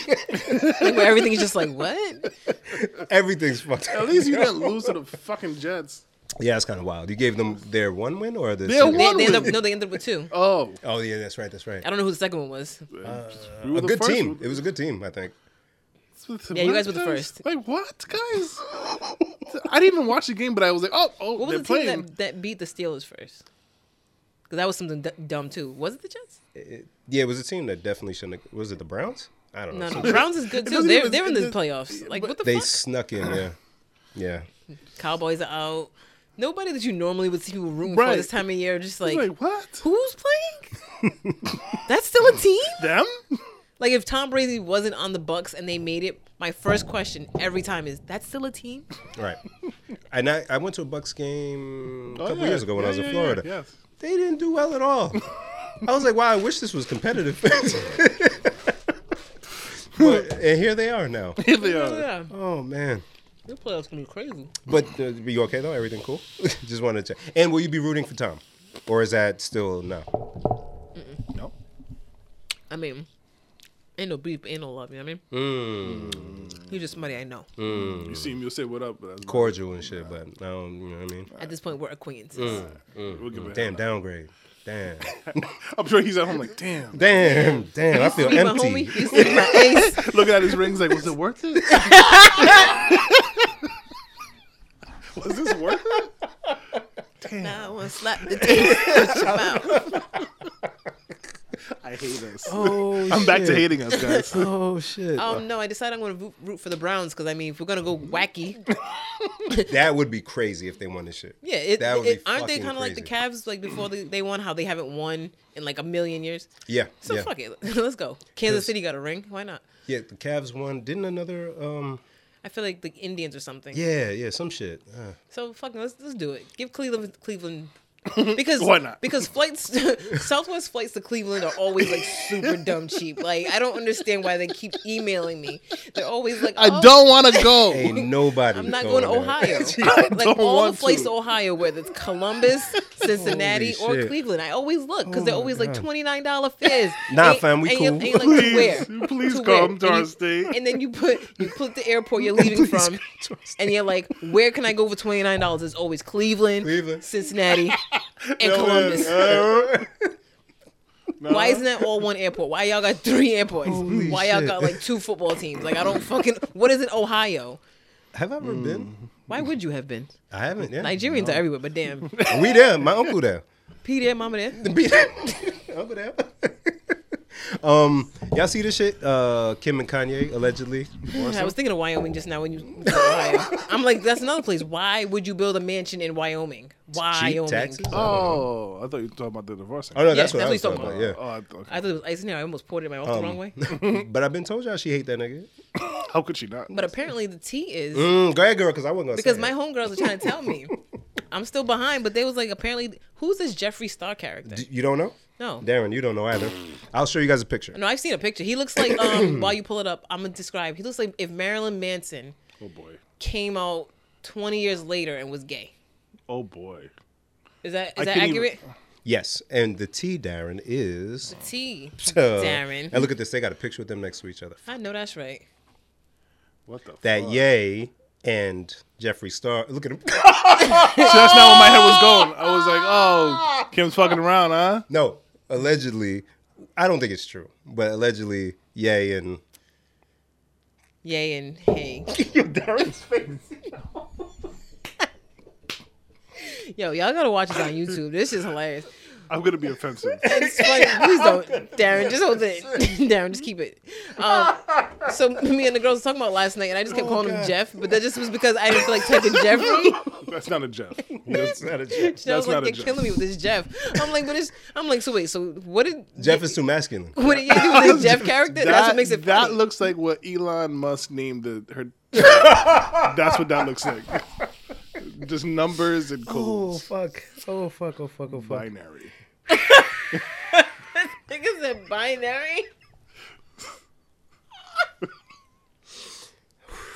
where everything is just like, what?
Everything's fucked. up.
At least you didn't lose to the fucking Jets.
Yeah, it's kind of wild. You gave them their one win or their
Their
second?
They,
one-
they ended up, no, they ended up with two.
Oh,
Oh yeah, that's right. That's right.
I don't know who the second one was.
we were
A
the
good
first
team.
one.
It was a good team. I think.
Yeah, you guys were the first.
Like what, guys? I didn't even watch the game, but I was like, oh, oh,
What
they're
was the
playing.
team that, that beat the Steelers first? Because that was something d- dumb too. Was it the Jets?
It- yeah, it was a team that definitely shouldn't. Have, was it the Browns? I don't know.
No, no. Browns is good too.
doesn't
They're,
even-
they're
Oh,
in
it
the
does-
playoffs. Like, what the
They
fuck?
snuck in. Yeah, yeah.
Cowboys are out. Nobody that you normally would see people rooting for
Right.
this time of year, just like,
like what?
who's playing? That's still a team.
Them?
Like if Tom Brady wasn't on the Bucks and they made it, my first question every time is, "That's still a team?"
Right. and I, I went to a Bucks game a
Oh,
couple
yeah.
years ago when
Yeah,
I was in
yeah, yeah,
Florida.
yes.
They didn't do well at all. I was like, wow, I wish this was competitive. but, and here they are now.
Here they are.
Yeah,
Oh man.
your playoffs gonna be crazy.
But uh, you okay though? Everything cool? Just wanted to check. And will you be rooting for Tom, or is that still no?
No.
I mean, ain't no beef, ain't no love. You know what I mean?
Mm.
He's just somebody I know.
You see him, you'll say what up, but that's
Cordial and shit, but I don't. You know what I mean?
At this point, we're acquaintances.
Mm.
we'll give it a
Damn,
hand.
downgrade. Damn,
I'm sure he's at home like, damn.
damn, damn. I feel
He's my
empty.
homie. He's like my ace.
Looking at his rings like, was it worth it? was this worth it?
now I want to slap the taste out your mouth.
I hate us.
Oh,
I'm back to
shit.
hating us, guys.
Oh shit.
Um, no, I decided I'm gonna root- root for the Browns because I mean, if we're gonna go wacky,
that would be crazy if they won this shit.
yeah, it,
That would
it-
be
aren't they
fucking
kind of like the
crazy.
Cavs like before they, they won? How they haven't won in like a million years.
Yeah,
So
yeah.
fuck it, let's go. Kansas City got a ring. Why not?
Yeah, the Cavs won. Didn't another? Um,
I feel like the Indians or something.
yeah, yeah, some shit. Uh,
So fucking let's let's do it. Give Cleveland Cleveland because
Why not?
Because flights Southwest flights to Cleveland are always like super dumb cheap. Like I don't understand why they keep emailing me. They're always like
I
oh,
don't want to go.
ain't nobody.
I'm not going, to
there.
Ohio.
don't
like all
want
the flights
to.
to Ohio, whether it's Columbus, Cincinnati,
Holy
or
shit.
Cleveland, I always look because
Oh
they're
my
always like
God.
twenty nine dollar fares.
Nah,
Ain't-
fam, we
ain't you-
cool.
ain't like, to where?
Please, please
To
come
where?
to our
And you-
state.
And then you put you put the airport you're leaving from, and you're like, where can I go for twenty nine dollars? It's always Cleveland,
Cleveland.
Cincinati, and Columbus.
Uh,
Columbus.
Why isn't that all one airport? Why y'all got three airports?
Holy
Why y'all
shit.
got like two football teams? Like I don't fucking. What is it, Ohio?
Have I ever been?
Why would you have been?
I haven't. Yeah,
Nigerians are everywhere, but damn,
we there. My uncle there.
P there, mama there.
Be there. uncle there. Um, y'all see this shit? Uh, Kim and Kanye allegedly.
I was thinking of Wyoming just now when you. when you said Ohio. I'm like, that's another place. Why would you build a mansion in Wyoming? Wyoming.
Cheap taxes. I don't know.
Oh, I thought you were talking about the divorce.
Oh no, that's
Yeah,
what I was
that's what
talking
he's
about. Yeah,
talking
Oh, I thought,
I thought it was ice. No, I almost poured it in my mouth the
Um,
wrong way.
but I've been told y'all she hate that nigga.
how could she not?
But apparently the tea is
Mm, go ahead, girl, because I wasn't gonna
because
say
my
it.
homegirls are trying to tell me. I'm still behind, but they was like, apparently, who's this Jeffree Star character?
D- you don't know?
No.
Darren, you don't know either. I'll show you guys a picture.
No, I've seen a picture. He looks like um while you pull it up, I'm gonna describe. He looks like if Marilyn Manson
Oh boy.
came out 20 years later and was gay.
Oh boy.
Is that is
I
that
can't even-
accurate?
Yes, and the T Darren is
T.
uh,
Darren.
And look at this; they got a picture with them next to each other.
I know that's right.
What the
That
fuck?
Yay and Jeffree Star. Look at him.
So that's not where my head was going. I was like, oh, Kim's fucking around, huh?
no, allegedly, I don't think it's true, but allegedly, Yay and
Yay and hey.
Darren's face.
Yo, y'all gotta watch this on YouTube. This is hilarious.
I'm gonna be offensive.
It's funny. Please don't, Darren. Just hold it, Darren. Just keep it. Um, so me and the girls were talking about last night, and I just kept calling him
Oh, God.
Jeff, but that just was because I didn't feel like typing Jeffrey.
That's not a Jeff.
That's not a Jeff.
So I
That's not
was like,
a
they're
Jeff.
killing me with this Jeff. I'm like, but it's. I'm like, so wait, so what did
Jeff is too masculine.
what did you do with this Jeff character? That's what makes it
That
funny.
looks like what Elon Musk named the, her. that's what that looks like. Just numbers and codes.
fuck! Oh fuck! Oh fuck! Oh fuck!
Binary.
Niggas said binary.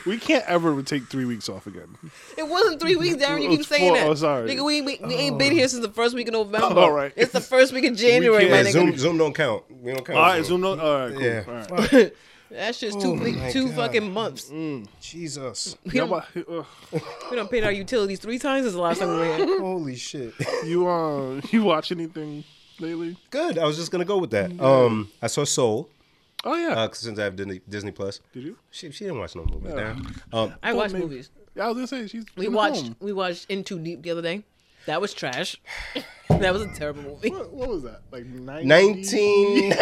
We can't ever take three weeks off again.
It wasn't three weeks, Darren. You
It
keep
was
saying
four.
that.
Oh, sorry. Oh.
Nigga, we, we, we ain't been here since the first week of November.
All right.
It's the first week of January,
can't-
my
Yeah,
nigga.
Zoom, Zoom don't count. We don't count.
All right, Zoom. No, all right, cool.
Yeah.
All right.
That's just
Oh
two week,
my
two
God.
fucking months.
Jesus!
We
Mm, Y'all
don't-
about- ugh.
We done paid our utilities three times since the last time we were here.
Holy shit!
You uh, you watch anything lately?
Good. I was just gonna go with that. Um, I saw Soul
Oh yeah.
uh, since I have Disney, Disney Plus.
Did you?
She, she didn't watch no movies. Darren. Um,
I watch
maybe.
movies.
Yeah, I was gonna say she's.
We
in the
watched
home.
we watched In Too Deep the other day. That was trash. that was a terrible movie.
What, what was that? Like 90?
Nineteen.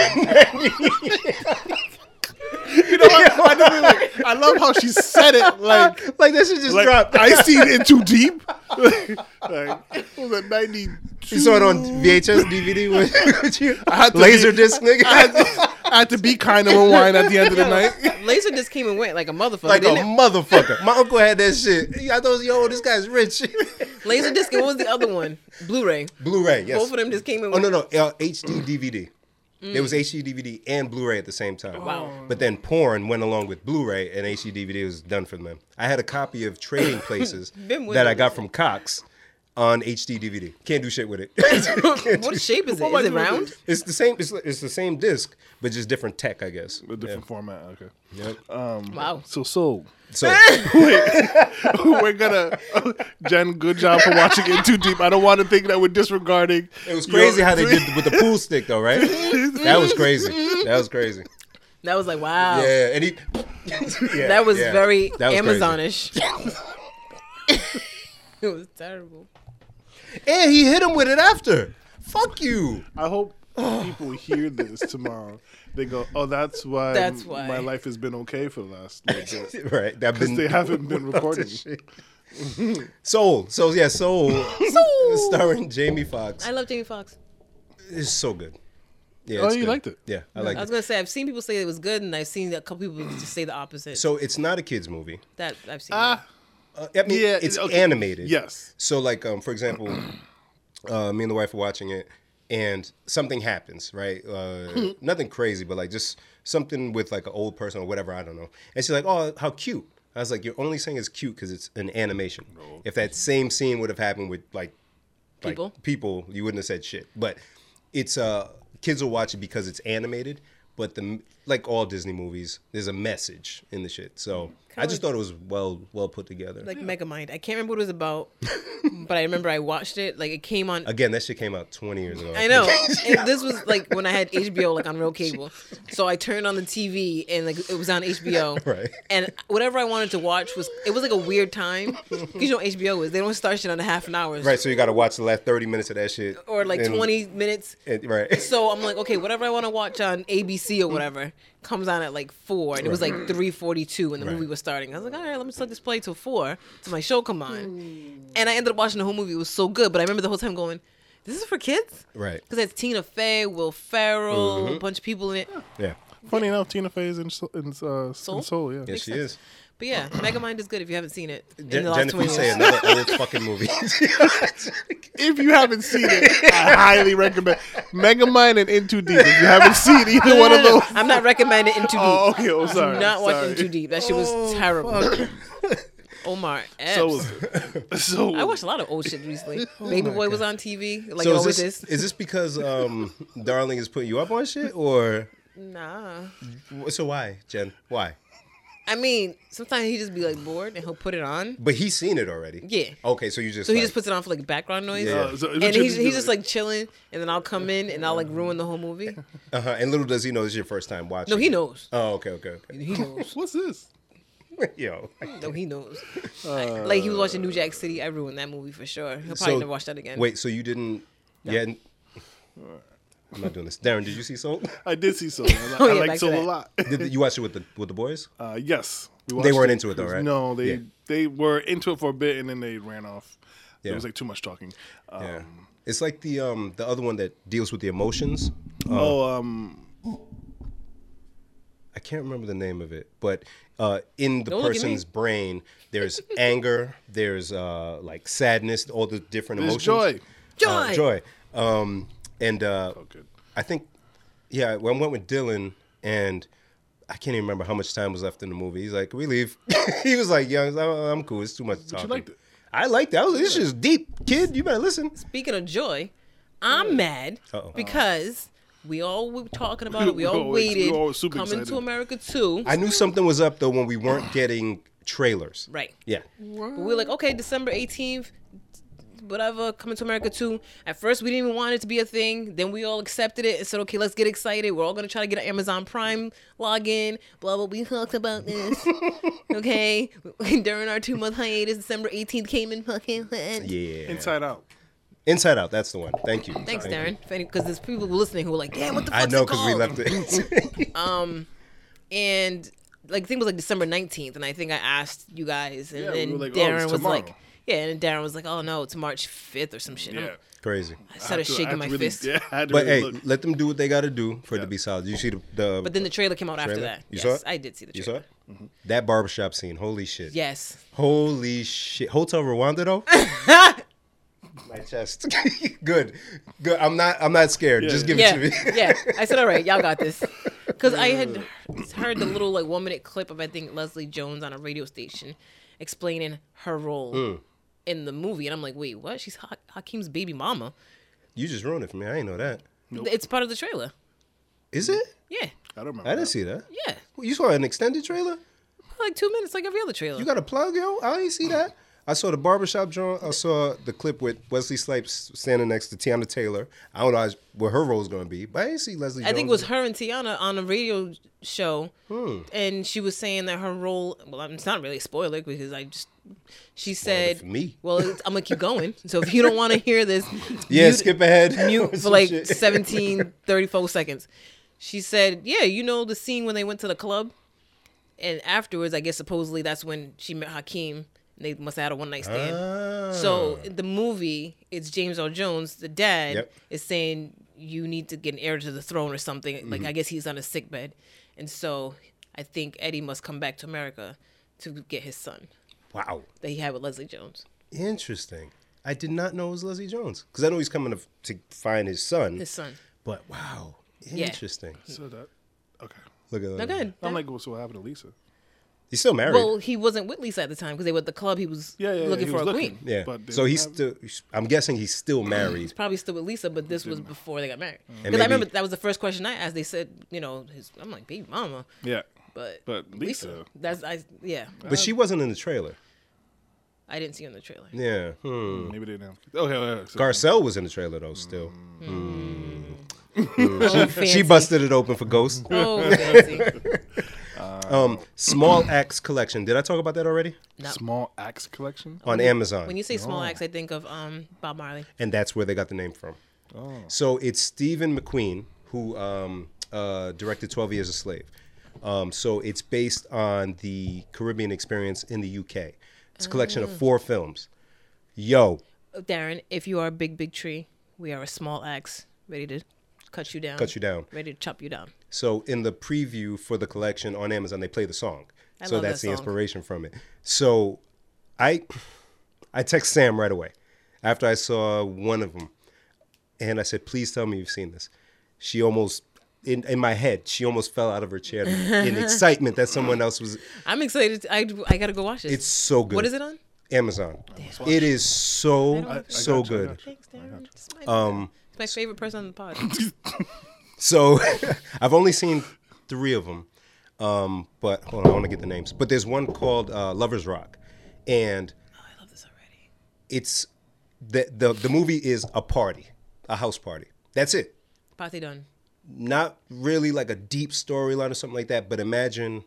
You know, what? I, didn't really- I love how she said it like
like that shit just
like
dropped.
I seen it too deep. like, what was that ninety?
You saw it on VHS DVD with, with you.
I had to
Laser
be-
disc, nigga.
I had, to, I had to be kind of unwind at the end of the night.
Laser just came and went like a motherfucker.
like a
didn't it?
motherfucker. My uncle had that shit. I thought, yo, this guy's rich.
Laser disc. and What was the other one? Blu-ray.
Blu-ray, yes.
Both of them just came and
Oh
went.
no, no, uh, HD DVD. There was HD DVD and Blu-ray at the same time.
Wow.
But then porn went along with Blu-ray, and HD DVD was done for them. I had a copy of Trading Places
Been with
that I
them.
got from Cox on HD DVD. Can't do shit with it.
what shape is
What
it? Is it
am I doing
round?
with
it's the same. It's, it's the same disc, but just different tech, I guess.
A different format. Okay.
Yep.
Wow.
So so
So
we're gonna Jen. Good job for watching it too deep. I don't want to think that we're disregarding.
it was crazy how they did with the pool stick, though, right? that was crazy. That was crazy.
That was like wow.
Yeah, and he. Yeah,
Oh. That was
yeah.
very
That was crazy.
Amazonish. it was terrible.
And he hit him with it after. Fuck you.
I hope people hear this tomorrow. They go, oh, that's why,
That's why.
my life has been okay for the last little bit.
Right. That
Because they haven't been recording.
Soul. So yeah, Soul. Soul. Starring Jamie Foxx.
I love Jamie Foxx.
It's so good. Yeah.
Oh,
it's
you
good.
liked it?
Yeah, I like
I was
it.
gonna say I've seen people say it was good, and I've seen a couple people just say the opposite.
So it's not a kids movie.
that I've seen.
Ah,
Uh, I mean,
Yeah,
it's
okay.
animated.
Yes.
So like, um, for example, uh, me and the wife were watching it, and something happens, right? Uh, nothing crazy, but like just something with like an old person or whatever. I don't know. And she's like, "Oh, how cute." I was like, "You're only saying it's cute because it's an animation. If that same scene would have happened with like like,
People.
people, you wouldn't have said shit. But it's uh kids will watch it because it's animated. But the like all Disney movies, there's a message in the shit. So I just thought it was well well put together.
like Megamind. I can't remember what it was about, but I remember I watched it. Like it came on.
Again, that shit came out 20 years ago.
I know. And this was like when I had HBO like on real cable. So I turned on the TV and like it was on HBO.
Right.
And whatever I wanted to watch was it was like a weird time because you know HBO is they don't start shit on a half an hour
Right, so you got to watch the last 30 minutes of that shit.
or like
and-
twenty minutes.
and- right.
So I'm like, okay, whatever I want to watch on ABC or whatever comes on at like four, and it was like 3:42 when the
Right.
movie was starting. I was like, all right, let me just let this play till four, till my show come on.
Hmm.
And I ended up watching the whole movie. It was so good, but I remember the whole time going, "This is for kids."
Right.
Because that's Tina Fey, Will Ferrell,
Mm-hmm.
a bunch of people in it.
Yeah.
Funny enough, Tina Fey is in, Soul- in, uh, Soul?
Soul?
in Soul. Yeah.
Yes, she is.
But yeah, Megamind is good if you haven't seen it in
Jen-
the last
Jen, if you
20
say
years.
another old fucking movie.
If you haven't seen it, I highly recommend Megamind and In Too Deep. If you haven't seen either
No,
one
no,
of
no, no.
those,
I'm not recommending Into Deep.
oh okay, oh
Do
sorry,
not watch
sorry. Oh,
Into Deep. That shit was terrible. Omar Epps.
So was it. So
I watched a lot of old shit recently. Baby Boy was on TV, like oh,
Oh so
it
is
always
this,
is.
is this because um, Darling is putting you up on shit? Or.
Nah.
So why, Jen? Why?
I mean, sometimes he just be like bored and he'll put it on.
But he's seen it already.
Yeah.
Okay, so you just.
So he
like-
just puts it on for like background noise.
Yeah.
Uh, so-
And he's, he's just like chilling, and then I'll come in and I'll like ruin the whole movie.
Uh-huh, and little does he know this is your first time watching.
No, he knows.
Oh, okay, okay, okay.
He knows.
what's this?
Yo.
No, he knows. like
Uh.
he was watching New Jack City. I ruined that movie for sure. He'll probably never watch that again.
Wait, so you didn't? Yeah. n- I'm not doing this. Darren, did you see Soul?
I did see Soul. I,
Oh,
I
yeah,
like
back to
Soul a
that.
lot.
Did you watch it with the with the boys?
Uh, yes, we
They weren't
watched
into it though, right?
No, they
Yeah.
they were into it for a bit and then they ran off.
Yeah.
It was like too much talking. Um,
yeah. It's like the um the other one that deals with the emotions.
Oh,
Uh-huh.
um,
I can't remember the name of it, but uh, in the
Don't look at me.
person's brain, there's anger, there's uh, like sadness, all the different
there's joy.
emotions.
Joy.
Uh, joy. Um, and uh,
Good.
I think, yeah, when I went with Dylan and I can't even remember how much time was left in the movie. He's like, "Can we leave. he was like, young, I'm cool. It's too much talking.
liked it.
I liked it. I was, this is deep, kid. You better listen.
Speaking of joy, I'm mad
Uh-oh.
because we all were talking about it.
We
We all
always- we
waited.
all were super
Coming
excited.
to America too.
I knew something was up though when we weren't getting trailers.
Right.
Yeah.
But we were like, okay, December 18th, whatever, coming to America too. At first, we didn't even want it to be a thing. Then we all accepted it and said, okay, let's get excited. We're all going to try to get an Amazon Prime login, blah, blah. We talked about this, okay? During our two month hiatus, December 18th came in fucking.
Yeah.
Inside Out.
Oh.
Inside Out. That's the one. Thank you.
Thanks,
Thank you.
Darren. Because there's people listening who were like, damn, what the fuck?
I know because we left it.
and like I think it was like December nineteenth, and I think I asked you guys, and
Yeah, we
then
were like, oh,
Darren
it's
was like,
tomorrow.
yeah, and Darren was like, oh no, it's March fifth or some shit. I'm-
Yeah.
Crazy.
I
I had
started
to- I had
shaking
to
my
really-
fist.
Yeah, I had to
But
really
hey,
look.
let them do what they got to do for it
Yeah.
to be solid. You see the, the
But then the trailer came out after
trailer?
that.
You
yes,
saw it?
I did see the
you
trailer.
saw it? That barbershop scene. Holy shit.
Yes,
Holy shit. Hotel Rwanda though? My chest. Good. Good. I'm not I'm not scared. Just give
yeah,
it to me.
yeah. I said, all right, y'all got this, because I had heard the little like one minute clip of I think Leslie Jones on a radio station explaining her role
Mm.
in the movie, and I'm like, wait, what? She's ha- Hakeem's baby mama.
you just ruined it for me. I ain't know that.
It's part of the trailer.
Is
Mm-hmm.
it?
Yeah,
I don't remember.
I didn't see that.
yeah.
Well, You saw an extended trailer?
Like two minutes, like every other trailer.
You got a plug, yo? I ain't see that. I saw the barbershop joint. I saw the clip with Wesley Snipes standing next to Tiana Taylor. I don't know what her role's gonna be, but I ain't see Leslie.
I think it
Jones.
was her and Tiana on a radio show,
Hmm.
and she was saying that her role. Well, it's not really a spoiler because I just she said
for me.
Well, it's, I'm gonna keep going. So if you don't want to hear this,
Yeah,
mute-
skip ahead. or
mute for
some
like
shit.
17, 34 seconds. She said, "Yeah, you know the scene when they went to the club, and afterwards, I guess supposedly that's when she met Hakeem. And they must have had a one night stand."
Ah.
So the movie, it's James Earl Jones, the dad,
Yep.
is saying you need to get an heir to the throne or something.
Mm-hmm.
Like I guess he's on a sick bed, and so I think Eddie must come back to America to get his son
wow.
that he had with Leslie Jones,
Interesting. I did not know it was Leslie Jones because I know he's coming to, to find his son.
his son.
But wow, interesting.
So that. Okay.
Look at that.
No good.
I'm like, well, so what happened to Lisa?
He's still married.
Well, he wasn't with Lisa at the time because they were at the club. He was
Yeah, yeah, yeah,
looking
he
for
was
a
looking.
queen.
yeah.
but they
so he's
have-
still. I'm guessing he's still married.
Probably still with Lisa, but this was
Mm.
before they got married. Because I
maybe-
remember that was the first question I asked. They said, you know, his, I'm like, baby mama.
Yeah.
But
But Lisa.
that's I yeah.
But she wasn't in the trailer.
I didn't see her in the trailer.
Yeah. Hmm.
Maybe they didn't. Oh, hell, hell, so-
Garcelle was in the trailer though. Still,
Oh,
she
fancy.
busted it open for Ghost.
Oh, fancy.
Um, Small Axe Collection. Did I talk about that already?
No.
Small axe collection.
On Amazon.
When you say small axe, I think of um Bob Marley.
and that's where they got the name from. So it's Stephen McQueen who um, uh, directed Twelve Years a Slave. Um, so it's based on the Caribbean experience in the UK. It's a collection
Mm.
of four films. Yo,
Darren, if you are a big big tree, we are a small axe ready to cut you down.
cut you down.
Ready to chop you down.
So in the preview for the collection on Amazon, they play the song.
I
so
love that
that's the
song.
inspiration from it. So I I text Sam right away after I saw one of them, and I said, "Please tell me you've seen this." She almost. In, in my head, she almost fell out of her chair in excitement that someone else was.
I'm excited. I, I gotta go watch this.
It's so good.
what is it on?
Amazon. It is so
I- I got
so
you, I
good.
got
Thanks, Darren. It's my, um, it's my favorite person on the pod. Oh,
So I've only seen three of them, um, but hold on, I want to get the names. But there's one called uh, Lovers Rock, and
I love this already.
it's the, the the movie is a party, a house party. That's it.
Party done.
Not really like a deep storyline or something like that. But imagine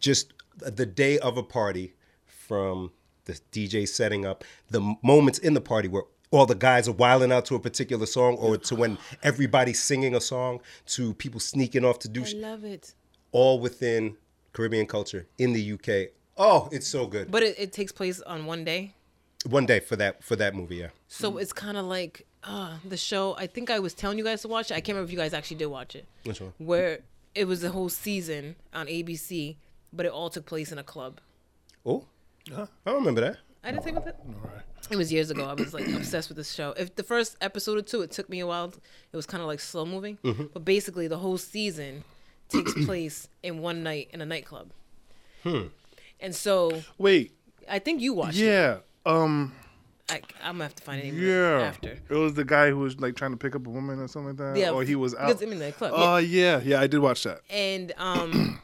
just the day of a party, from the DJ setting up the moments in the party where all the guys are wilding out to a particular song, or to when everybody's singing a song, to people sneaking off to do
I
sh-
love it.
all within Caribbean culture in the UK. Oh, it's so good.
But it, it takes place on one day.
One day for that for that movie, yeah.
So it's kind of like uh, the show. I think I was telling you guys to watch it. I can't remember if you guys actually did watch it.
Which one?
Where it was a whole season on ABC, but it all took place in a club.
Oh, I remember that.
I didn't think about that. It was years ago. I was like obsessed with this show. If the first episode or two, it took me a while. It was kind of like slow moving,
Mm-hmm.
but basically the whole season takes place in one night in a nightclub. Hmm. And so
Wait.
I think you watched it.
Yeah. Um.
I, I'm gonna have to find it
Yeah.
after.
It was the guy who was like trying to pick up a woman or something like that.
Yeah,
Or he was
because
out.
I'm in the club,
Oh yeah. yeah, I did watch that.
and um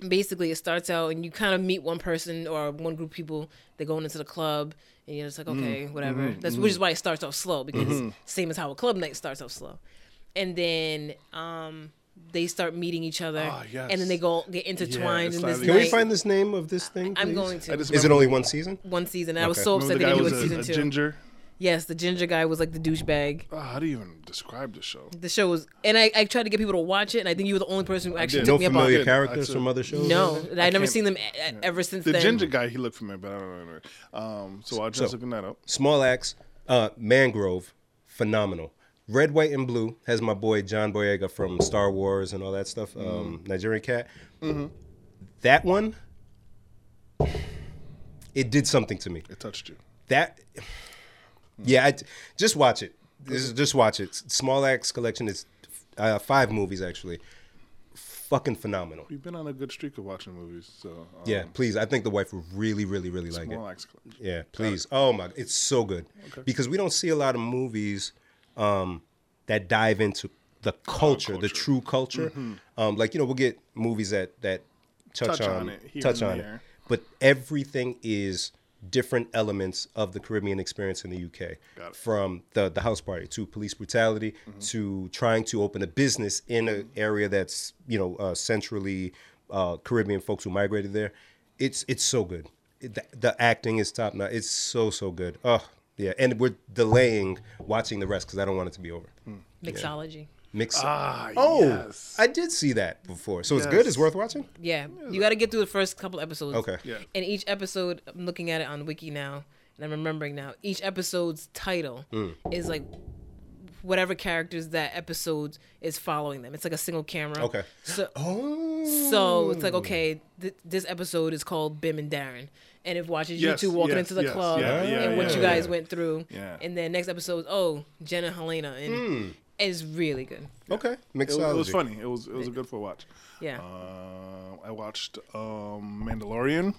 basically it starts out and you kind of meet one person or one group of people they're going into the club and you're just like
Mm.
okay whatever
Mm-hmm.
that's which is why it starts off slow because same as how a club night starts off slow and then um they start meeting each other
Ah,
and then they
yes.
go get intertwined
it's
in this
like-
Can we
night.
find this name of this thing?
i'm
please?
going to
I just
Is it only one season?
one season and i was
Okay.
so
remember the
upset they
guy
didn't do
was
a
a,
season
a
two
ginger.
yes the ginger guy was like the douchebag
Oh, how do you even describe the show?
the show was and I, I tried to get people to watch it and i think you were the only person who actually
did.
took
No
me up on
familiar
Good.
characters
That's
from
it.
other shows.
no i'd never
can't-
seen them e- e- ever since
The
then
ginger guy, he looked familiar, but I don't know. Um, so I was just
So-
looking that up.
Small Axe, uh, Mangrove, phenomenal. Red, White, and Blue has my boy John Boyega from Star Wars and all that stuff. Um,
Mm-hmm.
Nigerian Cat. That one, it did something to me.
It touched you.
that yeah I, just watch it just, just watch it small axe collection is uh, five movies actually fucking phenomenal
We've been on a good streak of watching movies, so um,
yeah please i think the wife would really really really like it
Small Axe Collection.
yeah please oh my it's so good because we don't see a lot of movies um, that dive into the culture, the true culture um, like you know we'll get movies that that
Mm-hmm.
touch,
Touch
on,
on it here
touch
and
on it
there.
but everything is different elements of the Caribbean experience in the UK.
Got it. Mm-hmm.
From the, the house party to police brutality to trying to open a business in an area that's you know uh, centrally uh, Caribbean folks who migrated there. It's it's so good. It, the, the acting is top notch. It's so so good. Oh yeah, and we're delaying watching the rest because I don't want it to be over.
Hmm.
mixology
Mix.
Ah,
oh,
yes.
I did see that before. So it's good. It's worth watching.
Yeah, you got to get through the first couple episodes.
Okay.
Yeah.
And each episode, I'm looking at it on Wiki now, and I'm remembering now. Each episode's title
Hmm.
is like whatever characters that episode is following them. It's like a single camera.
Okay.
So,
Oh.
so it's like okay, th- this episode is called Bim and Darren, and it watches
Yes,
you two walking
yes,
into the
yes,
club
yeah, yeah,
and what
yeah,
you
yeah.
guys went through.
Yeah.
And then next episode, oh, Jenna Helena, and
Hmm.
it's really good.
Uh,
Okay. uh,
It was,
Mixology.
it was funny. It was it was a good for a watch.
Yeah.
Um, I watched um, Mandalorian.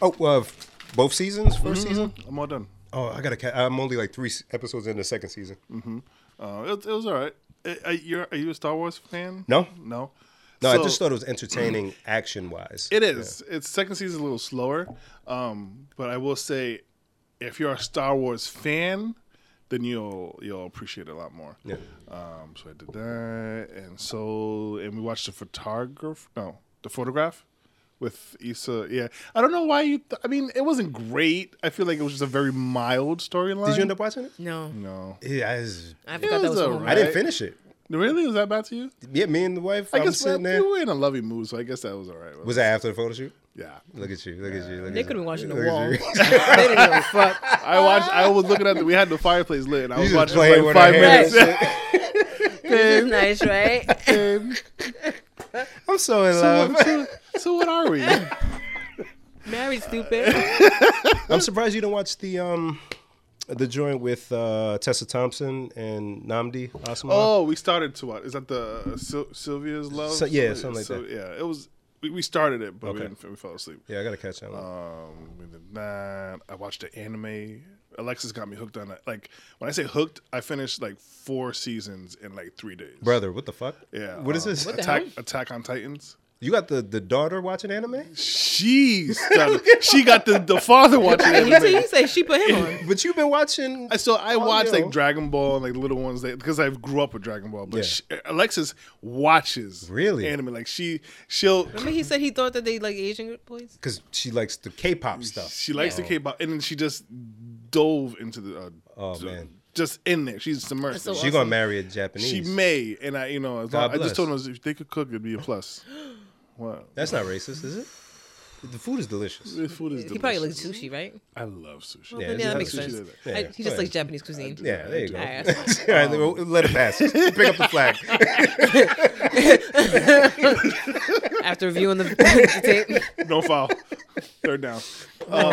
Oh, uh, f- both seasons, 1st
Mm-hmm.
season.
I'm all done.
Oh, I gotta. Ca- I'm only like three s- episodes in the second
Mm.
season.
Uh, it, it was all right. Uh, Are you, are you a Star Wars fan?
No.
No.
No, I
So-
just thought it was entertaining action wise.
It is. It's second season's a little slower, um, but I will say, if you're a Star Wars fan, then you'll you'll appreciate it a lot more.
Yeah.
Um, so I did that, and so and we watched the photograph. No, the photograph with Issa. Yeah, I don't know why you. Th- I mean, it wasn't great. I feel like it was just a very mild storyline.
Did you end up watching it?
No,
No,
Yeah, I, was-
I
It
forgot
was
that was a woman.
I didn't
Right.
finish it.
really? Was that bad to you?
Yeah, me and the wife.
I
I was
guess well,
sitting there.
we were in a lovey mood, so I guess that was all right.
Was that after the photo shoot?
yeah.
Look at you. Look at you. Look
They
at
could have
you.
been watching the
Look at
wall.
you.
they didn't give a fuck.
I watched. I was looking at. The, we had the fireplace lit, and I
You
was
just
watching
playing
for like
with her
five
hair
minutes.
and shit.
This is nice, right?
And
I'm so in
so,
love.
so, so what are we?
Married, stupid.
I'm surprised you didn't watch the um the joint with uh, Tessa Thompson and Namdi Asma.
Oh, we started to what? Is that the uh, Sil- Sylvia's love?
So- yeah, something like that.
Yeah, it was. We, we started it, but we
Okay.
didn't. We fell asleep.
Yeah, I gotta catch that one.
Um, we did that. I watched the anime. Alexis got me hooked on it. Like when I say hooked, I finished like four seasons in like three days.
Brother, what the fuck?
Yeah.
What is
um,
this?
Attack Attack on Titans.
You got the, the daughter watching anime?
She started, she got the, the father watching
you, Oh, say,
anime.
you say she put him on.
But you've been watching
I- So I watch
yo.
like Dragon Ball and like little ones that because I grew up with Dragon Ball. But
Yeah.
she, Alexis watches
Really?
anime. Like she she'll
Remember he said he thought that they like Asian boys?
because she likes the K-pop stuff.
she likes the K-pop and then she just dove into the. Uh,
Oh,
ju-
man.
just in there. She's submersed.
That's so
She gonna marry a Japanese.
she may and I you know as long,
God
I just
bless.
told them if they could cook it'd be a plus. Wow,
That's not racist, is it? The food is delicious.
this food is
He probably likes
delicious.
sushi, right?
I love sushi.
Yeah,
Yeah,
it's
that
not
makes
sushi
sense.
either.
Yeah,
I, he
yeah.
just likes Japanese cuisine.
Yeah, there you go.
All right.
All right, we'll- we'll let it pass. Pick up the flag.
After reviewing the, the tape,
No foul. Third down. Um,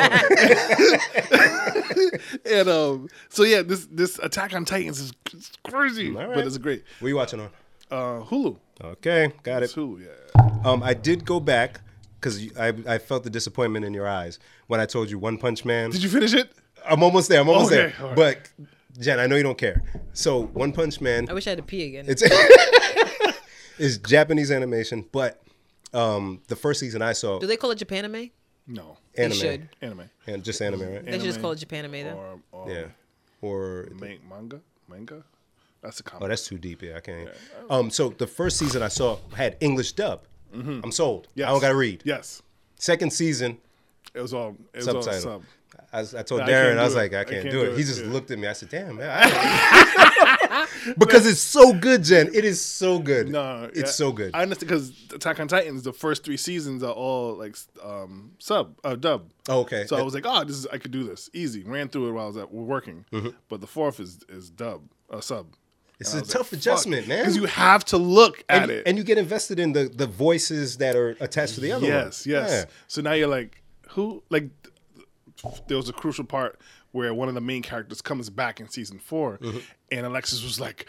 and um, so yeah, this this Attack on Titans is it's crazy,
All right.
but it's great.
What you watching on?
Uh, Hulu.
Okay, got it.
It's Hulu. Yeah.
Um, I did go back because I, I felt the disappointment in your eyes when I told you One Punch Man.
Did you finish it?
I'm almost there. I'm almost
Okay,
there.
all right.
But Jen, I know you don't care. So One Punch Man.
I wish I had to pee again.
It's is Japanese animation, but um, the first season I saw
Do they call it Japan anime?
No.
anime
should.
Anime.
and just anime, right?
They should just
Anime
call it Japan anime. Then.
Or, or
Yeah, or
man- manga. Manga. That's a
oh,
comic.
that's too deep. Yeah, I can't. Um, so the first season I saw had English dub. I'm sold. Yeah, I don't gotta read.
Mm-hmm. yes.
Second season
It was all. It was all
subtitle.
sub.
I, was- I told
I
Darren,
can't
I was
do it.
like, I can't, do, it. He just
yeah.
looked at me. I said, damn, man. I- because it's so good, Jen. It is so good.
No,
it's
yeah.
so good.
I understand because Attack on Titans, the first three seasons are all like um, sub, uh, dub.
Oh, okay.
So I was like, oh, this is I could do this easy. Ran through it while I was at working.
Mm-hmm.
But the fourth is is dub, uh, sub.
it's a tough adjustment, man.
Because you have to look at
and,
it.
and you get invested in the, the voices that are attached to the other
yes,
ones.
yes.
Yeah.
So now you're like, who? Like, there was a crucial part where one of the main characters comes back in season 4
Mm-hmm.
and Alexis was like,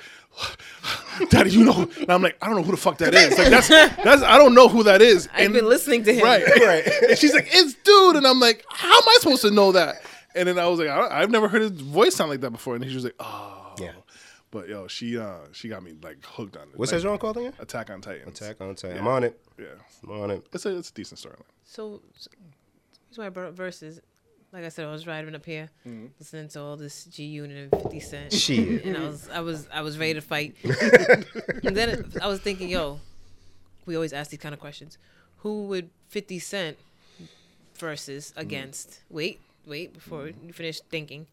"Daddy, you know?" And I'm like, "I don't know who the fuck that is. Like, that's that's I don't know who that is."
I've
And-
been listening to him.
Right, right. And she's like, "It's dude," and I'm like, "How am I supposed to know that?" And then I was like, I, "I've never heard his voice sound like that before." And he was like, "Oh,
Yeah.
But yo, she uh, she got me like hooked on it.
What's
like,
that genre called again?
Attack on Titan.
Attack on Titan. I'm on it.
Yeah,
I'm on it.
it's a it's a decent storyline.
So, so here's why I brought up verses. Like I said, I was driving up here,
Mm-hmm.
listening to all this G Unit and Fifty Cent.
Shit.
and I was I was I was ready to fight. and then I was thinking, yo, we always ask these kind of questions. Who would Fifty Cent versus against? Wait, wait, before you finish thinking.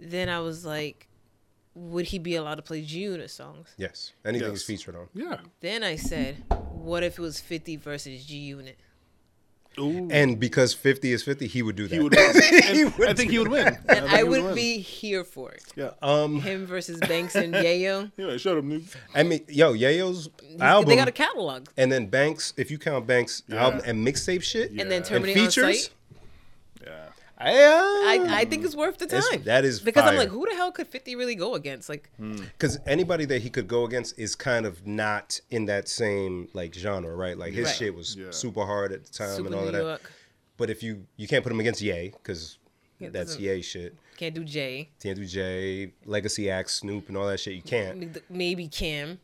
Then I was like, would he be allowed to play G Unit songs?
Yes. Anything
Yes.
is featured on.
Yeah.
Then I said, what if it was Fifty versus G Unit?
Ooh.
And because 50 is 50, he would do that.
He would win.
He
And
would
I think he would win.
And I
he
would
win.
be here for it.
Yeah.
um,
Him versus Banks and Yayo.
Anyway, shut up, Nuke.
I mean, yo, Yayo's album.
They got a catalog.
and then Banks, if you count Banks album and mixtape shit,
And
Yeah.
then Terminator on site.
Yeah.
I, I think it's worth the time.
It's- that is
because
fire.
I'm
Mm.
like, who the hell could 50 really go against? Like,
because anybody that he could go against is kind of not in that same like genre, right? Like his
Right.
shit was
Yeah.
super hard at the time
Super
and all
New
of that.
York.
But if you you can't put him against Ye because
Yeah, it
that's
doesn't-
Ye shit.
can't do Jay.
Can't do
Mm-hmm.
J, Legacy Act, Snoop, and all that shit. You can't.
Maybe Kim.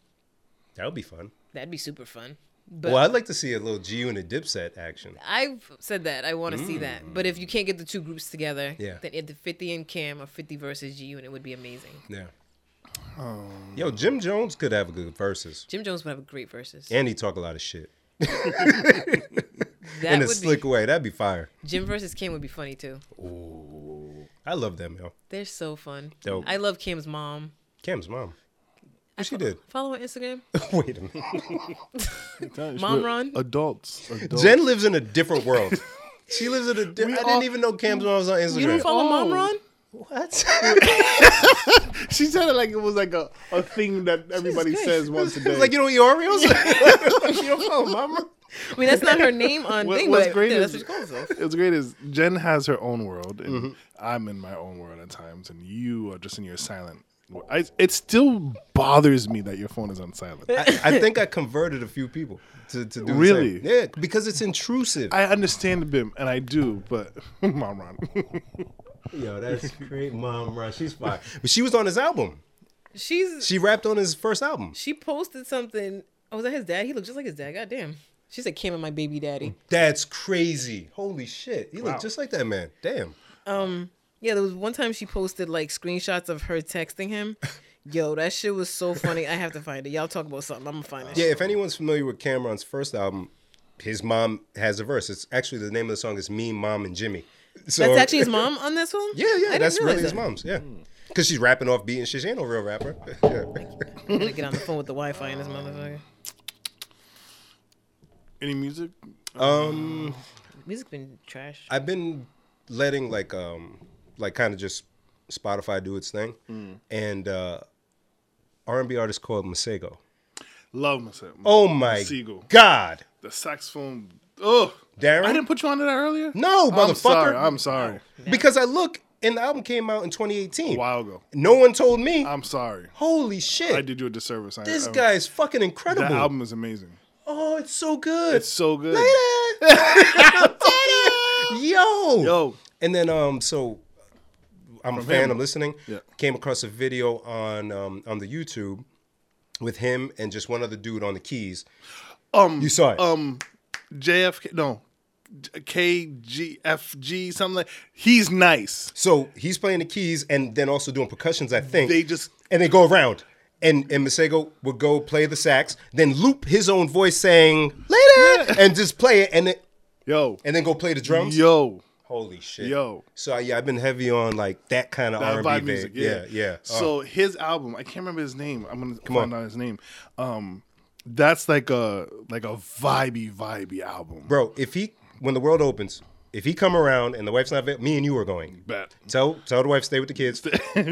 That would be fun.
That'd be super fun. But
Well, I'd like to see a little G and a Dipset action.
I've said that. I want to see that. But if you can't get the two groups together,
Yeah.
then either 50 and Cam or 50 versus G Unit would be amazing.
Yeah. Yo, Jim Jones could have a good versus,
Jim Jones would have a great versus.
and he talk a lot of shit
that
in a
would
slick
be
way. That'd be fire.
Jim versus Cam would be funny too.
I love them, yo.
They're so fun.
Dope.
I love Cam's mom.
Cam's mom. What she did?
Follow her on Instagram.
Wait a minute.
Mom
We're
Ron?
Adults. adults.
Jen lives in a different world. She lives in a different. I
all-
didn't even know Cam's mom was on Instagram.
You don't follow
Oh.
Mom Ron?
what?
she said it like it was like a, a thing that everybody
Christ.
says once a day.
It's like you don't eat Oreos. you don't follow mama.
I mean, that's not her name on
What-
thing,
what's
but
great
yeah, that's
is-
what she calls herself.
What's great is Jen has her own world, and
Mm-hmm.
I'm in my own world at times, and you are just in your silent. wor- I, it still bothers me that your phone is on silent. I,
I, I think I converted a few people to, to do the
Really?
same. Yeah, because it's intrusive.
I understand BIM, and I do, but mom, Ron.
Yo, that's great, mom. Right, she's fine. But she was on his album.
She's
She rapped on his first album.
she posted something. Oh, was that his dad? He looked just like his dad. God damn. She said Cam and my baby
Mm.
daddy.
That's crazy. Holy shit. He looked just like that man. Damn.
Yeah, there was one time she posted like screenshots of her texting him. Yo, that shit was so funny. I have to find it. Y'all talk about something. I'm gonna find it.
Yeah, if anyone's familiar with Cameron's first album, his mom has a verse. It's actually the name of the song is Me, Mom, and Jimmy. So,
That's actually his mom on this one?
Yeah, yeah, that's really
realize
his mom's. Yeah.
Hmm.
Because she's rapping off beat and shit. She ain't no real rapper. Yeah.
that. Gotta get on the phone with the Wi Fi in this motherfucker.
Any music?
Um,
Music been trash.
I've been letting like um like kind of just Spotify do its thing,
Hmm.
and uh R and B artist called Masego.
Love myself.
Oh my
Masego.
god,
the saxophone. Oh,
Darren!
I didn't put you on to that earlier.
no, motherfucker!
I'm sorry. I'm sorry.
because I look, and the album came out in 2018.
A while ago.
No one told me.
I'm sorry.
Holy shit!
I did you a disservice. I-
This
I,
guy is fucking incredible.
That Um, album is amazing.
Oh, it's so good.
It's so good.
Yo.
Yo.
And then um so I'm a fan,
him.
I'm listening.
Yeah.
Came across a video on um on the YouTube with him and just one other dude on the keys.
Um,
You saw it.
um JFK no KGFG something like he's nice.
so he's playing the keys and then also doing percussions, I think.
They just
and they go around. And and Masego would go play the sax, then loop his own voice saying later and just play it and then
yo
and then go play the drums.
yo
Holy shit.
Yo.
So yeah, I've been heavy on like that kind of
that
R&B
vibe
vibe
music
Yeah, Uh, yeah.
So his album I can't remember his name. I'm gonna find
on.
out his name. Um, that's like a like a vibey vibey album.
bro, if he when the world opens, if he come around and the wife's not available, me and you are going.
Bet.
Tell tell the wife stay with the kids.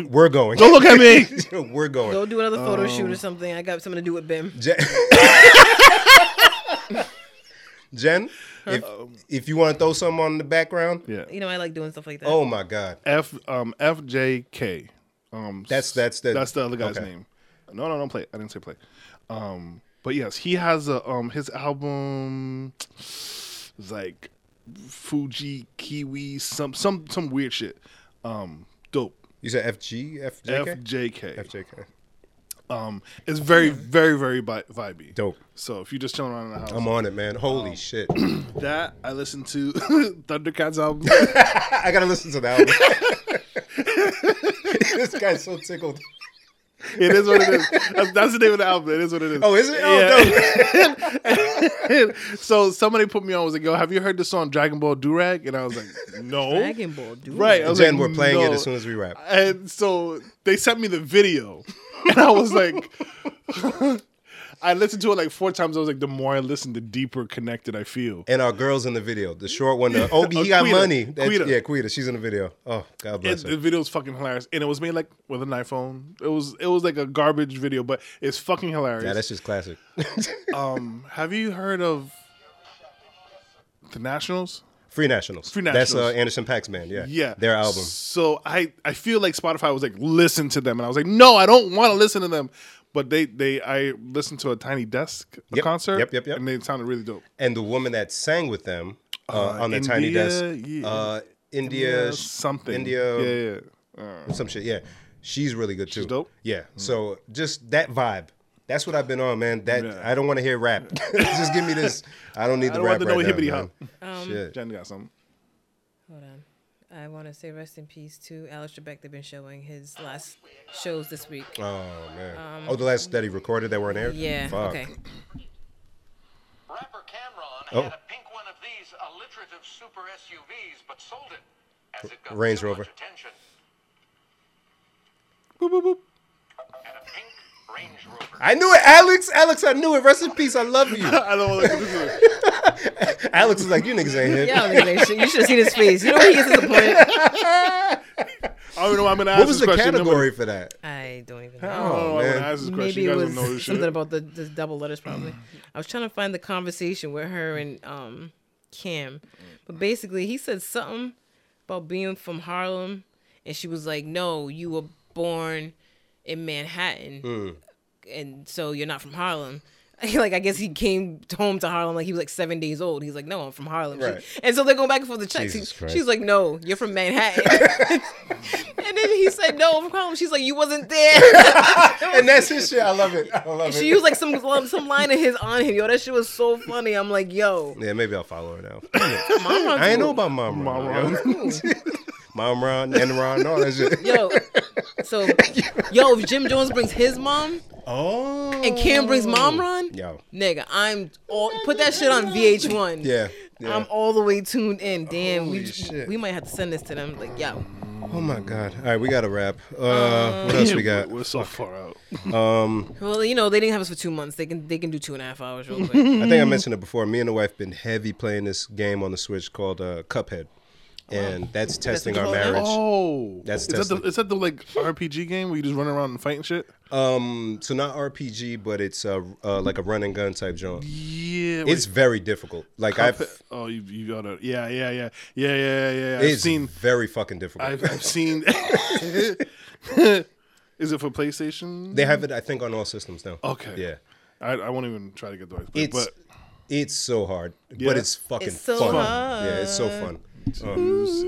We're going.
Don't look at me.
We're
Go
going.
do another
Oh.
photo shoot or something. I got something to do with Bim.
Jen, Jen if if you want to throw something on the
Uh, um,
background,
yeah.
You know, I like doing stuff like that.
oh my god,
F um FJK. Um
That's- that's the-
That's the other guy's
okay.
name. No, no, don't play. I didn't say play. Um but yes, he has a um his album it's like Fuji Kiwi some some some weird shit. Um dope.
you said FG FJK
FJK.
FJK.
Um it's very very very bi- vibey.
Dope. Um,
So if you're just chilling around in the house,
I'm on it, man.
Um,
Holy shit!
that I listened to Thundercats album.
I gotta listen to that. One. this guy's so tickled.
It is what it is. That's, that's the name of the album. It is what it is.
Oh, is it? Oh,
so somebody put me on. Was like, "Yo, have you heard the song Dragon Ball Durag?" And I was like, "No."
Dragon Ball, dude.
Right. I was
Jen,
like,
we're playing it
"No."
as soon as we wrap.
And so they sent me the video, and I was like, I listened to it like four times. I was like, the more I listen, the deeper connected I feel.
and our girls in the video. The short one. The, oh, he got
Quita.
money. That-
Quita.
Yeah, Quita. She's in the video. Oh, God
It,
bless
the
her.
video's fucking hilarious, and it was made like with an iPhone. It was it was like a garbage video, but it's fucking hilarious.
Yeah, that's just classic.
um, have you heard of the Nationals?
Free Nationals.
Free
That's
Nationals.
uh, Anderson Pax Man. Yeah.
Yeah.
Their album.
So I I feel like Spotify was like listen to them and I was like no, I don't want to listen to them. But they they I listened to a Tiny Desk a
Yep,
concert.
yep, yep, yep.
And they sounded really dope.
And the woman that sang with them uh, on the tiny
India,
desk.
yeah.
Uh, India.
Yeah, something.
India.
Yeah, yeah.
Some shit. Yeah. She's really good too.
dope? Mm.
Yeah. So just that vibe. That's what I've been on, man. That
Yeah.
I don't want to hear rap. Just give me this. I don't need
I
the
don't
rap
want to
right
know
now,
hippity
man.
hop.
Shit.
Jen got something.
Hold on. I want to say rest in peace to Alex Trebek. They've been showing his last shows this week.
Oh man. oh, the last that he recorded that were on air.
Um, Yeah.
Fuck.
Okay.
Rapper Cameron
Oh.
had a pink one of these alliterative super SUVs, but sold it as it got
Range
too
Rover.
much attention.
Boop, boop, boop.
And a pink Range Rover.
I knew it, Alex. Alex, I knew it. Rest in peace. I love you.
I don't want to look at this one.
Alex is like, you niggas ain't here.
Yeah, I was gonna say, you should have seen his face. You know he gets disappointed.
I don't even know why I'm going to ask
What was
this
the
question. Nobody-
category for that?
I don't even
I don't
know.
know why I'm going
man.
to ask this question.
Maybe
you
it
guys don't
was
know this
something
shit.
about the, the double letters, probably. I was trying to find the conversation with her and um, Cam, but basically he said something about being from Harlem, and she was like, "No, you were born in Manhattan,
Hmm.
and so you're not from Harlem." like I guess he came home to Harlem like he was like seven days old. He's like, "No, I'm from Harlem," She-
Right.
and so they're going back and forth the checks.
Jesus
He-
Christ.
she's like, "No, you're from Manhattan," and then he said, "No, I'm from Harlem." She's like, "You wasn't there."
And that's his shit. I love it. I love
She
it.
used like some um, some line of his on him. Yo, that shit was so funny. I'm like, yo,
Yeah, maybe I'll follow her now. I ain't know about Mom Ron. Mom Ron, Mom Ron and Ron, all that shit.
yo. So, yo, if Jim Jones brings his mom
Oh.
and Cam brings mom Ron,
Yo.
nigga, I'm all put that shit on VH1.
Yeah. yeah.
I'm all the way tuned in. Damn,
Holy
we
shit.
we might have to send this to them. Like, yo,
oh my God. All right, we got to wrap. Uh,
Um.
what else we got?
We're so far out.
well, you know they didn't have us for two months. They can they can do two and a half hours real quick.
I think I mentioned it before. Me and the wife been heavy playing this game on the Switch called uh, Cuphead, and that's testing our
what you call it?
marriage.
Oh,
That's
is that, the,
testing.
is that the like RPG game where you just run around and fight and shit?
Um, so not RPG, but it's uh, uh, like a run and gun type joint.
Yeah,
It's very difficult. Like I've
I've, oh, you you got to yeah yeah yeah yeah yeah yeah. yeah. I've
it's
seen
very fucking difficult.
I've, I've seen. is it for PlayStation?
they have it, I think, on all systems now.
Okay.
Yeah.
I, I won't even try to get the right.
It's
But
it's so hard,
Yeah?
but it's fucking
It's so
fun.
hard.
Yeah, it's so fun. Um,
You say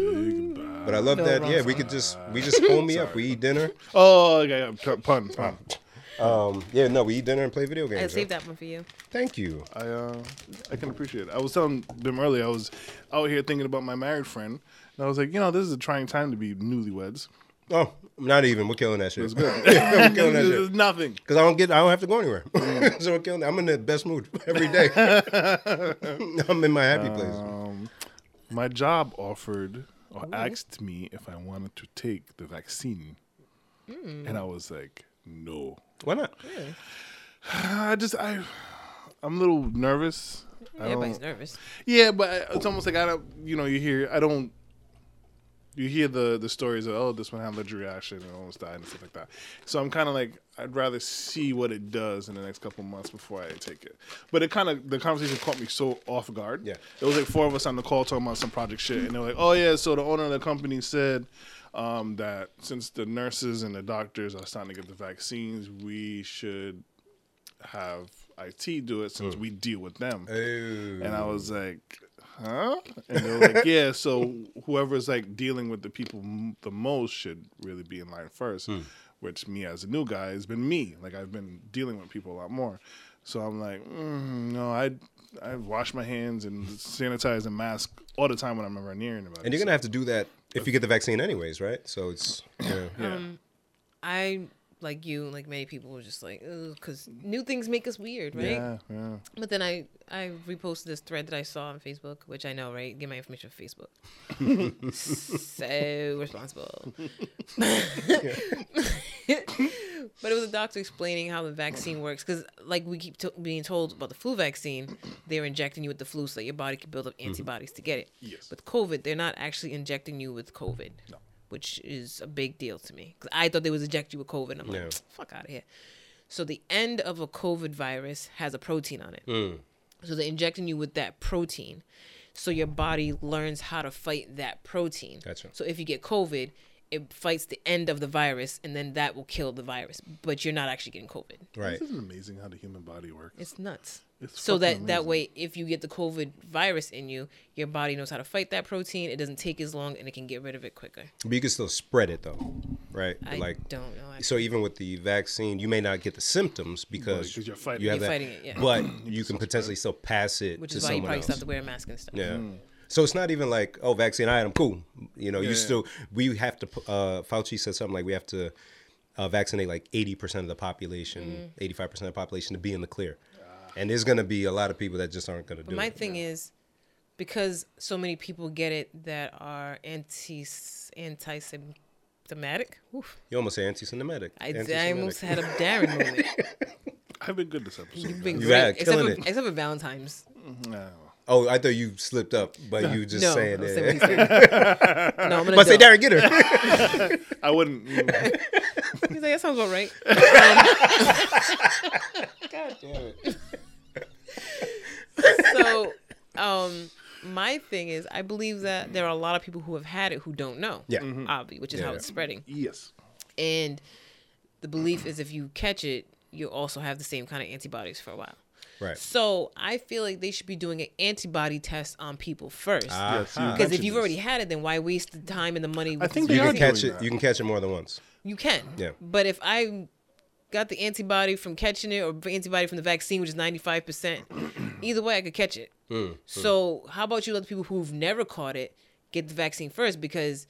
goodbye.
but I love that. Yeah, we could just we just phone me up. We eat dinner.
oh, okay, yeah, pu- pun pun.
Um, yeah, no, we eat dinner and play video games.
I
yo.
saved that one for you.
Thank you.
I uh, I can appreciate it. I was telling Bim earlier, I was out here thinking about my married friend, and I was like, you know, this is a trying time to be newlyweds.
Oh, not even. We're killing that shit.
It's good.
we're killing that
This
shit.
is nothing.
Cause I don't get, I don't have to go anywhere.
Mm.
so I'm, killing, I'm in the best mood every day. I'm in my happy
Uh,
place.
My job offered or asked me if I wanted to take the vaccine, and I was like, no.
Why not?
I just I, I'm a little nervous. I
Everybody's
don't-
nervous.
Yeah, but uh, it's almost like I don't. You know, you hear I don't. You hear the the stories of oh, this one had allergic reaction and almost died and stuff like that. So I'm kind of like I'd rather see what it does in the next couple months before I take it. But it kind of the conversation caught me so off guard.
Yeah.
it was like four of us on the call talking about some project shit, and they were like, oh yeah, so the owner of the company said. Um, that since the nurses and the doctors are starting to get the vaccines, we should have IT do it since we deal with them. And I
Mm.
was like, huh? And they were like, yeah, so whoever's like dealing with the people m- the most should really be in line first,
Hmm.
which me as a new guy has been me. Like I've been dealing with people a lot more. So I'm like, mm, no, I I wash my hands and sanitize and mask all the time when I'm around near anybody.
And you're gonna have to do that if you get the vaccine, anyways, right? So it's yeah.
So, yeah.
Um, I like you, like many people, were just like, because new things make us weird, right?
yeah, yeah.
But then I I reposted this thread that I saw on Facebook, which I know, right? Get my information from Facebook. so responsible. but it was a doctor explaining how the vaccine works because, like, we keep to- being told about the flu vaccine, they're injecting you with the flu so that your body can build up antibodies to get it.
Yes.
With COVID, they're not actually injecting you with COVID. Which is a big deal to me because I thought they was inject you with COVID. I'm like,
Yeah.
fuck out of here. So the end of a COVID virus has a protein on it.
Mm.
So they're injecting you with that protein. So your body learns how to fight that protein.
Gotcha.
So if you get COVID, it fights the end of the virus and then that will kill the virus. But you're not actually getting COVID.
Right.
This is amazing how the human body works.
It's nuts.
It's
so that
fucking
that
amazing.
way if you get the COVID virus in you, your body knows how to fight that protein. It doesn't take as long and it can get rid of it quicker.
But you can still spread it though. right?
I
like
don't know.
So even with the vaccine, you may not get the symptoms because
Because you're fighting
you have
it.
that,
You're fighting it, yeah.
but you can potentially still pass it
which
to
is why you
someone
probably
else.
still have to wear a mask and stuff.
Yeah. So it's not even like, oh, vaccine, I am cool. You know, you
Yeah.
still, we have to, uh, Fauci said something like we have to uh, vaccinate like 80% of the
Mm.
population, 85% of the population to be in the clear. And there's going to be a lot of people that just aren't going to do
My
it.
thing is because so many people get it that are anti anti Semitic.
You almost say anti Semitic.
I, I almost had a Darren moment.
I've been good this episode.
You've been
You
great,
are
except,
killing
for,
it.
except for Valentine's.
Oh, I thought you slipped up, but you just
no,
saying
I'll say what he
that.
said. no, I'm gonna
But say,
don't.
Darren, get her.
I wouldn't. mm.
He's like, that sounds about right. so, um, my thing is, I believe that there are a lot of people who have had it who don't know. Mm-hmm.
Yeah. Mhm.
obvi, which is
Yeah,
how
yeah.
it's spreading.
yes.
And the belief is, if you catch it, you also have the same kind of antibodies for a while.
right.
So I feel like they should be doing an antibody test on people first.
Yes, you
Uh-huh.
because if
mentioned
you've
this.
already had it, then why waste the time and the money? with
think
this
You
they are
can
vaccine?
doing
catch it.
that.
You can catch it more than once.
You can.
Yeah.
But if I got the antibody from catching it or antibody from the vaccine, which is 95%, either way, I could catch it. so, how about you let the people who've never caught it get the vaccine first? Because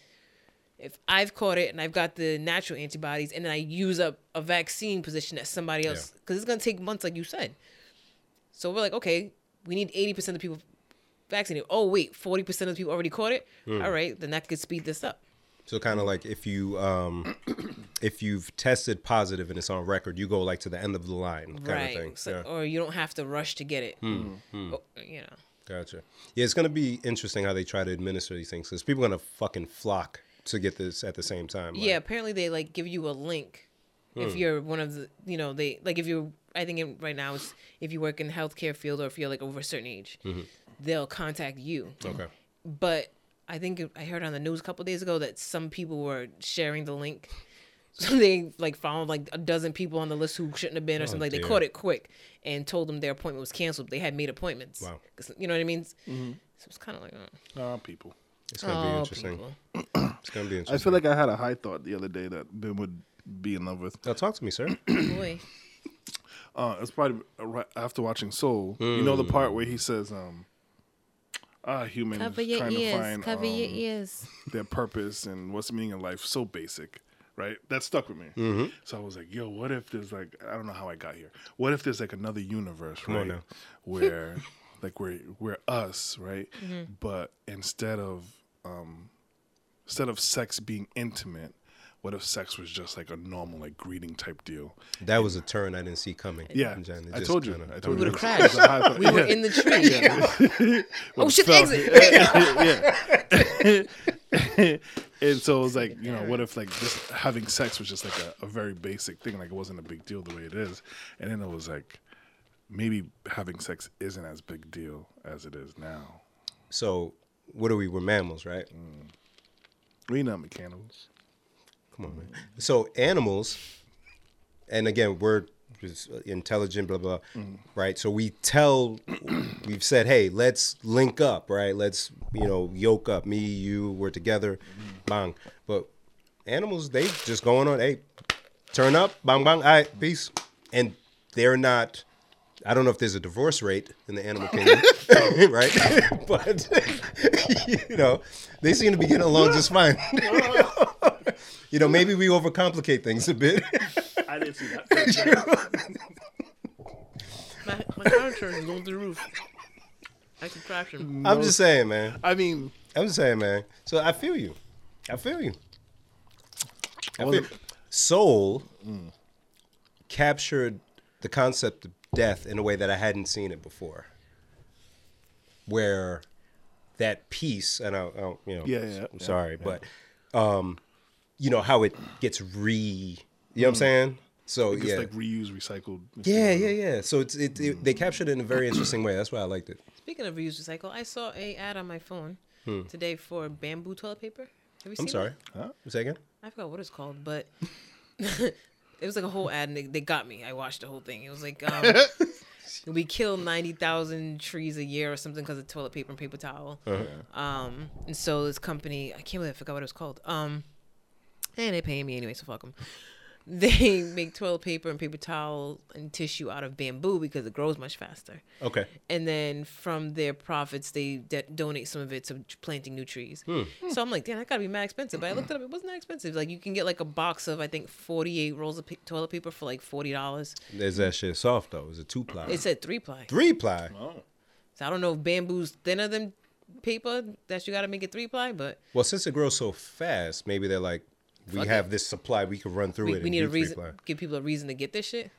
if I've caught it and I've got the natural antibodies and then I use up a vaccine position that somebody else, because it's going to take months, like you said. So, we're like, okay, we need 80% of the people vaccinated. Oh, wait, 40% of the people already caught it? All right, then that could speed this up.
So kind of like if you um if you've tested positive and it's on record, you go like to the end of the line kind
right.
of thing.
So,
yeah. Hmm.
Or you don't have to rush to get it. Oh, you know.
Gotcha. Yeah, it's gonna be interesting how they try to administer these things because people are gonna fucking flock to get this at the same time. like-
yeah. Apparently, they like give you a link
Hmm.
if you're one of the. You know, they like if you're. I think in, right now it's if you work in the healthcare field or if you're like over a certain age,
Mm-hmm.
they'll contact you.
Okay.
But I think I heard on the news a couple days ago that some people were sharing the link. So they like found like a dozen people on the list who shouldn't have been or something. Like they
Oh, dear.
caught it quick and told them their appointment was canceled. They had made appointments.
Wow.
'Cause- You know what I mean? So it's kind of like. uh,
Ah, people.
It's gonna be
Oh,
interesting.
people.
It's gonna be interesting.
I feel like I had a high thought the other day that Ben would be in love with.
now talk to me, sir.
oh, Boy.
Uh, it's probably right after watching Soul. You know the part where he says, um, "Ah, humans trying to find um,
ears.
their purpose and what's the meaning of life." So basic, right? That stuck with me.
Mm-hmm.
So I was like, "Yo, what if there's like I don't know how I got here. What if there's like another universe, right,
on now.
where like we're we're us, right?
Mm-hmm.
But instead of um, instead of sex being intimate." What if sex was just like a normal, like greeting type deal?
That was a turn I didn't see coming.
Yeah,
Jen. It
I
just
told you.
kinda-
I told
We
you.
would've crashed.
We
We're in the tree. oh shit! Exit.
and so it was like, you know, what if like just having sex was just like a, a very basic thing, like it wasn't a big deal the way it is, and then it was like, maybe having sex isn't as big deal as it is now.
So what are we? We're mammals, right?
We not mechanicals.
Come on, man. So animals, and again, we're just intelligent, blah blah, right? So we tell, we've said, hey, let's link up, right? Let's you know yoke up. Me, you, we're together, bang. But animals, they just going on, hey, turn up, bang bang, all right, peace, and they're not. I don't know if there's a divorce rate in the animal kingdom, right? but you know, they seem to be getting along just fine. You know, maybe we overcomplicate things a bit.
I didn't see that.
My, my car turn is going through the roof. I contraption.
I'm just saying, man.
I mean,
I'm just saying, man. So I feel you. I feel you. I feel Soul
Mm.
captured the concept of death in a way that I hadn't seen it before. Where that piece, and I, I you know,
Yeah, yeah,
I'm
yeah,
sorry, but um, you know how it gets re. You know what I'm saying? So
it's
yeah,
Mm. like reuse, recycled.
Yeah, yeah, yeah. So it's it, it they captured it in a very interesting way. That's why I liked it.
Speaking of reuse recycle, oh, I saw a ad on my phone today for bamboo toilet paper. Have you seen
I'm
it?
sorry.
Huh?
Say again.
I forgot what it's called, but it was like a whole ad, and they, they got me. I watched the whole thing. It was like um, we kill ninety thousand trees a year or something because of toilet paper and paper towel. Um, and so this company, I can't believe I forgot what it was called. Um, and they paying me anyway, so fuck them. They make toilet paper and paper towel and tissue out of bamboo because it grows much faster.
Okay.
And then from their profits, they de- donate some of it to planting new trees.
Hmm.
So I'm like, damn, that gotta be mad expensive. But I looked it up; it wasn't that expensive. Like you can get like a box of I think 48 rolls of pa- toilet paper for like forty dollars.
Is that shit soft though? Is it two ply?
It said three ply.
three ply.
So I don't know if bamboo's thinner than paper that you gotta make it three ply, but
Well, since it grows so fast, maybe they're like, we have this supply, we can run through
we,
it.
we
and
need
do
a
three
reason. Mm-hmm.
ply.
Give people a reason to get this shit.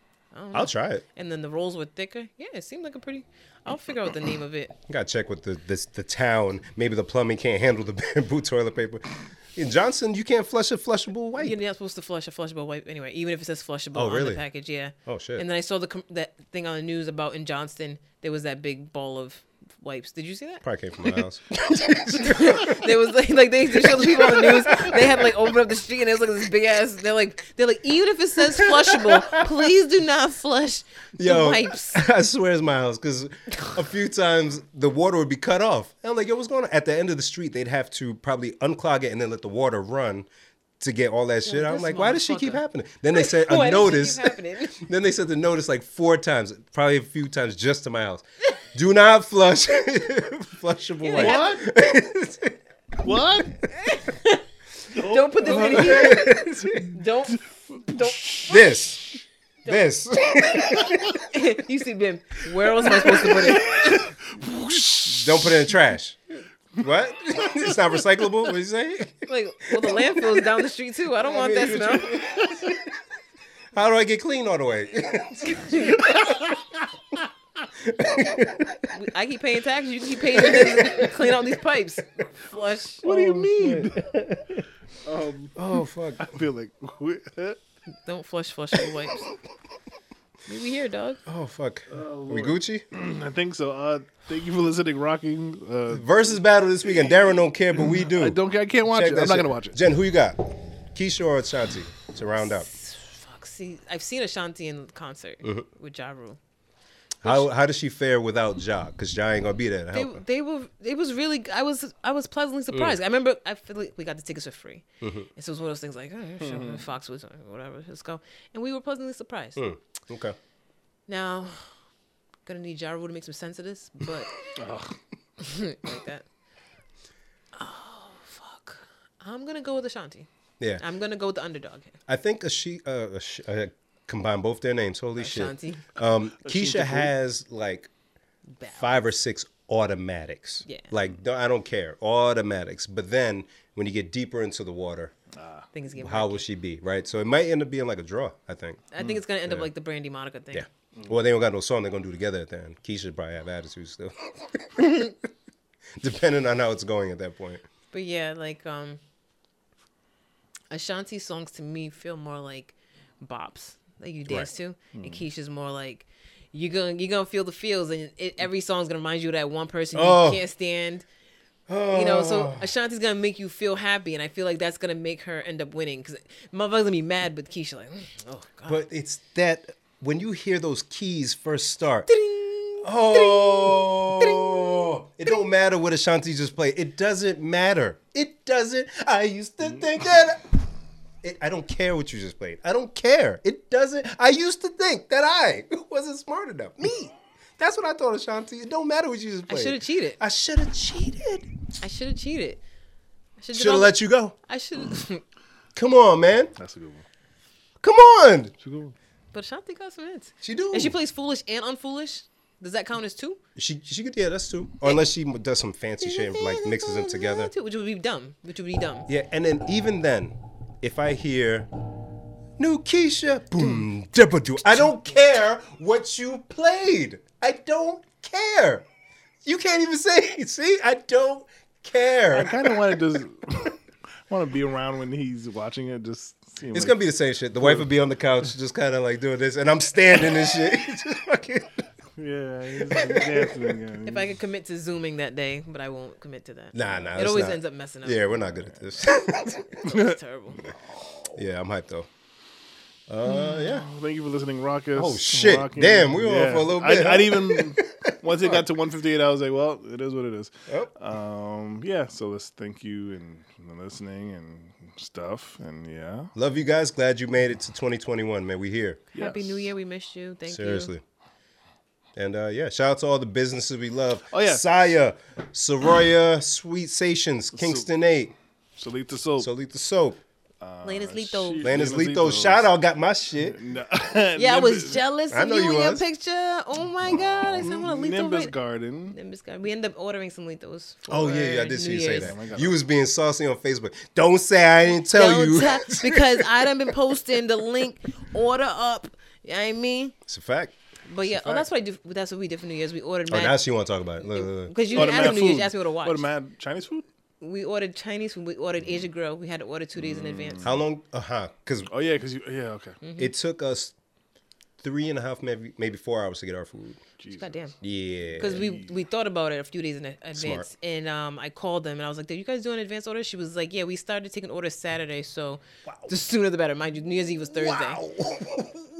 I'll try it.
And then the rolls were thicker. Yeah, it seemed like a pretty. I'll figure out the name of it.
Got to check with the this, the town. Maybe the plumbing can't handle the bamboo toilet paper. In Johnson, you can't flush a flushable wipe.
You're not supposed to flush a flushable wipe anyway, even if it says flushable
Oh,
on
really?
the package. Yeah.
Oh, shit.
And then I saw the com- that thing on the news about in Johnston there was that big ball of wipes. Did you see that?
Probably came from my house.
There was like, like they, they showed the people on the news. They had like opened up the street and it was like this big ass. They're like they're like even if it says flushable, please do not flush the
Yo,
wipes.
I swear it's my house because a few times the water would be cut off. And I'm like, yo, what's going on? At the end of the street, they'd have to probably unclog it and then let the water run to get all that shit. I'm
this
like, why does she keep
motherfucker.
happening? Then they said
Why
a
does
notice.
it keep happening?
then they said the notice like four times, probably a few times just to my house. Do not flush flushable wipes.
What? what?
Don't put this in here. Don't
This. This.
you see Bim? Where else am I supposed to put it?
Don't put it in the trash. What? it's not recyclable? What you say?
Like, well, the landfill is down the street too. I don't want that smell.
How do I get clean all the way?
I keep paying taxes. You keep paying to clean out these pipes. Flush.
What do you mean?
Oh fuck.
I feel like we-
Don't flush flushable wipes. We here, dog.
Oh fuck.
Uh,
we Gucci
I think so. Uh, thank you for listening. Rocking. Uh,
versus battle this weekend. Darren don't care, but we do.
Mm, I don't. I can't watch
Check
it.
that
I'm not
shit.
gonna watch it.
Jen, who you got? Keisha or Ashanti to round up?
Fuck. See, I've seen Ashanti in concert
Uh-huh.
with Ja Rule.
How how does she fare without Ja? Because Ja ain't gonna be there to
They,
help her.
they were. It was really. I was. I was
Mm.
pleasantly surprised. I remember. I feel like we got the tickets for free.
Mm-hmm.
And so it was one of those things like, oh, sure, Foxwoods, whatever. Let's go. And we were pleasantly surprised.
Okay.
Now, gonna need Ja Rule to make some sense of this, but like that. Oh fuck! I'm gonna go with Ashanti.
Yeah.
I'm gonna go with the underdog. here.
I think a she uh, a sh- uh combine both their names. Holy
Ashanti. Oh,
shit. Um Keisha has like
Bad.
five or six automatics.
Yeah.
Like don't, I don't care. Automatics. But then when you get deeper into the water,
Things get.
how will she be? Right? So it might end up being like a draw, I think.
I think it's gonna end up like the Brandy Monica thing.
Yeah. Well, they don't got no song they're gonna do together at the end. Keisha probably have attitude still, depending on how it's going at that point.
But yeah, like um, Ashanti songs to me feel more like bops that you dance to,
Mm.
and Keisha's more like. You're gonna you're gonna feel the feels, and it, every song's gonna remind you of that one person
Oh.
you can't stand. You know, so Ashanti's gonna make you feel happy, and I feel like that's gonna make her end up winning because motherfuckers gonna be mad, but Keisha like, "Mm, oh god,
But it's that when you hear those keys first start. Oh, it don't matter what Ashanti just played. It doesn't matter. It doesn't. I used to think that. It, I don't care what you just played. I don't care. It doesn't. I used to think that I wasn't smart enough. Me. That's what I thought, Ashanti. It don't matter what you just
I
played.
should have cheated.
I should have cheated.
I should have cheated. I
Should have let you go.
I should.
Come on, man.
That's a good one.
Come on.
That's a good one.
but Ashanti got some hits.
She do.
And she plays foolish and unfoolish. Does that count as two?
She she could yeah, that's two. Or unless she does some fancy shit and like mixes them together.
Two, which would be dumb. Which would be dumb.
Yeah, and then even then, if I hear New Keisha, boom, doo, I don't care what you played. I don't care. You can't even say. See, I don't
I
care.
kind of want to just want to be around when he's watching it. Just see him
It's
like-
gonna be the same shit. The wife would be on the couch, just kind of like doing this, and I'm standing and shit. Just fucking-
yeah. He's, he's dancing again.
If I could commit to zooming that day, but I won't commit to that.
Nah, nah.
It
it's
always
not-
ends up messing up.
Yeah, we're not good at this.
It's terrible.
yeah, I'm hyped though. Uh, yeah.
Thank you for listening, Rockers.
Oh, shit. Damn, we were on for a little bit,
I,
huh?
I'd even Once it got to 158, I was like, well, it is what it is.
Yep.
Um, yeah, so let's thank you and for listening and stuff. And yeah.
Love you guys. Glad you made it to 2021, man. We here.
Happy
Yes.
New Year. We missed you. Thank
Seriously. And uh, yeah, shout out to all the businesses we love.
Oh, yeah.
Saya, Soraya, Sweet Stations, Kingston 8,
Salita Soap.
Solita Soap,
you.
Ah,
Latest Lito.
shoot.
Landis
Landis
Lito.
Lito.
Shout out, got my shit.
Yeah, I
Nimbus-
was jealous
I
of
know
you,
you
in your
was.
picture. Oh my god, I said I want a Lito
Nimbus
right.
Garden.
Nimbus Garden. We ended up ordering some Litos. For
Oh, yeah, yeah, I did see
New
you say
Year's.
that.
my God.
you was being saucy on Facebook. Don't say I didn't tell
Don't
you.
tell- because I done been posting the link. Order up. You know what I mean?
it's a fact.
But yeah, oh, that's what I do. That's what we did for New Year's. We ordered
Oh, now
mad
she want to talk about it. Look, look, look.
because you
Oh, the
didn't ask
mad
me New Year's.
food.
You asked me what to watch.
What, the mad Chinese food?
we ordered Chinese food. We ordered
Mm-hmm.
Asia Grill. We had to order two days
Mm,
in advance.
How long? Uh huh. Because
Oh, yeah, because you, yeah, okay.
Mm-hmm.
it took us three and a half, maybe maybe four hours to get our food.
Goddamn.
Yeah.
Because we we thought about it a few days in a- advance,
Smart.
and um, I called them and I was like, "Did you guys do an advance order?" She was like, "Yeah, we started taking orders Saturday, so the sooner the better." Mind you, New Year's Eve was Thursday.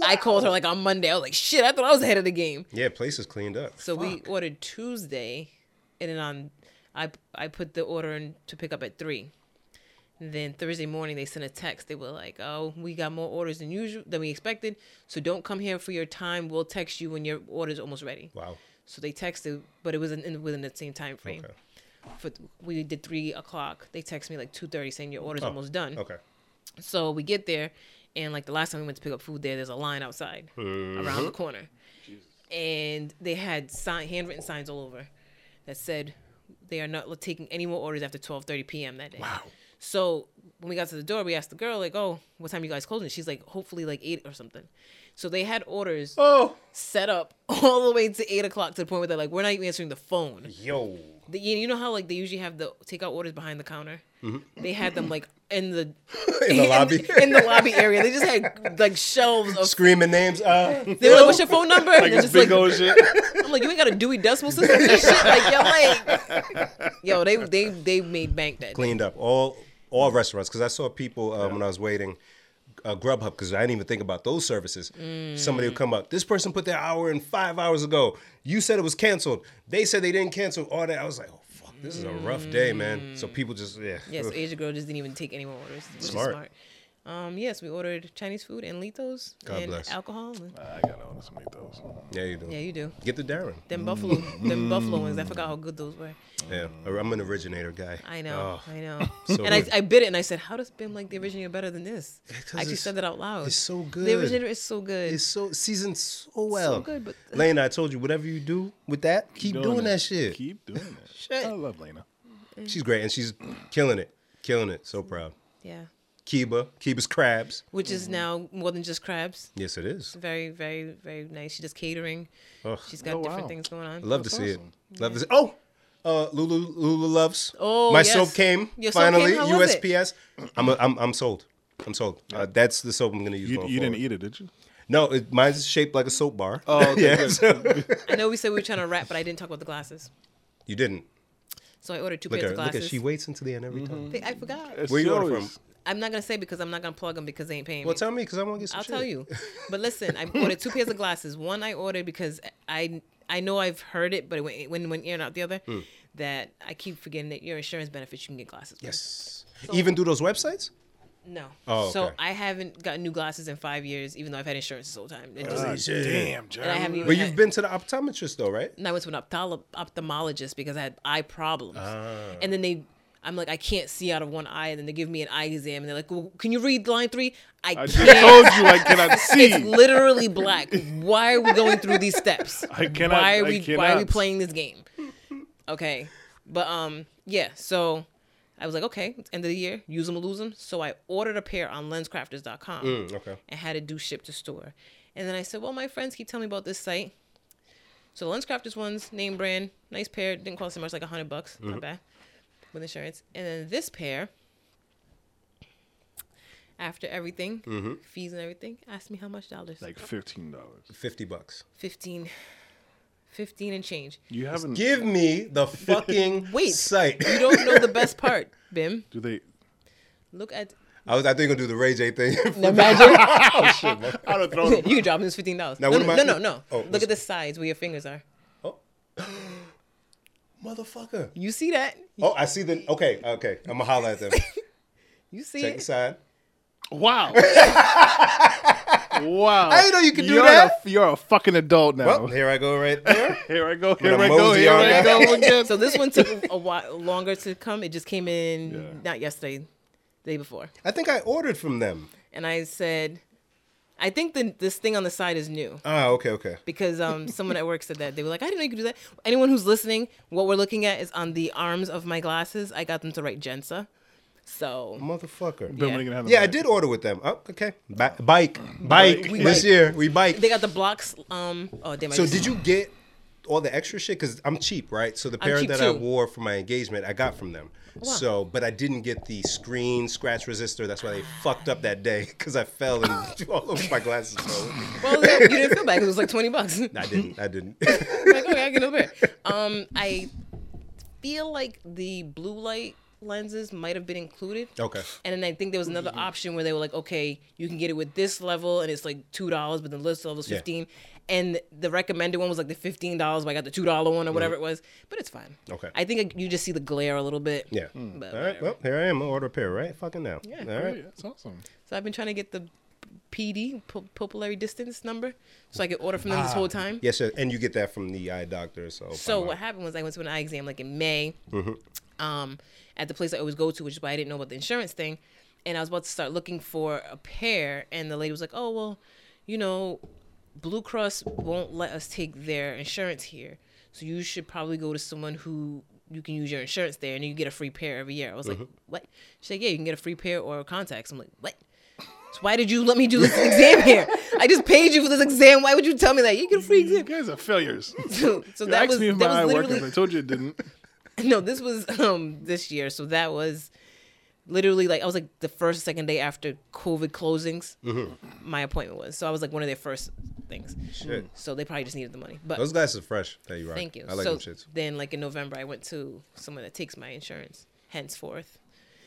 I called her like on Monday. I was like, "Shit, I thought I was ahead of the game."
Yeah, place is cleaned up.
So we ordered Tuesday, and then on I I put the order in to pick up at three. Then Thursday morning they sent a text. They were like, "Oh, we got more orders than usual than we expected, so don't come here for your time. We'll text you when your order's almost ready."
Wow.
So they texted, but it was in, in, within the same time frame.
Okay.
For we did three o'clock. They text me like two thirty saying your order's almost done.
Oh, Okay.
So we get there, and like the last time we went to pick up food there, there's a line outside around the corner, and they had sign, handwritten signs all over that said they are not taking any more orders after twelve thirty p.m. that day. Wow. So when we got to the door, we asked the girl like, "Oh, what time you guys closing?" She's like, "Hopefully like eight or something." So they had orders
Oh.
set up all the way to eight o'clock to the point where they're like, we're not even answering the phone.
Yo.
The- you you know how like they usually have the takeout orders behind the counter. They had them like in the
Mm-hmm. In the lobby.
in, the lobby area. They just had like shelves of.
Screaming names. Uh,
They were like, "What's your phone number?" And they're
It's
just
big
like,
old shit.
"I'm like, you ain't got a Dewey Decimal System and shit." Like, yo, like, yo, they they they made bank that. day.
cleaned up. All all restaurants. Because I saw people uh, when I was waiting. Uh, Grubhub, because I didn't even think about those services.
Mm.
Somebody would come up. This person put their hour in five hours ago. You said it was canceled. They said they didn't cancel. All that. I was like, oh fuck, this is a rough day, man. So people just yeah.
Yes,
Ugh.
Asia Girl just didn't even take any more orders. Which
Smart.
Is smart. Um, yes, we ordered Chinese food and litos
God
and
bless.
alcohol. and-
I got to order some of those.
yeah, you do.
yeah, you do.
Get the Darren.
Them buffalo, them buffalo wings. I
Mm.
forgot how good those were.
Yeah, I'm an originator guy.
Mm. I know,
Oh,
I know.
so
and I,
good.
I bit it and I said, "How does Bim like the originator better than this?" I actually
it's-
said that out loud.
it's so
The
good.
originator is so good.
It's so seasoned so well.
good, but-
Lena, I told you, whatever you do with that, keep doing, that shit.
Keep doing that shit. I love Lena.
She's great and she's killing it, killing it. So proud.
yeah,
Kiba, Kiba's crabs.
which is now more than just crabs.
Yes, it is.
Very, very, very nice. She does catering.
Ugh.
She's got
Oh,
different
wow.
things going on.
I love to see it. Love to see. Oh, uh, Lulu, Lulu loves. my
Oh, yes.
soap came
Your soap
finally.
came? How was it?
USPS. I'm, a, I'm I'm sold. I'm sold. Uh, that's the soap I'm gonna use.
You,
going
you didn't
forward.
eat it, did you?
No, it, mine's shaped like a soap bar. Oh,
yeah.
I know we said we were trying to rap, but I didn't talk about the glasses.
you didn't.
So I ordered two
Look at
pairs of
her. Look
glasses.
at. She waits until the end every
Mm-hmm.
time.
They- I forgot.
Where you order from?
I'm not gonna say because I'm not gonna plug them because they ain't paying
Well,
me.
tell me because I want to get some.
I'll
shit.
tell you. But listen, I ordered two pairs of glasses. One I ordered because I I know I've heard it, but it went it went in one ear and out the other. That I keep forgetting that your insurance benefits you can get glasses. with.
Yes. Even through those websites?
No.
Oh,
So
okay.
I haven't gotten new glasses in five years, even though I've had insurance this whole time. It just-
Ah.
Damn,
and I
Jerry.
haven't even.
But
had-
you've been to the optometrist though, right?
And I went to an optolo- ophthalmologist because I had eye problems. And then they, I'm like, I can't see out of one eye. And then they give me an eye exam. And they're like, well, can you read line three? I,
I just
can't.
told you I cannot
It's
see.
literally black. Why are we going through these steps?
I cannot-
Why are
I
we Why are we
cannot.
playing this game? Okay, but um, yeah. So I was like, okay, it's end of the year, use them or lose them. So I ordered a pair on LensCrafters.com
Okay.
and had it do ship to store. And then I said, well, my friends keep telling me about this site. So the LensCrafters ones, name brand, nice pair, didn't cost so much, like a hundred bucks,
Mm-hmm.
not bad, with insurance. And then this pair, after everything,
Mm-hmm.
fees and everything, asked me how much dollars.
Like fifteen dollars.
Fifty bucks.
15 15 and change
You haven't.
Give me the fucking
Hmm. Wait.
site.
you don't know the best part bim
Do they?
look at
I was I think I'm gonna do the Ray J thing.
imagine
I don't throw
you can drop this
Oh.
$15
Now,
no,
what am
no,
I-
no no no
Oh,
look
what's-
at the sides where your fingers are
oh, Motherfucker.
You see that?
Oh, I see the. Okay, okay. I'm gonna holler at them.
You see
Take
it?
the side.
Wow. wow. I
didn't know you could do
you're
that.
A, you're a fucking adult now.
Oh.
Well, here I go right there.
here I go.
a
Here I go.
mosey
Here
on
I
that.
go again.
So this one took a while longer to come. It just came in not yesterday, the day before.
I think I ordered from them.
And I said, I think the, this thing on the side is new
Ah, okay, okay.
because um, someone at work said that. They were like, I didn't know you could do that. Anyone who's listening, what we're looking at is on the arms of my glasses. I got them to write Jensa. So
Motherfucker.
Been
Yeah.
ringing out of
Yeah, I
that.
did order with them. Oh, okay. Bi- bike, bike.
We
this
bike.
year we bike.
they got the blocks. Um, oh, damn. I
So
just-
did you get all the extra shit? Because I'm cheap, right? So the pair
cheap
that I
too. Oh,
wore for my engagement, I got from them. So, but I didn't get the screen scratch resistor. That's why they fucked up that day because I fell and all over my glasses. So
Well, no, you didn't feel bad 'cause it was like 20 bucks.
I didn't. I didn't.
like, okay, I get over it. Um, I feel like the blue light lenses might have been included.
okay.
And then I think there was another option where they were like, okay, you can get it with this level and it's like two dollars, but the list level is
Yeah.
fifteen. And the recommended one was like the fifteen dollars, but I got the two dollar one or whatever it was. But it's fine.
Okay.
I think like, you just see the glare a little bit.
Yeah.
But
All right. Well, here I am. I order a pair right fucking now.
Yeah.
All right.
Yeah, That's awesome.
So I've been trying to get the PD po- popularity distance number so I could order from them this whole time.
Yes, sir. and you get that from the eye doctor. So.
So
Uh-huh.
I'm
what
out.
happened was I went to an eye exam like in May,
Mm-hmm.
um, at the place I always go to, which is why I didn't know about the insurance thing, and I was about to start looking for a pair, and the lady was like, "Oh well, you know, Blue Cross won't let us take their insurance here, so you should probably go to someone who." You can use your insurance there, and you get a free pair every year. I was
Mm-hmm.
like, "What?" She's like, "Yeah, you can get a free pair or contacts." I'm like, "What?" So why did you let me do this exam here? I just paid you for this exam. Why would you tell me that? You get a free
You
exam.
guys are failures.
So, so
You
that
asked
was
me if
that
my eye
was
worked.
literally
I told you it didn't.
no, this was um this year, so that was literally like I was like the first second day after COVID closings.
Mm-hmm.
My appointment was so I was like one of their first things.
Shit.
So they probably just needed the money. But
Those glasses are fresh. That you rock.
thank you.
I like
so
them shits.
then, like in November, I went to someone that takes my insurance. Henceforth,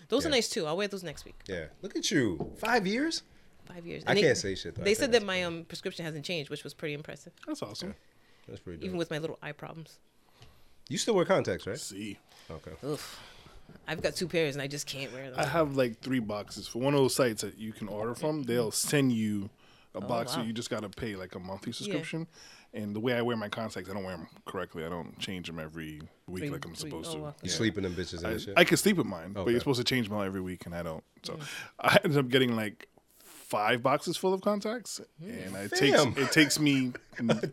those are
Yeah.
nice too. I'll wear those next week.
Yeah. Look at you. Five years.
Five years.
I
And
can't say shit, though. I
They
think
said
that's
that my um prescription hasn't changed, which was pretty impressive,
That's awesome.
That's pretty
even
dope.
with my little eye problems.
You still wear contacts, right?
See,
Okay.
Oof. I've got two pairs and I just can't wear them.
I have like three boxes for one of those sites that you can order from. They'll send you a box
Oh, wow.
so you just gotta pay like a monthly subscription. And the way I wear my contacts, I don't wear them correctly. I don't change them every week
Three-
like I'm
three-
supposed
oh,
to.
wow.
You sleeping them bitches and that shit.
I can sleep with mine, but
Okay.
you're supposed to change mine every week, and I don't. So I ended up getting like five boxes full of contacts,
Mm.
and it takes
Damn.
it takes me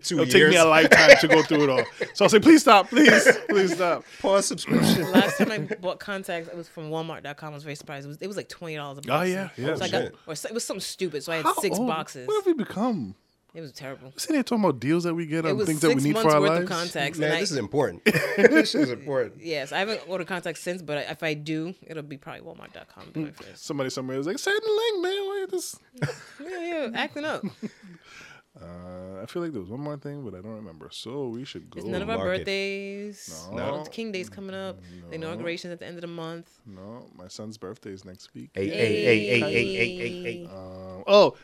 Two
it'll take me
years.
a lifetime to go through it all. So I'll say, please stop, please, please stop.
Pause subscription.
Last time I bought contacts, it was from Walmart.com. I was very surprised. It was, it was like twenty dollars a box.
Oh, yeah, yeah.
So I got,
Shit.
or so- it was something stupid. So I had
How
six
old-
boxes.
What have we become?
It was terrible.
Sitting here talking about deals that we get
It
on
was
things
six
that we need
months
for our
worth
lives.
of contacts.
Man,
and I,
this is important. this shit is important.
yes, I haven't ordered contacts since, but I- if I do, it'll be probably Walmart.com. be my first.
Somebody somewhere is like, send the link, man. Why you this?
yeah, yeah, acting up.
Uh, I feel like there was one more thing, but I don't remember. So we should go.
It's none of our
market.
birthdays.
No.
Martin Luther King Day's coming up. The inauguration's at the end of the month.
no, my son's birthday is next week.
Hey, hey, hey, hey, hey, hey, hey, hey.
Oh,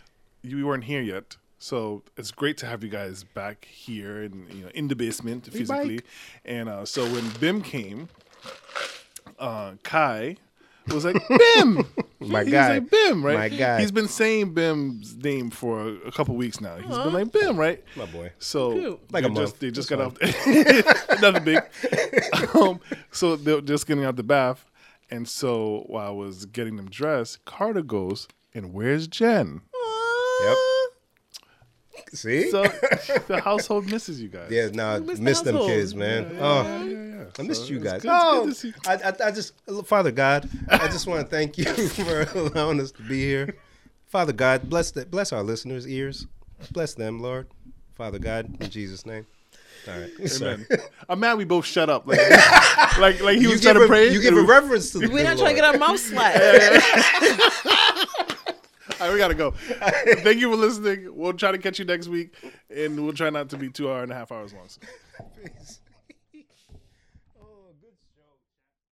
you weren't here yet. So it's great to have you guys back here and you know in the basement physically. And uh, so when Bim came, uh, Kai was like Bim.
My
He's
guy.
like Bim, right?
My guy.
He's been saying Bim's name for a, a couple weeks now. He's
Uh-huh.
been like Bim, right?
My boy.
So
Cute.
Like
they
a
just,
month.
They just got off nothing big. um, so they're just getting out the bath, and so while I was getting them dressed, Carter goes and where's Jen?
Yep. See?
So the household misses you guys.
yeah, nah,
missed the
miss them
household.
kids, man. Oh,
Yeah, yeah.
I missed you guys.
good-
oh,
it's good to see-
I, I, I just, Father God, I just want to thank you for allowing us to be here. Father God, bless the, bless our listeners' ears. Bless them, Lord. Father God, in Jesus' name. All right. Sorry.
Amen. I'm mad we both shut up. Like, like, like he
You
was trying
give,
to
a,
pray.
you give a reverence to the
We're
good
not trying to get
Lord.
our mouth slapped.
All right, we gotta go. Thank you for listening. We'll try to catch you next week, and we'll try not to be two hour and a half hours long.
Peace. Oh,